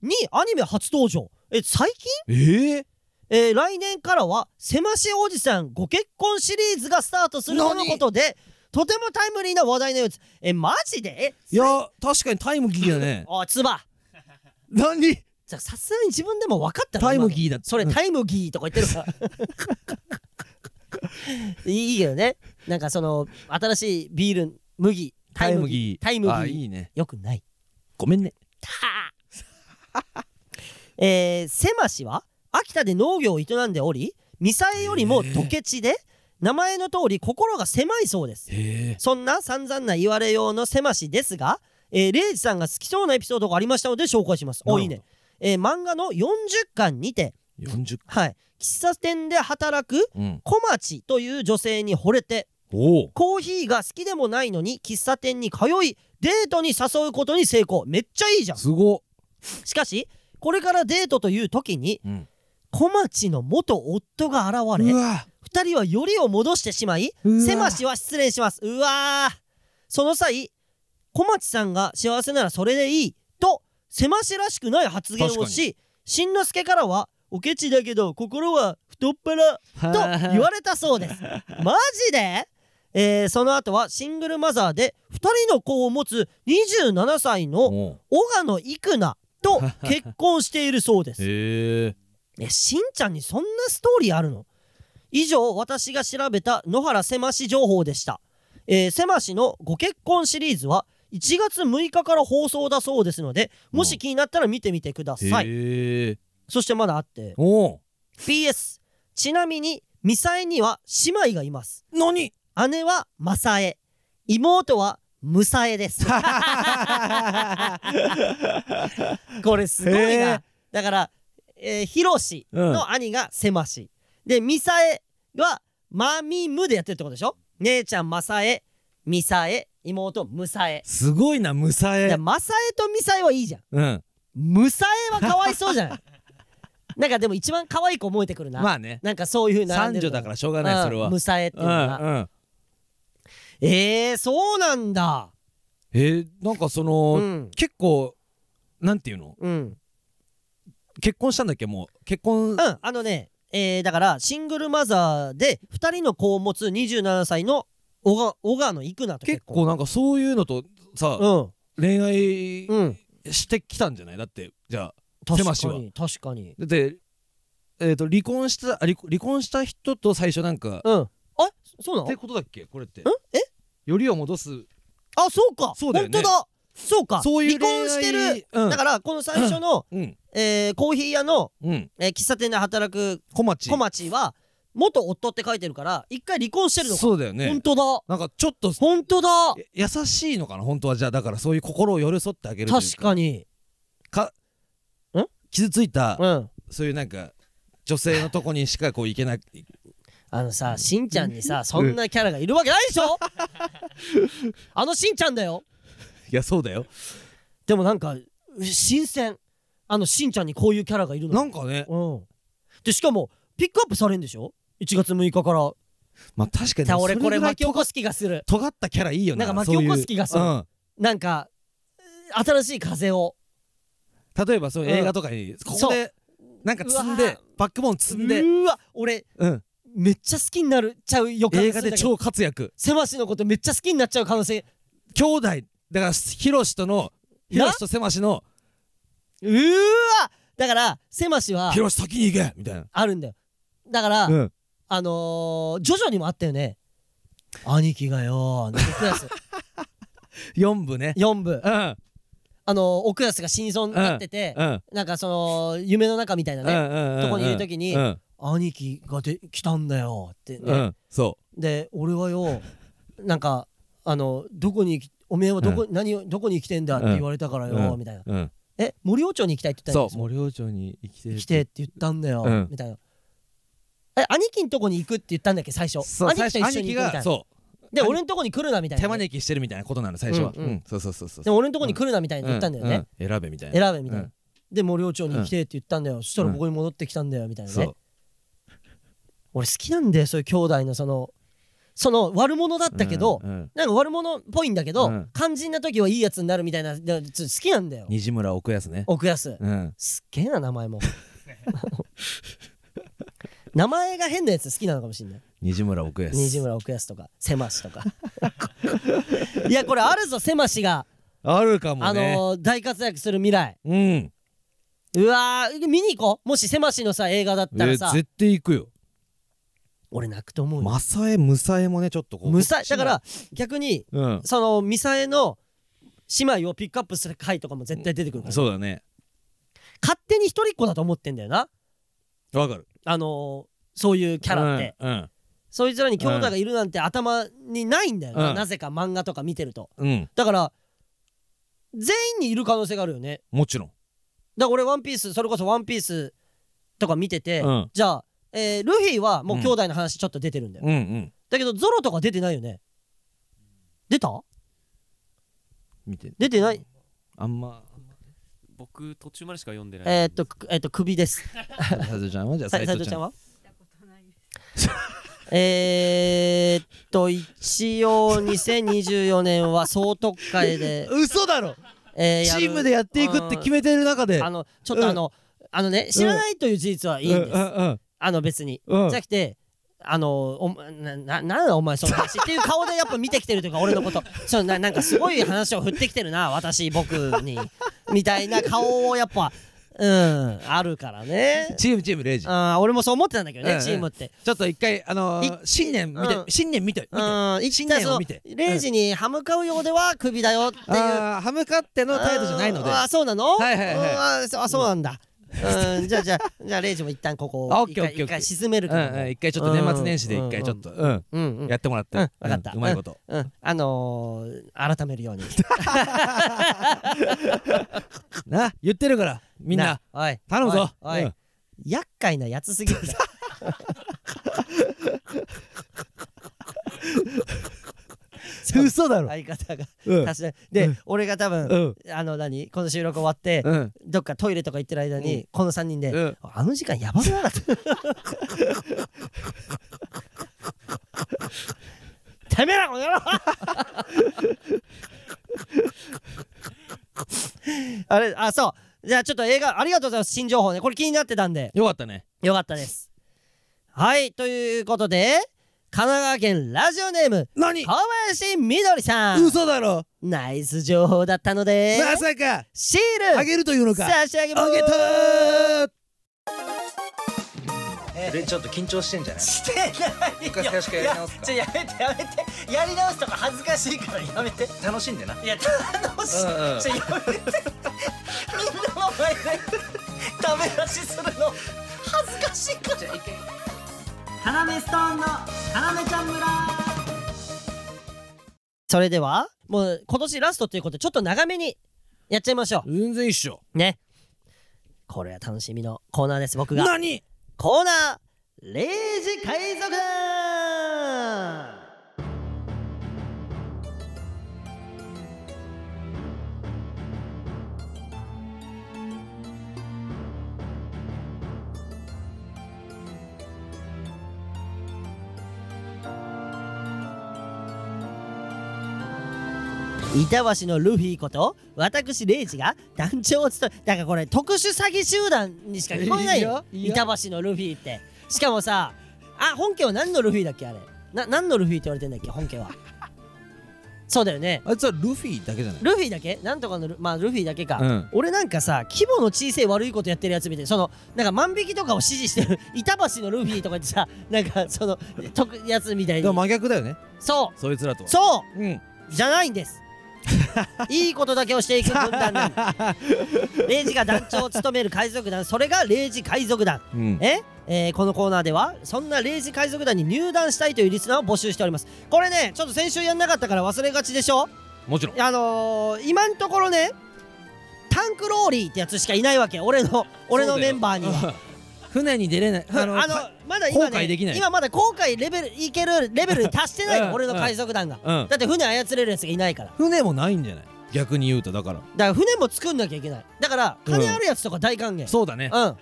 Speaker 1: にアニメ初登場え最近、
Speaker 3: えー
Speaker 1: えー来年からは「せましおじさんご結婚」シリーズがスタートするとのことでとてもタイムリーな話題のようですえマジで
Speaker 3: いや確かにタイムギーだね
Speaker 1: えおいつば
Speaker 3: 何
Speaker 1: ささすがに自分でも分かった
Speaker 3: タイム
Speaker 1: ー
Speaker 3: ギーだ
Speaker 1: それタイムギーとか言 ってるからいいけどねなんかその新しいビール麦
Speaker 3: タイムギー
Speaker 1: タイムギ
Speaker 3: あ
Speaker 1: ー
Speaker 3: いいね
Speaker 1: よくない
Speaker 3: ごめんね
Speaker 1: えー、セマ氏は秋田で農業を営んでおりミサエよりもドケチで名前の通り心が狭いそうです
Speaker 3: へえ
Speaker 1: そんな散々な言われようのセマ氏ですが、えー、レイジさんが好きそうなエピソードがありましたので紹介しますおいいね、えー漫画の40巻にて、
Speaker 3: 40
Speaker 1: はい、喫茶店で働く
Speaker 3: うん
Speaker 1: 小町という女性に惚れて
Speaker 3: おお
Speaker 1: コーヒーが好きでもないのに喫茶店に通いデートに誘うことに成功めっちゃいいじゃん
Speaker 3: すごっ
Speaker 1: しかしこれからデートという時に
Speaker 3: うん
Speaker 1: 小町の元夫が現れ
Speaker 3: うわ
Speaker 1: 二人はよりを戻してしまいう
Speaker 3: わ
Speaker 1: せましは失礼しますうわーその際小町さんが幸せならそれでいいとせましらしくない発言をししんのすけからはおケチだけど心は太っ腹と言われたそうです マジでえーその後はシングルマザーで2人の子を持つ27歳の
Speaker 3: おう
Speaker 1: 小野育菜 と結婚しているそうです
Speaker 3: へえ
Speaker 1: えしんちゃんにそんなストーリーあるの以上私が調べた野原せまし情報でしたえーせましのご結婚シリーズは1月6日から放送だそうですのでもし気になったら見てみてください
Speaker 3: へえ
Speaker 1: そしてまだあって
Speaker 3: おお
Speaker 1: PS ちなみにミサエには姉妹がいます
Speaker 3: 何
Speaker 1: 姉はマサエ妹はムサエです これすごい
Speaker 3: へ
Speaker 1: な
Speaker 3: ー
Speaker 1: だからえー、ヒロシの兄がセマシ。で、ミサエはマミムでやってるってことでしょ姉ちゃんマサエ、ミサエ、妹ムサエ。
Speaker 3: すごいなムサ
Speaker 1: い
Speaker 3: エ
Speaker 1: や、マサエとミサエはいいじゃん。
Speaker 3: うん
Speaker 1: ムサエはかわいそうじゃ ない。なんかでも一番可愛く思えてくるな。
Speaker 3: まあね
Speaker 1: なんかそういう並ん
Speaker 3: 三
Speaker 1: でる
Speaker 3: 女
Speaker 1: の
Speaker 3: だからしょうがないそれ
Speaker 1: う
Speaker 3: は
Speaker 1: んムサエっていう
Speaker 3: う
Speaker 1: のは。
Speaker 3: んうん
Speaker 1: えー、そうなんだ。
Speaker 3: えーなんかその、
Speaker 1: うん。
Speaker 3: 結構なんていうの
Speaker 1: うん。
Speaker 3: 結婚したんだっけもう結婚
Speaker 1: うん、あのね、えー、だからシングルマザーで2人の子を持つ27歳の小川小川野育奈と
Speaker 3: 結
Speaker 1: 結婚
Speaker 3: 構なんかそういうのとさ、恋愛
Speaker 1: うんうん
Speaker 3: してきたんじゃないだってじゃあ
Speaker 1: 確
Speaker 3: 狭し
Speaker 1: か
Speaker 3: は
Speaker 1: に確かに
Speaker 3: だってえっ、と離婚したあ離離婚した人と最初なんか、
Speaker 1: うんあそうな
Speaker 3: って
Speaker 1: の
Speaker 3: ことだっけこれって
Speaker 1: んえ
Speaker 3: よりを戻す
Speaker 1: あそうか
Speaker 3: そうだよね
Speaker 1: 本当だそうか
Speaker 3: そういう
Speaker 1: 離婚して
Speaker 3: 恋愛
Speaker 1: る、
Speaker 3: うん
Speaker 1: だからこの最初の、
Speaker 3: うん
Speaker 1: えーコーヒー屋の、
Speaker 3: うん
Speaker 1: えー喫茶店で働く
Speaker 3: 小町
Speaker 1: 小町は元夫って書いてるから一回離婚してるのか、
Speaker 3: そうだよ
Speaker 1: 本
Speaker 3: ね
Speaker 1: 当だ
Speaker 3: なんかちょっと
Speaker 1: 本当だ
Speaker 3: え優しいのかな本当はじゃあだからそういう心を寄り添ってあげるという
Speaker 1: 確かに
Speaker 3: 傷ついた、
Speaker 1: うん
Speaker 3: そういうなんか女性のとこにしかこう行け ない
Speaker 1: あのさ、しんちゃんにさ、そんなキャラがいるわけないでしょ あのしんちゃんだよ。
Speaker 3: いやそうだよ
Speaker 1: でもなんか、新鮮。あのしんちゃんにこういうキャラがいるの。
Speaker 3: なんかね
Speaker 1: うん。で、しかも、ピックアップされんでしょ ?1 月6日から。
Speaker 3: まあ確かに
Speaker 1: じゃあ俺
Speaker 3: そ
Speaker 1: これ
Speaker 3: ぐらい
Speaker 1: 巻き起こす気がする。
Speaker 3: 尖ったキャラいいよね
Speaker 1: なんか巻き起こす気がする
Speaker 3: うん
Speaker 1: なんか、新しい風を。
Speaker 3: 例えばその映画とかにここでなんか積ん
Speaker 1: うわ
Speaker 3: で
Speaker 1: ー
Speaker 3: バックボーン積んで、
Speaker 1: うわ、俺、
Speaker 3: うん、
Speaker 1: めっちゃ好きになるちゃう予感する
Speaker 3: 映
Speaker 1: んだ
Speaker 3: 画
Speaker 1: けど。
Speaker 3: で超活躍
Speaker 1: 狭しのことめっちゃ好きになっちゃう可能性。
Speaker 3: 兄弟だからヒロシとのヒ
Speaker 1: な
Speaker 3: ロシとセマシの
Speaker 1: うーわだから、狭しは
Speaker 3: ヒ、ロシ先に行けみたいな
Speaker 1: あるんだよ。だから、
Speaker 3: うん
Speaker 1: あのー、徐々にもあったよね。兄貴がよー、あの奥 安、
Speaker 3: 4部ね
Speaker 1: 4部。
Speaker 3: うん
Speaker 1: あのー、奥安が死にそうになってて、
Speaker 3: うん
Speaker 1: なんかその、夢の中みたいな
Speaker 3: う
Speaker 1: ね、
Speaker 3: んうんうん
Speaker 1: とこにいる時に
Speaker 3: うん
Speaker 1: 兄貴がで来たんだよってね。
Speaker 3: うんそ
Speaker 1: で、俺はよ、なんか、あの、どこに行き、おめえはどこ、何を、どこに来てんだって言われたからよー、
Speaker 3: うん
Speaker 1: みたいな。
Speaker 3: ううん
Speaker 1: え、森尾町に行きたいって言ったんで
Speaker 3: そう
Speaker 1: すよ。
Speaker 3: 森王町に生きてる
Speaker 1: 来てって言ったんだよ、
Speaker 3: うん
Speaker 1: みたいな。え、兄貴んとこに行くって言ったんだっけ、最初。
Speaker 3: そう
Speaker 1: 兄貴と
Speaker 3: 最初
Speaker 1: 一緒
Speaker 3: 兄
Speaker 1: に
Speaker 3: 貴
Speaker 1: 行くみたい
Speaker 3: が
Speaker 1: な。
Speaker 3: そ
Speaker 1: で
Speaker 3: 兄
Speaker 1: 俺のとこに来るなみ
Speaker 3: う
Speaker 1: たいな
Speaker 3: 手招きしてるみたいなことなの最初は
Speaker 1: う
Speaker 3: うん
Speaker 1: うん
Speaker 3: んそうそうそうそう
Speaker 1: でも俺のとこに来るなみたいに言ったんだよね、
Speaker 3: うんうん選べみたいな
Speaker 1: 選べみたいな、
Speaker 3: うん
Speaker 1: で森尾町に来てって言ったんだよ、そしたら
Speaker 3: うん
Speaker 1: ここに戻ってきたんだよみたいなね、
Speaker 3: そう
Speaker 1: 俺好きなんだよそういう兄弟のそのその悪者だったけど、
Speaker 3: うんうん
Speaker 1: なんか悪者っぽいんだけど、
Speaker 3: うん
Speaker 1: 肝心な時はいいやつになるみたいなでちょっと好きなんだよ
Speaker 3: 西村奥安ね
Speaker 1: 奥安、
Speaker 3: うん
Speaker 1: すっげえな名前 も名前が変なやつ好きなのかもしれない
Speaker 3: 西村奥安
Speaker 1: 西村奥安とか狭しとか いやこれあるぞ狭しが、
Speaker 3: あるかも
Speaker 1: あ
Speaker 3: ね
Speaker 1: のー大活躍する未来
Speaker 3: うん
Speaker 1: うわー見に行こうもし狭しのさ映画だっ
Speaker 3: え
Speaker 1: たらさ、
Speaker 3: 絶対行くよ
Speaker 1: 俺泣くと思うよ
Speaker 3: マサエムサエもねちょっとこう
Speaker 1: むさだから逆に
Speaker 3: うん
Speaker 1: そのミサエの姉妹をピックアップする回とかも絶対出てくるから
Speaker 3: そうだね
Speaker 1: 勝手に一人っ子だと思ってんだよな
Speaker 3: わかる
Speaker 1: あのーそういうキャラって、
Speaker 3: うん
Speaker 1: そいつらに兄弟がいるなんて頭にないんだよな、
Speaker 3: うん
Speaker 1: なぜか漫画とか見てると
Speaker 3: うんうん
Speaker 1: だから全員にいる可能性があるよね
Speaker 3: もちろん
Speaker 1: だから俺ワンピースそれこそワンピースとか見てて、
Speaker 3: うん
Speaker 1: じゃあ、えールフィはもう兄弟の話ちょっと出てるんだよ、
Speaker 3: うんうん
Speaker 1: だけどゾロとか出てないよね出た
Speaker 3: 見て
Speaker 1: 出てない
Speaker 3: あ んま
Speaker 2: 僕途中までしか読んでない
Speaker 1: えーっとくえーっと首です
Speaker 3: サトちゃんはじゃあ
Speaker 1: 斎
Speaker 3: 斎
Speaker 1: 藤
Speaker 3: 藤
Speaker 1: ち
Speaker 3: ち
Speaker 1: ゃ
Speaker 3: ゃ
Speaker 1: ん
Speaker 3: ん
Speaker 1: は えーっと一応2024年は総特会 で、
Speaker 3: 嘘だろ
Speaker 1: えや
Speaker 3: チ
Speaker 1: る
Speaker 3: ームでやっていくって決めてる中で
Speaker 1: あのちょっとあの、あのね知らないという事実はいいんです、
Speaker 3: うん
Speaker 1: あの別に、
Speaker 3: うん
Speaker 1: じゃなくてあのおなななんだお前その話っていう顔でやっぱ見てきてるというか俺のこと そうななんかすごい話を振ってきてるな私僕 にみたいな顔をやっぱうんあるから ね
Speaker 3: チームチームレイジ
Speaker 1: あー俺もそう思ってたんだけどね、
Speaker 3: うんうん
Speaker 1: チームって。
Speaker 3: ちょっと一回あのー新年見て
Speaker 1: うん
Speaker 3: 新年見て
Speaker 1: う
Speaker 3: 見て
Speaker 1: ん、一
Speaker 3: 新
Speaker 1: 体
Speaker 3: 年
Speaker 1: そ
Speaker 3: を
Speaker 1: の
Speaker 3: 見て
Speaker 1: 0時に歯向かうようではクビだよっていう。
Speaker 3: あー歯向かっての態度じゃないので
Speaker 1: あーあーそうなの
Speaker 3: はいはいはい
Speaker 1: うんあーそうあそうなんだ。うん、じゃあじゃあじゃあ0時も一旦ここ
Speaker 3: あ
Speaker 1: を
Speaker 3: オッ
Speaker 1: 一
Speaker 3: ケー
Speaker 1: 回
Speaker 3: オッケー
Speaker 1: 一回沈める
Speaker 3: う
Speaker 1: か
Speaker 3: ん
Speaker 1: ら
Speaker 3: うん
Speaker 1: ね。
Speaker 3: 一回ちょっと年末年始で
Speaker 1: うん
Speaker 3: 一回ちょっとうん
Speaker 1: うんうん。
Speaker 3: やってもらっ
Speaker 1: うん、
Speaker 3: て
Speaker 1: 分かった、
Speaker 3: うんうまいこと
Speaker 1: うん、うんあのー、改めるように
Speaker 3: な言ってるからみんな
Speaker 1: おい
Speaker 3: 頼むぞ
Speaker 1: おいおい
Speaker 3: うん
Speaker 1: 厄介なやつすぎるんだよ そう
Speaker 3: 嘘だ ろ。
Speaker 1: 相方が
Speaker 3: うん
Speaker 1: 確かにで、俺が多分、
Speaker 3: うん
Speaker 1: あの何この収録終わって、
Speaker 3: うん
Speaker 1: どっかトイレとか行ってる間に、この3人で、
Speaker 3: うん
Speaker 1: あの時間やばくなかったてめえらこの野郎あれあそうじゃあちょっと映画ありがとうございます新情報ねこれ気になってたんで
Speaker 3: よかったね。
Speaker 1: よかったですはいということで神奈川県ラジオネーム
Speaker 3: 何
Speaker 1: 小林みどりさん
Speaker 3: 嘘だろ
Speaker 1: ナイス情報だったので
Speaker 3: まさか
Speaker 1: シ
Speaker 3: あ
Speaker 1: ール
Speaker 3: げるというのか
Speaker 1: 差し上げま
Speaker 3: あ
Speaker 1: す
Speaker 3: げたー
Speaker 5: えちょっと緊張してんじゃない
Speaker 1: してないよ
Speaker 5: 一回差し替えやり直すか
Speaker 1: いやちょやめてやめてやり直すとか恥ずかしいからやめて
Speaker 5: 楽しんでない
Speaker 1: や楽しい、
Speaker 5: うんうん
Speaker 1: ちょやめてみんなの前でダメ出しするの恥ずかしいからじゃあ一回カナメストーンのカナメちゃん村それではもう今年ラストということでちょっと長めにやっちゃいましょ
Speaker 3: 全然一緒。
Speaker 1: うねこれは楽しみのコーナーです僕が
Speaker 3: 何
Speaker 1: コーナー0時海賊団板橋のルフィこと私レイジが団長を務めだからこれ特殊詐欺集団にしか聞こえないよ
Speaker 3: いいよいいよ
Speaker 1: 板橋のルフィってしかもさあ本家は何のルフィだっけあれな何のルフィって言われてんだっけ本家はそうだよね
Speaker 3: あいつはルフィだけじゃない
Speaker 1: ルフィだけなんとかのル,、まあ、ルフィだけか、
Speaker 3: うん
Speaker 1: 俺なんかさ規模の小さい悪いことやってるやつみたいなそのなんか万引きとかを指示してる 板橋のルフィとか言ってさなんかそのとくやつみたい
Speaker 3: だから
Speaker 1: に
Speaker 3: 真逆だよね。
Speaker 1: そ
Speaker 3: そいつらと
Speaker 1: う
Speaker 3: は。
Speaker 1: そう
Speaker 3: う。ん。
Speaker 1: じゃないんですいいことだけをしていく軍団なん だレイジが団長を務める海賊団それがレイジ海賊団
Speaker 3: うん。
Speaker 1: ええーこのコーナーではそんなレイジ海賊団に入団したいというリスナーを募集しておりますこれねちょっと先週やんなかったから忘れがちでしょ
Speaker 3: もちろん。
Speaker 1: あのー、今のところねタンクローリーってやつしかいないわけ俺の俺のメンバーに は
Speaker 3: 船に出れない。
Speaker 1: あのまだ今、ね、
Speaker 3: 後悔できない
Speaker 1: 今まだ後悔レベルいけるレベルに達してない
Speaker 3: う
Speaker 1: よ
Speaker 3: ん
Speaker 1: 俺の海賊団が、
Speaker 3: うん
Speaker 1: だって船操れるやつがいないから
Speaker 3: 船もないんじゃない逆に言うと、だから。
Speaker 1: だから船も作んなきゃいけないだから金あるやつとか大歓迎
Speaker 3: そうだね。
Speaker 1: うん、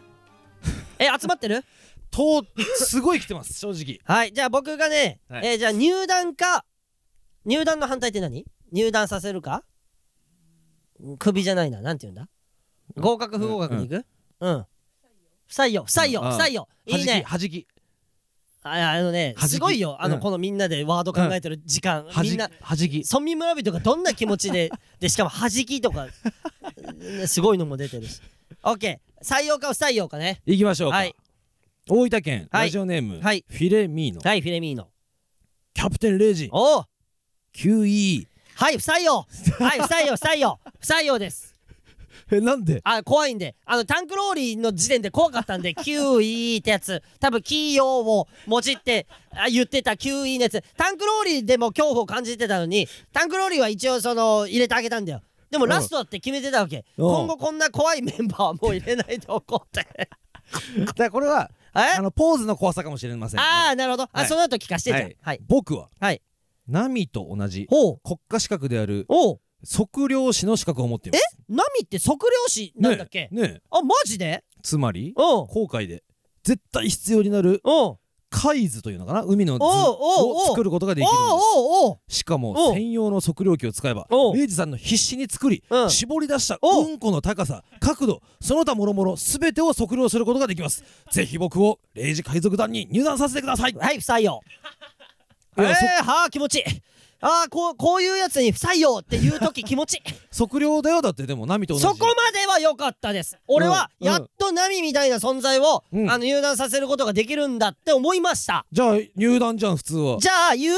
Speaker 1: え集まってる
Speaker 3: と、すごい来てます、正直。
Speaker 1: はいじゃあ僕がね、
Speaker 3: はい
Speaker 1: えーじゃあ入団か入団の反対って何入団させるかクビじゃないななんて言うんだ合格不合格に行くうん、不採用不採用
Speaker 3: う
Speaker 1: 不
Speaker 3: ん
Speaker 1: 採用いいね
Speaker 3: はじき。
Speaker 1: ああのね
Speaker 3: 弾き
Speaker 1: すごいよあの、
Speaker 3: うん
Speaker 1: このみんなでワード考えてる時間、
Speaker 3: は
Speaker 1: み
Speaker 3: じ
Speaker 1: ん
Speaker 3: き。
Speaker 1: な
Speaker 3: はじき。
Speaker 1: 村民村人がどんな気持ちで でしかも弾きとかねすごいのも出てるし OK 採用か不採用かね
Speaker 3: 行きましょうか。
Speaker 1: はい
Speaker 3: 大分県、
Speaker 1: はい
Speaker 3: ラジオネーム、
Speaker 1: はい
Speaker 3: フィレミーノ、
Speaker 1: はいフィレミーノ
Speaker 3: キャプテンレイジ、
Speaker 1: おお
Speaker 3: QE。
Speaker 1: はい不採用はい不採用不採用不採用です
Speaker 3: え、なんで
Speaker 1: あ怖いんであのタンクローリーの時点で怖かったんで QE ってやつ多分企業をもじってあ言ってた QE のやつタンクローリーでも恐怖を感じてたのにタンクローリーは一応その入れてあげたんだよでもラストだって決めてたわけ
Speaker 3: うん
Speaker 1: 今後こんな怖いメンバーはもう入れないでおこうって
Speaker 3: だからこれは、
Speaker 1: え
Speaker 3: あの、ポーズの怖さかもしれません。
Speaker 1: ああなるほど、
Speaker 3: は
Speaker 1: あ
Speaker 3: い
Speaker 1: その後聞かしてじゃんはい
Speaker 3: 僕は、
Speaker 1: はい
Speaker 3: ナミと同じ、
Speaker 1: ほう
Speaker 3: 国家資格である、
Speaker 1: おう
Speaker 3: 測量士の資格を持っています。
Speaker 1: ナミって測量士なんだっけ、
Speaker 3: ねえねえ
Speaker 1: あマジで
Speaker 3: つまり、
Speaker 1: うん
Speaker 3: 航海で、絶対必要になる、
Speaker 1: うん
Speaker 3: 海図というのかな海の図
Speaker 1: おうおうおう
Speaker 3: を作ることができるんです。
Speaker 1: おうおうおう
Speaker 3: しか
Speaker 1: お
Speaker 3: も
Speaker 1: う
Speaker 3: 専用の測量器を使えば
Speaker 1: おう
Speaker 3: レイジさんの必死に作り、
Speaker 1: うん
Speaker 3: 絞り出した
Speaker 1: おう
Speaker 3: うんこの高さ角度その他諸々全てを測量することができますぜひ僕をレイジ海賊団に入団させてください
Speaker 1: はい不採 用え
Speaker 3: い
Speaker 1: ー、
Speaker 3: やそ
Speaker 1: はあ気持ちいいあーこうこういうやつに不採用っていう時気持 ちいい
Speaker 3: 測量だよだってでもナミと同じ
Speaker 1: そこまでは良かったです俺は
Speaker 3: うんうん
Speaker 1: やっとナミみたいな存在を、
Speaker 3: うん
Speaker 1: あの入団させることができるんだって思いました
Speaker 3: じゃあ入団じゃん普通は
Speaker 1: じゃあ言う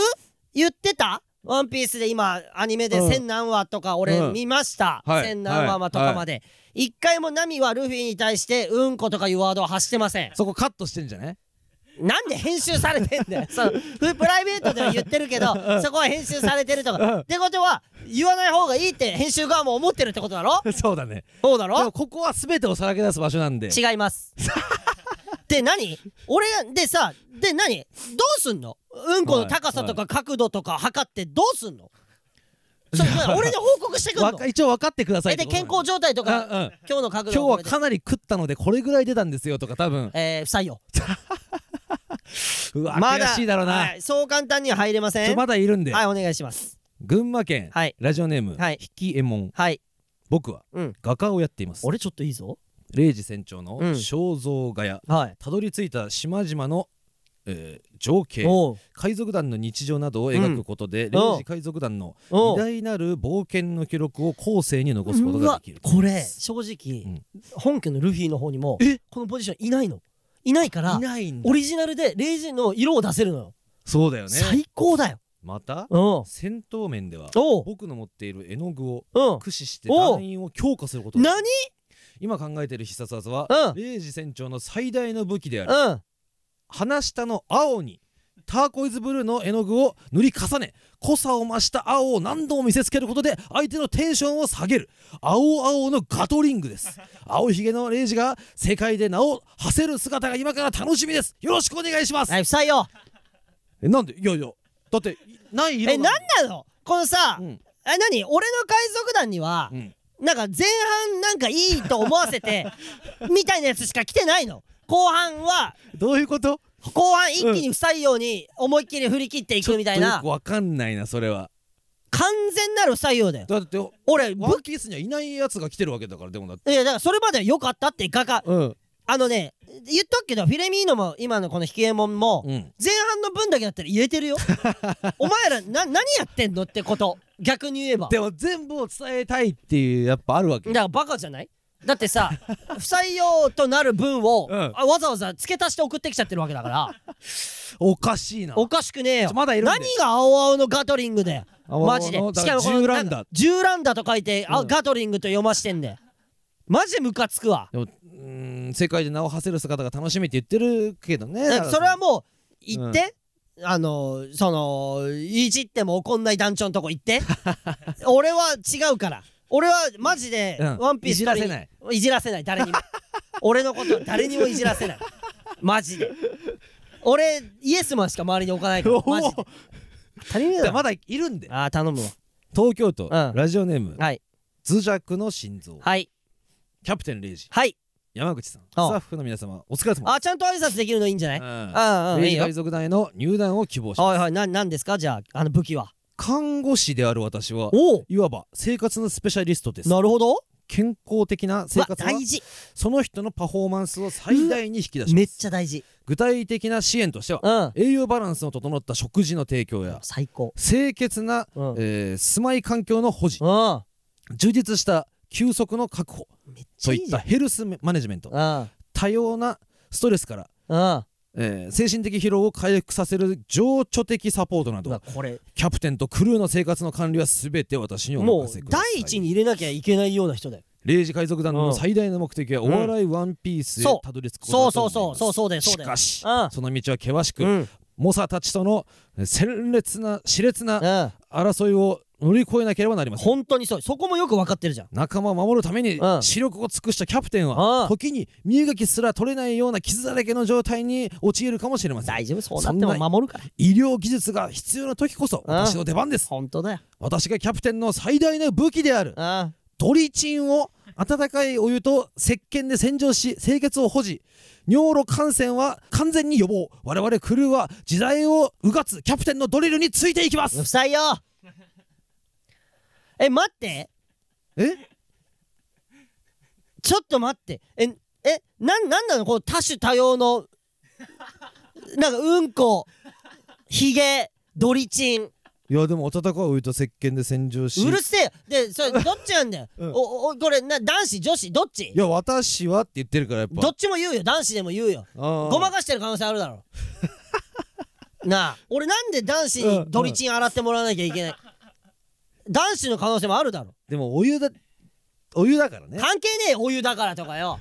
Speaker 1: 言ってたワンピースで今アニメで
Speaker 3: うん
Speaker 1: 千何話とか俺
Speaker 3: うん
Speaker 1: 見ました、
Speaker 3: はい
Speaker 1: 千何話まとかまで、一回もナミはルフィに対してうんことかいうワードは発してません
Speaker 3: そこカットしてんじ ゃね
Speaker 1: なんで編集されてんだよ そのふプライベートでは言ってるけどそこは編集されてると
Speaker 3: うん
Speaker 1: かってことは言わない方がいいって編集側も思ってるってことだろ
Speaker 3: そうだね
Speaker 1: そうだ
Speaker 3: でも
Speaker 1: ろ
Speaker 3: ここは全てをさらけ出す場所なんで
Speaker 1: 違いますで何俺でさで何どうすんのうんこの高さとか角度とか測ってどうすんの、それ俺に報告してくん
Speaker 3: わ
Speaker 1: の
Speaker 3: か一応分かってください
Speaker 1: えで健康状態とか、
Speaker 3: うんうん
Speaker 1: 今日の角
Speaker 3: 今日
Speaker 1: 度は
Speaker 3: は
Speaker 1: これで
Speaker 3: かなり食ったのでこれぐらい出たんですよとか 多分
Speaker 1: えー、不採用
Speaker 3: うわ悔しいだろうな
Speaker 1: はいそう簡単には入れませ
Speaker 3: ちょ
Speaker 1: ん
Speaker 3: まだいるんで
Speaker 1: はいお願いします
Speaker 3: 群馬県
Speaker 1: はい
Speaker 3: ラジオネーム
Speaker 1: はい
Speaker 3: ひきえもん
Speaker 1: はい
Speaker 3: 僕は
Speaker 1: うん
Speaker 3: 画家をやっています
Speaker 1: 俺ちょっといいぞ
Speaker 3: 礼二船長の
Speaker 1: うん
Speaker 3: 肖像画や
Speaker 1: はい
Speaker 3: たどり着いた島々のえー情景
Speaker 1: おう
Speaker 3: 海賊団の日常などを描くことで
Speaker 1: ん
Speaker 3: 礼
Speaker 1: おう
Speaker 3: 二海賊団の
Speaker 1: お
Speaker 3: 偉
Speaker 1: う
Speaker 3: 大なる冒険の記録を後世に残すこと
Speaker 1: う
Speaker 3: が
Speaker 1: わ
Speaker 3: できる
Speaker 1: これ正直、
Speaker 3: うん
Speaker 1: 本家のルフィの方にもこのポジションいないのいないから
Speaker 3: いないんだ
Speaker 1: オリジナルでレイジの色を出せるのよ、
Speaker 3: そうだよね
Speaker 1: 最高だよ
Speaker 3: また
Speaker 1: うん
Speaker 3: 戦闘面では
Speaker 1: おう
Speaker 3: 僕の持っている絵の具を
Speaker 1: うん
Speaker 3: 駆使して
Speaker 1: おう
Speaker 3: 団員を強化することです
Speaker 1: 何
Speaker 3: 今考えている必殺技は、
Speaker 1: うん
Speaker 3: レイジ船長の最大の武器である
Speaker 1: うん
Speaker 3: 鼻下の青にターコイズブルーの絵の具を塗り重ね濃さを増した青を何度も見せつけることで相手のテンションを下げる青青のガトリング です青ひげのレイジが世界で名を馳せる姿が今から楽しみですよろしくお願いします、
Speaker 1: はい不採用
Speaker 3: えなんでいやいやだっていない色
Speaker 1: えなんなのこのさ、
Speaker 3: うん
Speaker 1: え何俺の海賊団には、
Speaker 3: うん
Speaker 1: なんか前半なんかいいと思わせて みたいなやつしか来てないの後半は
Speaker 3: どういうこと
Speaker 1: 後半一気に不採用に思いっきり振り切っていくみたい
Speaker 3: ちょっ
Speaker 1: な
Speaker 3: とよくわかんないなそれは
Speaker 1: 完全なる不採用だよ
Speaker 3: だって
Speaker 1: 俺
Speaker 3: ワ
Speaker 1: 武
Speaker 3: ンピースにはいないやつが来てるわけだからでもだって
Speaker 1: いやだからそれまでは良かったって画家
Speaker 3: うん
Speaker 1: あのね言っとくけどフィレミーノも今のこの引き絵もんも、
Speaker 3: うん
Speaker 1: 前半の分だけだったら入れてる よお前らな何やってんのってこと逆に言えばだ
Speaker 3: でも全部を伝えたいっていうやっぱあるわけ
Speaker 1: からバカじゃないだって さ不採用となる分を、
Speaker 3: うん
Speaker 1: あわざわざ付け足して送ってきちゃってるわけだから
Speaker 3: おかしいな
Speaker 1: おかしくねえよ
Speaker 3: まだいるんで
Speaker 1: 何が青々のガトリングだよ
Speaker 3: 青々の
Speaker 1: マジで
Speaker 3: だ
Speaker 1: し
Speaker 3: か
Speaker 1: からもこの
Speaker 3: 10ランダ
Speaker 1: なんか10ランダと書いて、あ
Speaker 3: うん
Speaker 1: ガトリングと読ましてんだよマジでムカつくわ
Speaker 3: でもうーん世界で名を馳せる姿が楽しみって言ってるけどね
Speaker 1: だからそれはもう行って、あのそのいじっても怒んない団長のとこ行って 俺は違うから俺はマジで
Speaker 3: うん
Speaker 1: ワンピース
Speaker 3: いじらせない
Speaker 1: いじらせない誰にも 俺のこと誰にもいじらせないマジで俺イエスマンしか周りに置かないからマジで当たり前だ
Speaker 3: だ
Speaker 1: ろ
Speaker 3: まだいるん で
Speaker 1: あー頼むわ
Speaker 3: 東京都、
Speaker 1: うん
Speaker 3: ラジオネーム
Speaker 1: はい
Speaker 3: ズジャクの心臓
Speaker 1: はい
Speaker 3: キャプテンレイジ
Speaker 1: はい
Speaker 3: 山口さんスタ
Speaker 1: ああ
Speaker 3: ッフの皆様お疲れ様
Speaker 1: あーちゃんと挨拶できるのいいんじゃない
Speaker 3: うん
Speaker 1: うんうん
Speaker 3: レイ
Speaker 1: いい
Speaker 3: ジ
Speaker 1: よ
Speaker 3: 海賊団への入団を希望します
Speaker 1: はいはいななんですかじゃああの武器は
Speaker 3: 看護師である私は
Speaker 1: おお
Speaker 3: いわば生活のスペシャリストです
Speaker 1: なるほどう
Speaker 3: 健康的な生
Speaker 1: わ
Speaker 3: 活は
Speaker 1: 大事
Speaker 3: その人のパフォーマンスを最大に引き出し
Speaker 1: め
Speaker 3: ま
Speaker 1: っ
Speaker 3: す
Speaker 1: ちゃ大事
Speaker 3: 具体的な支援としては
Speaker 1: うん
Speaker 3: 栄養バランスの整った食事の提供や
Speaker 1: 最高
Speaker 3: 清潔な、
Speaker 1: うん
Speaker 3: えー住まい環境の保持
Speaker 1: うん
Speaker 3: 充実した休息の確保
Speaker 1: めっち
Speaker 3: と
Speaker 1: ゃいい
Speaker 3: いっ
Speaker 1: じゃ
Speaker 3: た
Speaker 1: ん
Speaker 3: ヘルスマネジメント
Speaker 1: うん
Speaker 3: 多様なストレスから、
Speaker 1: うん
Speaker 3: えー精神的疲労を回復させる情緒的サポートな
Speaker 1: うわ
Speaker 3: ど
Speaker 1: これ
Speaker 3: キャプテンとクルーの生活の管理は全て私にお
Speaker 1: もう
Speaker 3: 任せください
Speaker 1: 第一に入れなきゃいけないような人だよ
Speaker 3: 0時海賊団の最大の目的はお
Speaker 1: ん
Speaker 3: 笑いワンピースへ
Speaker 1: そう
Speaker 3: たどり着くこと
Speaker 1: そう
Speaker 3: だと
Speaker 1: そ
Speaker 3: 思
Speaker 1: う
Speaker 3: い
Speaker 1: そ
Speaker 3: ま
Speaker 1: うそ
Speaker 3: す
Speaker 1: うそうだよそう
Speaker 3: し
Speaker 1: だ
Speaker 3: か
Speaker 1: よ
Speaker 3: し
Speaker 1: うん
Speaker 3: その道は険しく、
Speaker 1: うん
Speaker 3: 猛者たちとのえー鮮烈な熾烈な
Speaker 1: うん
Speaker 3: 争いを乗り越えなければなりません
Speaker 1: 本当にそうそこもよく分かってるじゃん
Speaker 3: 仲間を守るために
Speaker 1: うん
Speaker 3: 視力を尽くしたキャプテン
Speaker 1: う
Speaker 3: は
Speaker 1: ん
Speaker 3: 時に身動きすら取れないような傷だらけの状態に陥るかもしれません
Speaker 1: 大丈夫そうなっても守るから
Speaker 3: 医療技術が必要な時こそ私の出番です
Speaker 1: 本当だよ
Speaker 3: 私がキャプテンの最大の武器である
Speaker 1: うん
Speaker 3: ドリチンを温かいお湯と石鹸で洗浄し清潔を保持尿路感染は完全に予防我々クルーは時代をうがつキャプテンのドリルについていきま
Speaker 1: 不
Speaker 3: す
Speaker 1: 採用え待って
Speaker 3: え
Speaker 1: ちょっと待ってええなんなんなのこの多種多様のなんかうんこひげドリチン
Speaker 3: いやでも温かいお湯と石鹸で洗浄し
Speaker 1: うるせえよで それどっちなんだよ、おおこれな男子女子どっち
Speaker 3: いや私はって言ってるからやっぱ
Speaker 1: どっちも言うよ男子でも言うよご
Speaker 3: ご
Speaker 1: まかしてる可能性あるだ ろなあ俺なんで男子にドリチン洗ってもらわなきゃいけない男子の可能性もあるだろ
Speaker 3: でもお湯だお湯だからね
Speaker 1: 関係ねえお湯だからとかよ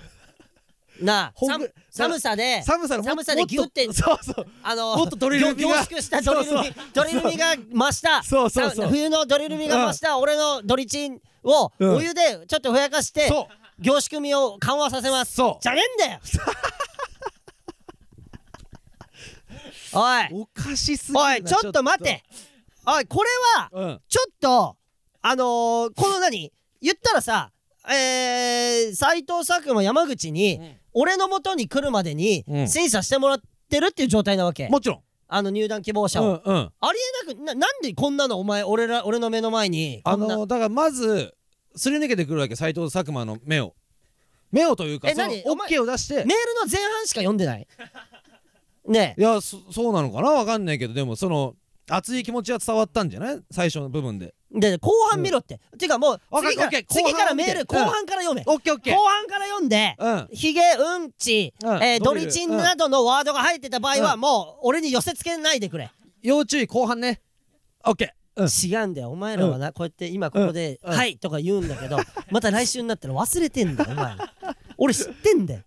Speaker 1: なあ
Speaker 3: ほん
Speaker 1: 寒
Speaker 3: ぐ
Speaker 1: 寒さで
Speaker 3: 寒さの
Speaker 1: 寒さでギュッて
Speaker 3: そうそう
Speaker 1: あの
Speaker 3: もっとドリルミ
Speaker 1: 凝
Speaker 3: が
Speaker 1: 縮したドリルミ
Speaker 3: そうそう
Speaker 1: ドリルミが増した
Speaker 3: そうそうそう
Speaker 1: さ冬のドリルミが増した俺のドリチンを
Speaker 3: うん
Speaker 1: お湯でちょっとふやかして
Speaker 3: そ
Speaker 1: 凝縮みを緩和させます
Speaker 3: そう
Speaker 1: じゃねえんだよ おい
Speaker 3: おかしすぎるな
Speaker 1: おいちょっと待ておいこれは
Speaker 3: うん
Speaker 1: ちょっとあのー、この何言ったらさえー、斎藤佐久間山口に、俺の元に来るまでに
Speaker 3: うん
Speaker 1: 審査してもらってるっていう状態なわけ、
Speaker 3: もちろん
Speaker 1: あの入団希望者
Speaker 3: う
Speaker 1: を、
Speaker 3: んうん
Speaker 1: ありえなくななんでこんなのお前俺ら俺の目の前に
Speaker 3: あ
Speaker 1: こんな
Speaker 3: のだからまずすり抜けてくるわけ斎藤佐久間の目を目をというか
Speaker 1: え
Speaker 3: その
Speaker 1: 何お前
Speaker 3: OK を出して
Speaker 1: メールの前半しか読んでないねえ
Speaker 3: いやそそうなのかなわかんないけどでもその熱い気持ちは伝わったんじゃない最初の部分で
Speaker 1: で後半見ろって、ていうかもう
Speaker 3: わか
Speaker 1: 次から
Speaker 3: オッケー
Speaker 1: 次からメール
Speaker 3: 後
Speaker 1: 後
Speaker 3: 半見て
Speaker 1: 半から読め、
Speaker 3: オッケーオッケー
Speaker 1: 後半から読んで、
Speaker 3: うん
Speaker 1: ヒゲうんち、
Speaker 3: うん
Speaker 1: えー
Speaker 3: ど
Speaker 1: ド
Speaker 3: ういう
Speaker 1: リチンなどのワードが入ってた場合は、
Speaker 3: う
Speaker 1: もう俺に寄せ付けないでくれ、
Speaker 3: 要注意後半ねオッケーうん
Speaker 1: 違うんだよお前らはな、こうやって今ここで「
Speaker 3: うんうん
Speaker 1: はい」とか言うんだけ ど、また来週になったら忘れてんだよお前ら俺知ってんだよ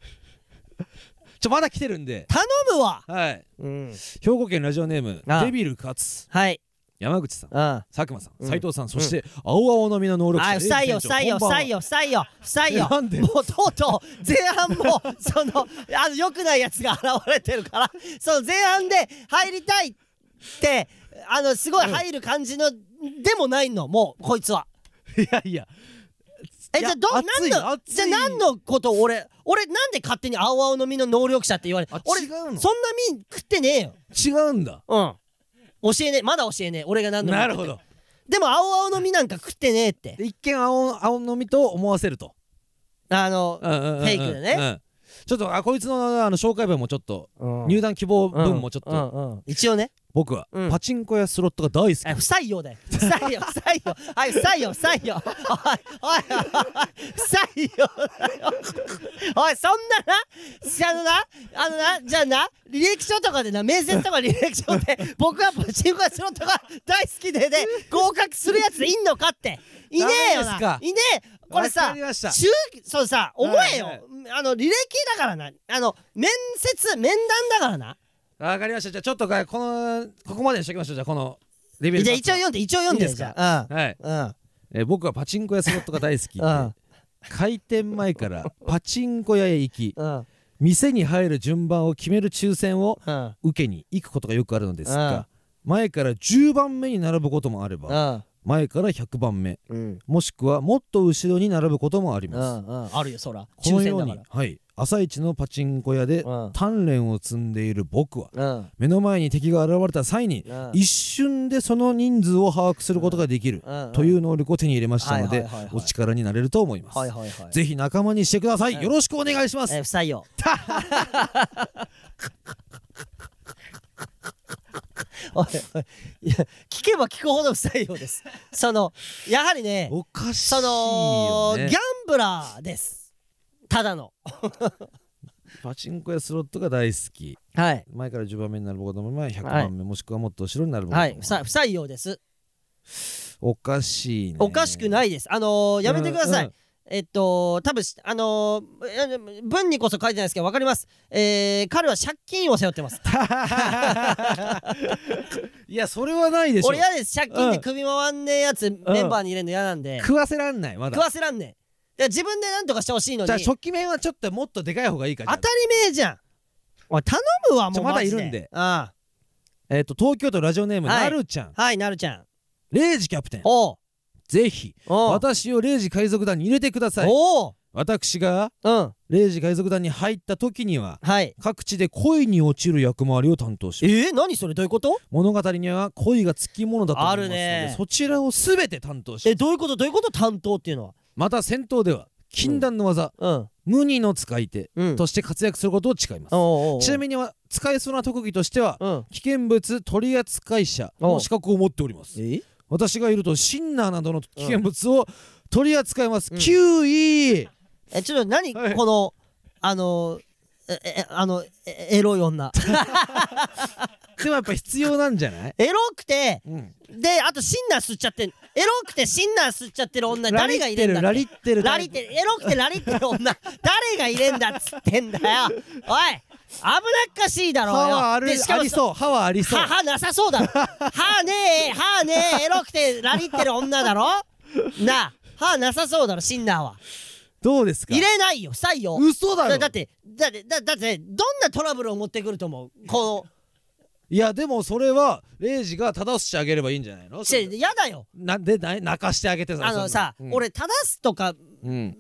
Speaker 3: ちょまだ来てるんで
Speaker 1: 頼むわ
Speaker 3: はい
Speaker 1: うん
Speaker 3: 兵庫県ラジオネーム
Speaker 1: ああ
Speaker 3: デビル勝つ
Speaker 1: はい
Speaker 3: 山口さん
Speaker 1: うん
Speaker 3: 佐久間さん
Speaker 1: うん
Speaker 3: 斉藤さんそして青々の実の能力者
Speaker 1: あ、不採用、不採用、不採用、不採用、不採用。
Speaker 3: えなんで
Speaker 1: もうとうとう、前半も、その、 あの、良くないやつが現れてるから、その前半で入りたいって、あの、すごい入る感じの、でもないの、もう、こいつは。
Speaker 3: いやいや
Speaker 1: え、
Speaker 3: い
Speaker 1: じ
Speaker 3: や
Speaker 1: ゃあ、ど、何
Speaker 3: 熱い
Speaker 1: の、
Speaker 3: 熱い
Speaker 1: じゃあ何のことを俺、俺、なんで勝手に青々の実の能力者って言われ
Speaker 3: あ
Speaker 1: 俺、
Speaker 3: 違
Speaker 1: そ
Speaker 3: うんの
Speaker 1: な実食ってねえよ。
Speaker 3: 違うんだ
Speaker 1: うん。教えねえ、まだ教えねえ、俺が何の実
Speaker 3: なるほど
Speaker 1: でも、青々の実なんか食ってねえって
Speaker 3: で。一見青青の実と思わせると
Speaker 1: あの、
Speaker 3: フ
Speaker 1: ェイクでね
Speaker 3: ちょっとあこいつのあの紹介文もちょっと
Speaker 1: うん
Speaker 3: 入団希望文もちょっ
Speaker 1: う
Speaker 3: と
Speaker 1: んうんうん一応ね。
Speaker 3: 僕は
Speaker 1: うん
Speaker 3: パチンコやスロットが大好
Speaker 1: え不採用だよ。不採用、不採用。はい、不採用、不採用。おい、おい、おい、不採用だよ。おい、そんなな、あのな、あのな、じゃあな、履歴書とかでな、面接とか履歴書で、僕はパチンコやスロットが大好きでね、合格するやついんのかって。いねえよ
Speaker 3: ダメです
Speaker 1: な
Speaker 3: か。
Speaker 1: いねえ。これ
Speaker 3: わ
Speaker 1: さ
Speaker 3: かりまし、た
Speaker 1: 中、そうさ、思えよ。
Speaker 3: はい
Speaker 1: あの、履歴だからな。あの、面接、面談だからな。
Speaker 3: きわかりましたじゃあちょっとこのここまでにしときましょうじゃあこのレベル
Speaker 1: じゃあ一応読んで、一応読んで
Speaker 3: いい
Speaker 1: よ、
Speaker 3: です
Speaker 1: じ
Speaker 3: か
Speaker 1: ゃあ。
Speaker 3: はい
Speaker 1: うん。うん。
Speaker 3: えー僕はパチンコやスロットが大好きで
Speaker 1: うん
Speaker 3: 開店前からパチンコ屋へ行き
Speaker 1: うん。
Speaker 3: 店に入る順番を決める抽選を
Speaker 1: うん。
Speaker 3: 受けに行くことがよくあるのですが前から10番目に並ぶこともあれば
Speaker 1: うん。
Speaker 3: 前から100番目
Speaker 1: うん。
Speaker 3: もしくはもっと後ろに並ぶこともあり
Speaker 1: う
Speaker 3: ます
Speaker 1: ん。うん。あるよ、そら。
Speaker 3: この
Speaker 1: 抽
Speaker 3: よ
Speaker 1: 選
Speaker 3: う
Speaker 1: だ
Speaker 3: に
Speaker 1: か、
Speaker 3: はい、朝一のパチンコ屋で
Speaker 1: うん
Speaker 3: 鍛錬を積んでいる僕は
Speaker 1: ら。うん。
Speaker 3: 目の前に敵が現れた際に
Speaker 1: うん
Speaker 3: 一瞬でその人数を把握することができる
Speaker 1: うんうん
Speaker 3: という能力を手に入れましたの
Speaker 1: はいはい
Speaker 3: で
Speaker 1: はいはい
Speaker 3: お力になれると思います、
Speaker 1: はいはいはい。
Speaker 3: ぜひ仲間にしてくださいよろしくお願いします
Speaker 1: えー、不採 用。おいおいいや聞けば聞くほど不採用です。その、やはりね、
Speaker 3: おかしい
Speaker 1: その
Speaker 3: よ、ね
Speaker 1: ギャンブラーです。ただの。
Speaker 3: パチンコやスロットが大好き
Speaker 1: はい。
Speaker 3: 前から10番目に並ぶことも前100
Speaker 1: はい
Speaker 3: 番目もしくはもっと後ろに並ぶことも
Speaker 1: はい、不採不採用です。
Speaker 3: おかしいね
Speaker 1: おかしく
Speaker 3: い
Speaker 1: ないです。あのー、やめてください。
Speaker 3: うんうん
Speaker 1: えっと、多分しあのーいやでも文にこそ書いてないですけど、わかります。えー、彼は借金を背負ってます。
Speaker 3: いやそれはないでしょ
Speaker 1: 俺嫌です。借金で首回んねえやつ、メンバーに入れるの嫌なんで、
Speaker 3: 食わせらんないまだ
Speaker 1: 食わせらんねえ。だから自分で何とかしてほしいのに、
Speaker 3: じゃあ
Speaker 1: 当た
Speaker 3: 初期面はちょっともっとでかい方がいいかじゃあ
Speaker 1: り前じゃん。おい、頼むわ、もう
Speaker 3: ちょまだ
Speaker 1: マジ
Speaker 3: いるんで
Speaker 1: あ
Speaker 3: えっ、と東京都ラジオネーム、
Speaker 1: はい
Speaker 3: なるちゃん
Speaker 1: あはい、なるちゃん。
Speaker 3: レイジキャプテン
Speaker 1: おう。
Speaker 3: ぜひ
Speaker 1: おう。
Speaker 3: 私をレイジ海賊団に入れてください
Speaker 1: おう。
Speaker 3: 私が
Speaker 1: うん。
Speaker 3: レイジ海賊団に入った時には
Speaker 1: はい。
Speaker 3: 各地で恋に落ちる役回りを担当し
Speaker 1: え
Speaker 3: ます
Speaker 1: ー、何それどういうこと
Speaker 3: 物語には恋がつきものだと思いますので
Speaker 1: あるね
Speaker 3: そちらを全て担当し
Speaker 1: え、どういうことどういうこと担当っていうのは。
Speaker 3: また戦闘では禁断の技、
Speaker 1: うん。
Speaker 3: 無二の使い手
Speaker 1: うん。
Speaker 3: として活躍することを誓います、
Speaker 1: おうおうおう
Speaker 3: ちなみには使えそうな特技としては、
Speaker 1: うん。
Speaker 3: 危険物取扱者の資格を持っております
Speaker 1: え
Speaker 3: 私がいるとシンナーなどの危険物を取り扱います、
Speaker 1: うん
Speaker 3: 9位
Speaker 1: えちょっと何、
Speaker 3: はい
Speaker 1: このあのええあのえエロい女
Speaker 3: でもやっぱ必要なんじゃない、
Speaker 1: エロくて
Speaker 3: うん、
Speaker 1: であとシンナー吸っちゃってんエロくてシンナー吸っちゃってる女誰がいるんだ
Speaker 3: ラ
Speaker 1: って
Speaker 3: リってる
Speaker 1: ラリってエロくてラリってる 女誰がいれんだっつってんだよおい危なっかしいだ
Speaker 3: 歯
Speaker 1: ろうよ
Speaker 3: はある
Speaker 1: でし
Speaker 3: あ
Speaker 1: かも
Speaker 3: りそう歯はありそう
Speaker 1: 歯歯なさそうだ ろ歯ねえ歯ねえエロくてラリってる女だろなあ歯なさそうだろシンナーは
Speaker 3: どうですか
Speaker 1: 入れないよ不採用
Speaker 3: 嘘だろ
Speaker 1: だだってだってだだってどんなトラブルを持ってくると思うこ
Speaker 3: いやでもそれはレイジが正してあげればいいんじゃない のそれ
Speaker 1: してやだよ
Speaker 3: なんでな泣かしてあげてさ
Speaker 1: あ
Speaker 3: そんな
Speaker 1: のさ、
Speaker 3: うん
Speaker 1: 俺正すとか
Speaker 3: うん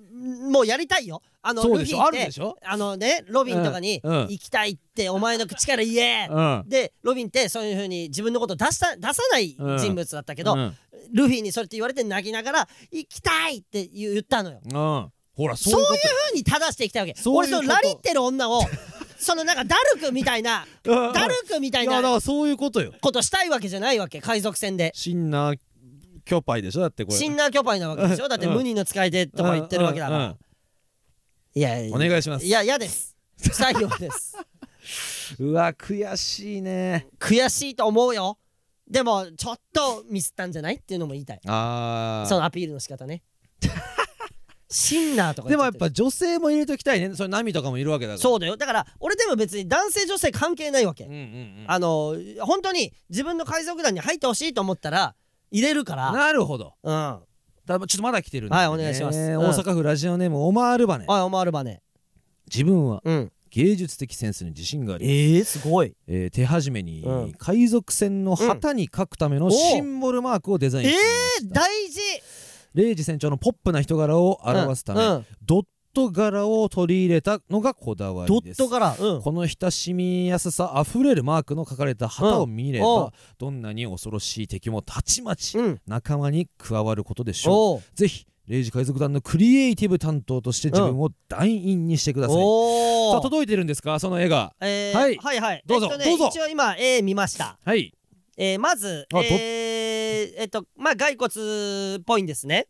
Speaker 1: もうやりたいよあの
Speaker 3: そう
Speaker 1: ル
Speaker 3: で
Speaker 1: フ
Speaker 3: しょ
Speaker 1: ィっ
Speaker 3: あるで
Speaker 1: て
Speaker 3: しょ
Speaker 1: あのねロビンとかに、
Speaker 3: うんうん
Speaker 1: 行きたいってお前の口から言え、
Speaker 3: うん
Speaker 1: でロビンってそういう風に自分のこと出した出さない人物だったけど、
Speaker 3: うん
Speaker 1: ルフィにそれって言われて泣きながら行きたいって言ったのよ
Speaker 3: うんほら
Speaker 1: そういう
Speaker 3: こと
Speaker 1: 風に正していきたいわけ
Speaker 3: そう
Speaker 1: 俺
Speaker 3: いう
Speaker 1: その
Speaker 3: こと
Speaker 1: ラリってる女 をそのなんかダルクみたいな
Speaker 3: うんうん
Speaker 1: ダルクみたい
Speaker 3: いやだか
Speaker 1: な
Speaker 3: らそういうことよ
Speaker 1: ことしたいわけじゃないわけ海賊船で
Speaker 3: シンナーキョパイでしょだってこれ
Speaker 1: シンナー巨パイなわけでしょだって
Speaker 3: うん
Speaker 1: 無二の使い手とか言ってるわけだから、
Speaker 3: うんうん
Speaker 1: いやいや
Speaker 3: お願いします
Speaker 1: いや嫌です不採用です
Speaker 3: うわ悔しいね
Speaker 1: 悔しいと思うよでもちょっとミスったんじゃないっていうのも言いたい
Speaker 3: あ
Speaker 1: そのアピールの仕方 ねシンナーとか
Speaker 3: で
Speaker 1: 言っちゃ
Speaker 3: も
Speaker 1: っ
Speaker 3: やって
Speaker 1: る
Speaker 3: ぱ女性も入れときたいねそれナミとかもいるわけだから
Speaker 1: そうだよだから俺でも別に男性女性関係ないわけ、
Speaker 3: うんうんうん
Speaker 1: あの本当に自分の海賊団に入ってほしいと思ったら入れるから
Speaker 3: なるほど
Speaker 1: うんは
Speaker 3: たちょっとまだ来てるんで
Speaker 1: はいお願いします
Speaker 3: えー
Speaker 1: うん
Speaker 3: 大阪府ラジオネームオマールバネ
Speaker 1: い思わるばね
Speaker 3: 自分は
Speaker 1: うん
Speaker 3: 芸術的センスに自信があり
Speaker 1: ええすごい
Speaker 3: えー手始めに、
Speaker 1: うん
Speaker 3: 海賊船の旗に書くため
Speaker 1: う
Speaker 3: の
Speaker 1: んお
Speaker 3: シンボルマークをデザイン
Speaker 1: え
Speaker 3: して
Speaker 1: え
Speaker 3: みました、
Speaker 1: 大事
Speaker 3: レイジ船長のポップな人柄を表すため、
Speaker 1: うんうん
Speaker 3: ドット柄を取り入れたのがこだわ
Speaker 1: ド
Speaker 3: りで
Speaker 1: ッ
Speaker 3: す
Speaker 1: トからうん
Speaker 3: この親しみやすさあふれるマークの書かれた旗を見れば、
Speaker 1: うんおう
Speaker 3: どんなに恐ろしい敵もたちまち
Speaker 1: うん
Speaker 3: 仲間に加わることでしょ
Speaker 1: おう
Speaker 3: うぜひレイジ海賊団のクリエイティブ担当として自分を団員にしてください、
Speaker 1: お
Speaker 3: さ
Speaker 1: お
Speaker 3: あ届いてるんですかその絵が
Speaker 1: えー
Speaker 3: はい
Speaker 1: はいはい
Speaker 3: どうぞ
Speaker 1: えっとね
Speaker 3: どうぞ
Speaker 1: 一応今えー見ました
Speaker 3: はい
Speaker 1: えーまず
Speaker 3: あど
Speaker 1: えーえっとまあ骸骨っぽいんですね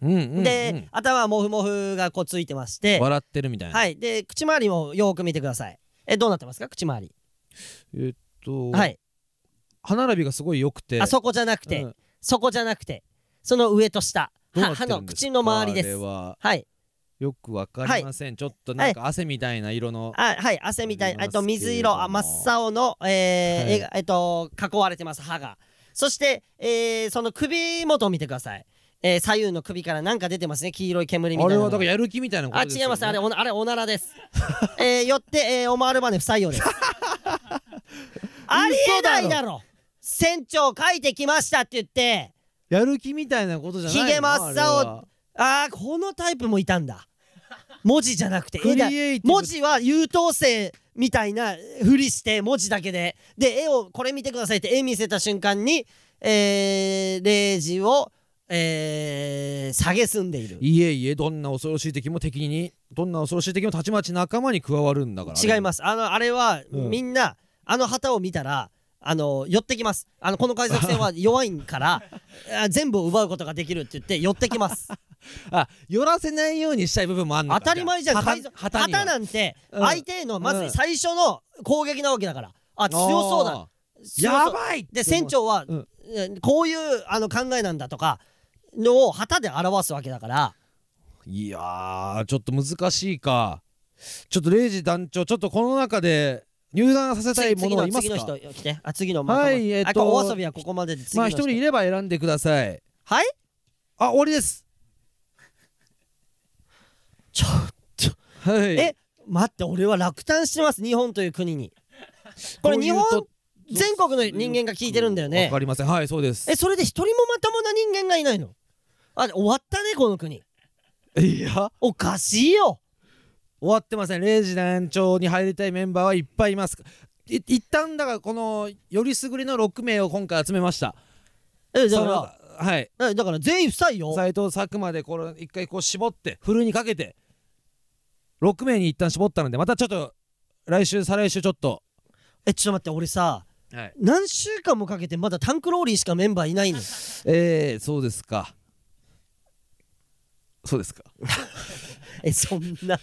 Speaker 3: うんうん、うん、
Speaker 1: で頭はモフモフがこうついてまして
Speaker 3: 笑ってるみたいな
Speaker 1: はいで口周りもよーく見てくださいえどうなってますか口周り
Speaker 3: えっと、
Speaker 1: はい
Speaker 3: 歯並びがすごい良くて
Speaker 1: あそこじゃなく
Speaker 3: う
Speaker 1: て
Speaker 3: ん
Speaker 1: そこじゃなくてその上と下
Speaker 3: どうな
Speaker 1: は
Speaker 3: って
Speaker 1: 歯
Speaker 3: る
Speaker 1: の
Speaker 3: んですか
Speaker 1: 口の周りで
Speaker 3: あ
Speaker 1: す
Speaker 3: れは
Speaker 1: はい
Speaker 3: よくわかりません、ちょっとなんか汗みたいな色の、
Speaker 1: あはい汗みたい
Speaker 3: 見えます
Speaker 1: えっと水色あ
Speaker 3: けれ
Speaker 1: 真
Speaker 3: ども
Speaker 1: っ青のえー
Speaker 3: はい
Speaker 1: 絵がえっと囲われてます歯がそしてえーその首元を見てくださいえー左右の首からなんか出てますね黄色い煙みたい
Speaker 3: あ
Speaker 1: な
Speaker 3: れ
Speaker 1: の
Speaker 3: はだからやる気みたいなこ
Speaker 1: あ
Speaker 3: とです
Speaker 1: 違い
Speaker 3: よ、ね、
Speaker 1: ますあれおなあれおならです えーよってえーオマールバネ不採用 ですありえないだろ船長書いてきましたって言って
Speaker 3: やる気みたいなことじゃないの
Speaker 1: ひげ真っ青
Speaker 3: あれは
Speaker 1: ああこのタイプもいたんだ文字じゃなくて
Speaker 3: クリエイティブ
Speaker 1: 文字は優等生みたいなふりして文字だけでで絵をこれ見てくださいって絵見せた瞬間にえー、レイジをえー、下げすんでいる
Speaker 3: いえいえどんな恐ろしい敵も敵にどんな恐ろしい敵もたちまち仲間に加わるんだから
Speaker 1: 違いますすあのあれは、
Speaker 3: うん
Speaker 1: みんなあの旗を見たらあの寄ってきますあのこの海賊船 は弱いからあ全部を奪うことができるって言って寄ってきます
Speaker 3: あ寄らせない ようにしたい部分もあんの
Speaker 1: 当
Speaker 3: か
Speaker 1: たり前じゃん
Speaker 3: 旗
Speaker 1: 海賊
Speaker 3: 旗
Speaker 1: 旗
Speaker 3: には
Speaker 1: なんて
Speaker 3: うん
Speaker 1: 相手へのま
Speaker 3: う
Speaker 1: ず
Speaker 3: ん
Speaker 1: 最初の攻撃なわけだからあ強そうだ
Speaker 3: あー
Speaker 1: 強そう
Speaker 3: やばいって
Speaker 1: で船長は
Speaker 3: うん
Speaker 1: うんこういうあの考えなんだとかのを旗で表すわけだから
Speaker 3: いやーちょっと難しいかちょっとレイジ団長ちょっとこの中で入団させたい
Speaker 1: 次次
Speaker 3: ものは
Speaker 1: の
Speaker 3: います
Speaker 1: 次の
Speaker 3: か
Speaker 1: 人来てあ次の
Speaker 3: はいえっと
Speaker 1: あお遊びはここまでで次
Speaker 3: ま
Speaker 1: の
Speaker 3: あ一
Speaker 1: 人
Speaker 3: 人いれば選んでください
Speaker 1: はい
Speaker 3: あ終わりです
Speaker 1: ちょ
Speaker 3: はい
Speaker 1: え待って俺は落胆してます日本という国 にこれ日本
Speaker 3: こういうと
Speaker 1: 全国の人間が聞いてるんだよね
Speaker 3: わかりませんはいそうです
Speaker 1: えそれで一人もまともな人間がいないのあ終わったねこの国
Speaker 3: いや終
Speaker 1: おかしいよ
Speaker 3: わってませんレイジ団長に入りたいメンバーはいっぱいいますい一旦だからこのよりすぐりの6名を今回集めました
Speaker 1: えだ
Speaker 3: そ
Speaker 1: か
Speaker 3: の
Speaker 1: ら
Speaker 3: はい
Speaker 1: えだから全員不採用
Speaker 3: 斎藤佐久間でこれ一回こう絞ってふるいにかけて6名に一旦絞ったのでまたちょっと来週再来週ちょっと
Speaker 1: えちょっと待って俺さ
Speaker 3: はい
Speaker 1: 何週間もかけてまだタンクローリーしかメンバーいないの
Speaker 3: えー、そうですかそうですか
Speaker 1: えそんな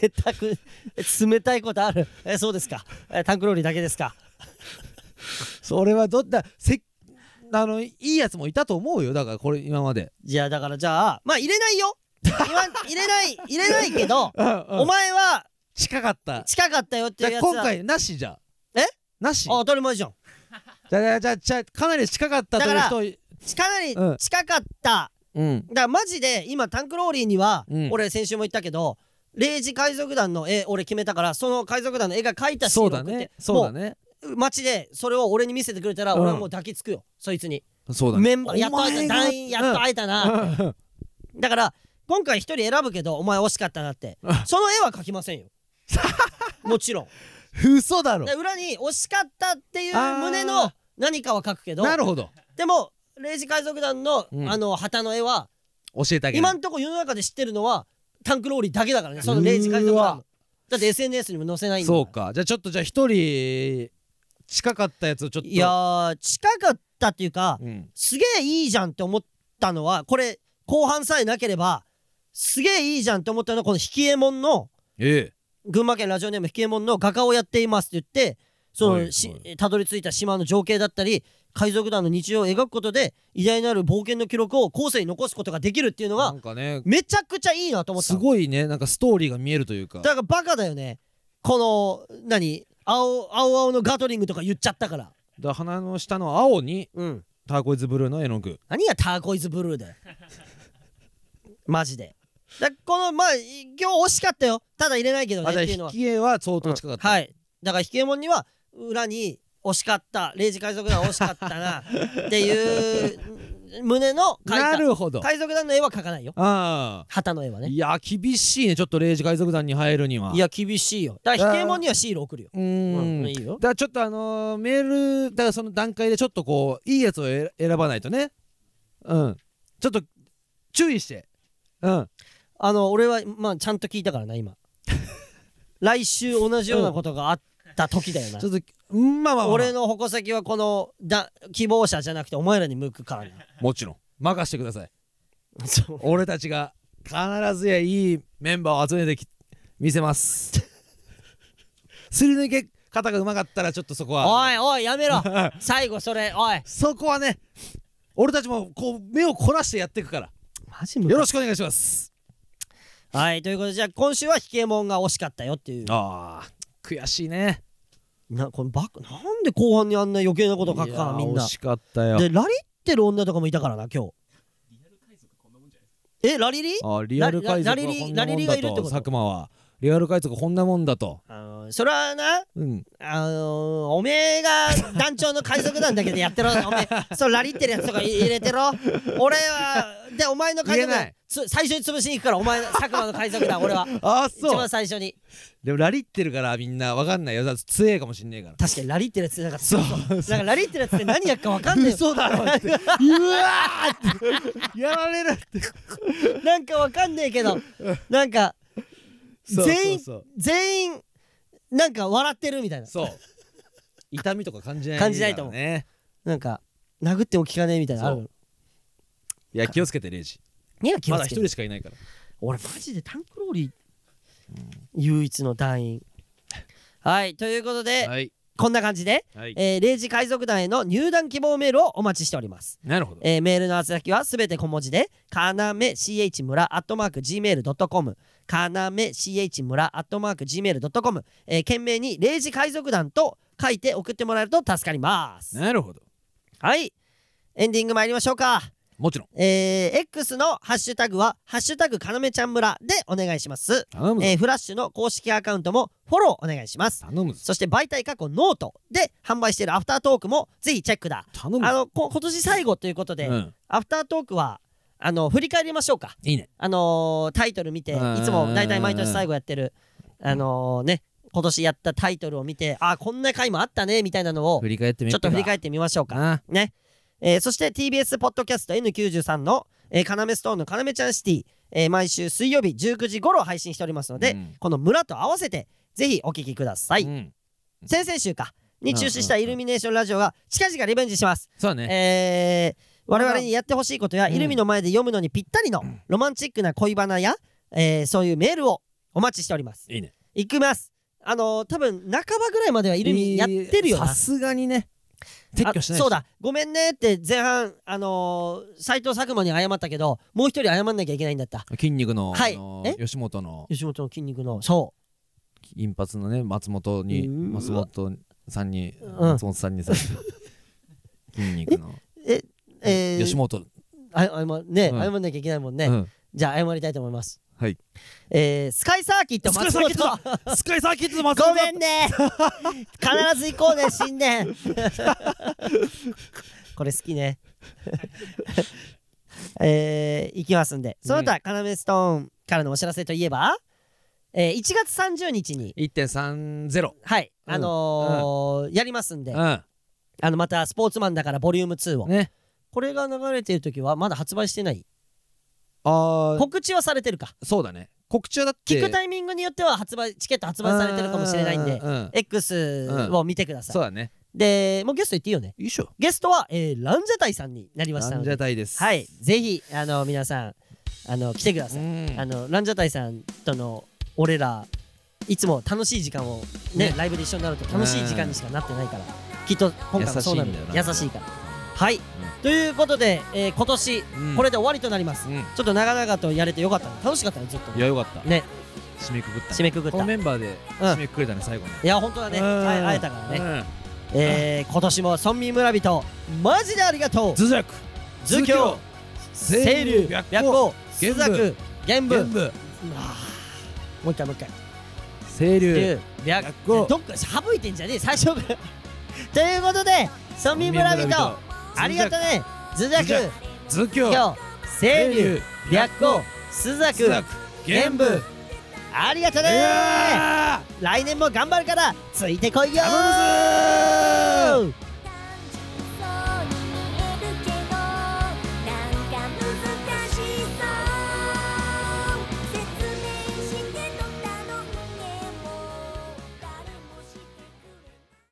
Speaker 1: 冷たくえ冷たいことあるえそうですかえタンクローリーだけですか
Speaker 3: それはどだせあのいいやつもいたと思うよだからこれ今まで
Speaker 1: いやだからじゃあまあ入れないよ今入れない入れないけどお前は
Speaker 3: 近かった
Speaker 1: 近かったよって
Speaker 3: じ
Speaker 1: い
Speaker 3: ゃ
Speaker 1: うや
Speaker 3: あ
Speaker 1: つは
Speaker 3: 今回なしじゃ
Speaker 1: え
Speaker 3: なし
Speaker 1: あ当たり前じゃん
Speaker 3: じゃあじゃあじゃあかなり近かったと
Speaker 1: だか
Speaker 3: いう人
Speaker 1: かなり
Speaker 3: うん
Speaker 1: 近かった、
Speaker 3: うん
Speaker 1: だからマジで今タンクローリーには、
Speaker 3: うん
Speaker 1: 俺先週も言ったけど0時海賊団の絵俺決めたからその海賊団の絵が描いたシーン
Speaker 3: そ
Speaker 1: を
Speaker 3: うだ
Speaker 1: 送って
Speaker 3: ねそうだね
Speaker 1: 街でそれを俺に見せてくれたら
Speaker 3: うん
Speaker 1: 俺はもう抱きつくよ、そいつに
Speaker 3: そうだね
Speaker 1: メンバーやっと会えた団員やっと会えたな、
Speaker 3: うん
Speaker 1: だから今回一人選ぶけどお前惜しかったなってその絵は描きません よもちろん
Speaker 3: 嘘だろ
Speaker 1: で裏に惜しかったっていう
Speaker 3: あー
Speaker 1: 胸の何かは描くけど
Speaker 3: なるほど
Speaker 1: でも0時海賊団の、
Speaker 3: うん
Speaker 1: あの旗の絵は
Speaker 3: 教えてあげる
Speaker 1: 今んとこ世の中で知ってるのはタンクローリーだけだからねその0時海賊
Speaker 3: う
Speaker 1: 団
Speaker 3: ーわ
Speaker 1: のだって SNS にも載せないんだ
Speaker 3: そうかじゃあちょっとじゃあ一人近かったやつをちょっと
Speaker 1: いやー近かったっていうか
Speaker 3: うん
Speaker 1: すげえいいじゃんって思ったのはこれ後半さえなければすげえいいじゃんって思ったのはこの引きえもんの
Speaker 3: ええ
Speaker 1: 群馬県ラジオネーム引きえもんの画家をやっていますって言ってその、
Speaker 3: はいはい
Speaker 1: したどり着いた島の情景だったり海賊団の日常を描くことで偉大なる冒険の記録を後世に残すことができるっていうの
Speaker 3: な
Speaker 1: は
Speaker 3: んかね
Speaker 1: めちゃくちゃいいなと思った
Speaker 3: す
Speaker 1: の
Speaker 3: ごいねなんかストーリーが見えるというか
Speaker 1: だからバカだよねこの何青青青のガトリングとか言っちゃったから
Speaker 3: だ鼻の下の青に
Speaker 1: うん
Speaker 3: ターコイズブルーの絵の具
Speaker 1: 何がターコイズブルーだよ マジでだこのまあい今日惜しかったよただ入れないけどね
Speaker 3: あ
Speaker 1: っ
Speaker 3: じゃあ
Speaker 1: ていうの
Speaker 3: 引
Speaker 1: は
Speaker 3: き絵は相当近かった、
Speaker 1: はいだから引けもんには裏に惜しかった0時海賊団は惜しかった なっていう胸の書い
Speaker 3: な
Speaker 1: た
Speaker 3: るほど
Speaker 1: 海賊団の絵は描かないよ
Speaker 3: あ
Speaker 1: 旗の絵は
Speaker 3: あ、
Speaker 1: ね
Speaker 3: いや厳しいねちょっと0時海賊団に入るにはい
Speaker 1: や厳しいよだから引けもんにはシール送るよ
Speaker 3: うーん
Speaker 1: うんいいよ
Speaker 3: だからちょっとあのーメールだからその段階でちょっとこういいやつをえ選ばないとねうんちょっと注意してうん
Speaker 1: あの俺はまあちゃんと聞いたからな 今来週同じようなことがあった時だよな
Speaker 3: ちょっとうんまあまあ、まあ、
Speaker 1: 俺の矛先はこのだ希望者じゃなくてお前らに向くからな
Speaker 3: もちろん任してください
Speaker 1: そう
Speaker 3: 俺たちが必ずやいいメンバーを集めてき見せますすり抜け方がうまかったらちょっとそこ は
Speaker 1: おいおいやめ ろ最後それおい
Speaker 3: そこはね俺たちもこう目を凝らしてやっていくから
Speaker 1: マジ
Speaker 3: よろしくお願いします
Speaker 1: はいということでじゃあ今週はヒケモンが惜しかったよっていう
Speaker 3: あー悔しいね
Speaker 1: なこのバカなんで後半にあんな余計なこと書くかない
Speaker 3: やー
Speaker 1: みんな
Speaker 3: 惜しかったよ
Speaker 1: でラリってる女とかもいたからな今日えラリリ
Speaker 3: あーリアル海賊はこんな
Speaker 1: ラリ
Speaker 3: も
Speaker 1: リ
Speaker 3: ん
Speaker 1: が
Speaker 3: だ
Speaker 1: いるってこと
Speaker 3: と佐久間はリアル海賊こんなもんだと
Speaker 1: あのそれはな
Speaker 3: うん
Speaker 1: あのー、おめえが団長の海賊なんだけどや ってろおめえそうラリってるやつとか入れてろ俺はでお前の海賊
Speaker 3: 入れな
Speaker 1: 団
Speaker 3: い
Speaker 1: つ最初に潰しに行くからお前の佐久間の海賊団 俺は
Speaker 3: ああ
Speaker 1: 一番最初に
Speaker 3: でもラリってるからみんなわかんないよだって強えかもしんねえから
Speaker 1: 確かにラリってるやつなんか
Speaker 3: そう
Speaker 1: なんかラリってるやつって何やっか分かんないよ
Speaker 3: 嘘だろってうわーってやられるって
Speaker 1: なんかわかんねえけどなんか
Speaker 3: そう
Speaker 1: 全員
Speaker 3: そう
Speaker 1: 全員なんか笑ってるみたいな
Speaker 3: そうそう痛みとか感じない
Speaker 1: 感じないと思う
Speaker 3: からね
Speaker 1: なんか殴っても効かねえみたいなのあ
Speaker 3: そ
Speaker 1: る
Speaker 3: いや気をつけてレイジ
Speaker 1: いや気
Speaker 3: ま
Speaker 1: を
Speaker 3: だ
Speaker 1: つ
Speaker 3: 一
Speaker 1: けて
Speaker 3: 人しかいないから
Speaker 1: 俺マジでタンクローリー唯一の団員はいということで、
Speaker 3: はい
Speaker 1: こんな感じで、
Speaker 3: はい
Speaker 1: えー、0時海賊団への入団希望メールをお待ちしております、
Speaker 3: なるほど
Speaker 1: えーメールの宛先はすべて小文字でかなめ CH 村アットマーク Gmail.com かなめ CH 村アットマーク Gmail.com、えー、懸命に0時海賊団と書いて送ってもらえると助かります、
Speaker 3: なるほど
Speaker 1: はいエンディング参りましょうか
Speaker 3: もちろん
Speaker 1: えー X のハッシュタグは「ハッシュタグかなめちゃん村」でお願いします、
Speaker 3: 頼むぞ
Speaker 1: えーフラッシュの公式アカウントもフォローお願いします
Speaker 3: 頼むぞ
Speaker 1: そして媒体過去ノートで販売しているアフタートークもぜひチェックだ
Speaker 3: 頼む
Speaker 1: あ
Speaker 3: ぞ
Speaker 1: のこ今年最後ということで、
Speaker 3: うん
Speaker 1: アフタートークはあの振り返りましょうか
Speaker 3: いいね
Speaker 1: あのータイトル見てい
Speaker 3: うん
Speaker 1: つも大体毎年最後やってるあのーね今年やったタイトルを見てあこんな回もあったねみたいなのを
Speaker 3: 振り返ってみ
Speaker 1: ちょっと振り
Speaker 3: っ
Speaker 1: 返ってみましょうか
Speaker 3: な
Speaker 1: ね。えーそして TBS ポッドキャスト N93 の、えー、カナメストーンのカナメちゃんシティ、えー毎週水曜日19時頃配信しておりますので、
Speaker 3: うん
Speaker 1: この村と合わせてぜひお聞きください。
Speaker 3: うん
Speaker 1: 先々週かに中止したイルミネーションラジオが近々リベンジします。
Speaker 3: そうだね
Speaker 1: えー我々にやってほしいことや、イルミの前で読むのにぴったりのロマンチックな恋バナや、えーそういうメールをお待ちしております。
Speaker 3: いいね
Speaker 1: いきます。あのー多分半ばぐらいまではイルミやってるよな。
Speaker 3: さすがにね撤去しない
Speaker 1: あそうだごめんねって前半あのー、斉藤佐久間に謝ったけどもう一人謝んなきゃいけないんだった
Speaker 3: 筋肉の
Speaker 1: はい
Speaker 3: あの
Speaker 1: え
Speaker 3: 吉本の
Speaker 1: 吉本の筋肉のそ
Speaker 3: 金髪のね松本に
Speaker 1: うわ
Speaker 3: 松本さんに
Speaker 1: ん
Speaker 3: 松本さん にさ筋肉の
Speaker 1: うええー、
Speaker 3: 吉本
Speaker 1: あ謝ね、
Speaker 3: うん
Speaker 1: 謝んなきゃいけないもんね、
Speaker 3: うん
Speaker 1: じゃあ謝りたいと思います
Speaker 6: はい
Speaker 1: えースカイサーキット
Speaker 3: スカイ
Speaker 1: 松
Speaker 3: サーキット
Speaker 1: 本
Speaker 3: だスカイサーキットの松
Speaker 1: ご
Speaker 3: 本だ
Speaker 1: めんね必ず行こうね新 年これ好きね えー、行きますんでその他、カナメストーンからのお知らせといえば、えー1月30日に
Speaker 3: 1.30
Speaker 1: はいあのーやりますんで、
Speaker 3: う
Speaker 1: あのまたスポーツマンだからボリューム2を、
Speaker 3: んね
Speaker 1: これが流れてる時はまだ発売してない
Speaker 3: あ
Speaker 1: 告知はされてるか
Speaker 3: ーそうだね告知はだって
Speaker 1: 聞くタイミングによっては発売チケット発売されてるかもしれないんで
Speaker 3: うううん
Speaker 1: X を見てください、
Speaker 3: そうだね
Speaker 1: でもうゲスト言っていいよね
Speaker 3: よいしょ
Speaker 1: ゲストは、えーランジャタイさんになりました
Speaker 3: ラ
Speaker 1: の
Speaker 3: ンジャ
Speaker 1: で、
Speaker 3: タイです
Speaker 1: はい、ぜひあの皆さんあの来てくだ
Speaker 3: う
Speaker 1: さい。
Speaker 3: ん
Speaker 1: あのランジャタイさんとの俺らいつも楽しい時間をねライブで一緒になると楽しい時間にしかなってないから、きっと今回もそうなる
Speaker 3: 優しいんだ
Speaker 1: 優
Speaker 3: よ
Speaker 1: しいから。はい、ということで、えー今年
Speaker 3: うん
Speaker 1: これで終わりとなります。
Speaker 3: うん
Speaker 1: ちょっと長々とやれてよかったね。楽しかったねずっと
Speaker 3: い。やよかった
Speaker 1: ね
Speaker 3: 締めくくった
Speaker 1: 締めくくっ
Speaker 3: こ
Speaker 1: た。
Speaker 3: の
Speaker 1: い
Speaker 3: メンバーで締めくくれたね最後ね
Speaker 1: や本当だね。
Speaker 3: うん
Speaker 1: 会え会えたからね。
Speaker 3: ね
Speaker 1: えー今年も村民村人マジでありがとう。
Speaker 3: 頭弱
Speaker 1: 図教清流白光朱雀玄武
Speaker 3: 全部
Speaker 1: もう一回もう一回
Speaker 3: 清流
Speaker 1: 龍白
Speaker 3: 白
Speaker 1: 光どっか省いてんじゃねえ最初から ということで村民村人ありがとね頭
Speaker 3: 雀
Speaker 1: 弱
Speaker 3: 頭胸
Speaker 1: 今日清流白光朱
Speaker 3: 朱雀
Speaker 1: 雀玄武ありがと
Speaker 3: い
Speaker 1: ね
Speaker 3: や
Speaker 1: 来年も頑張るからついてこいよ
Speaker 3: ー頼むぜー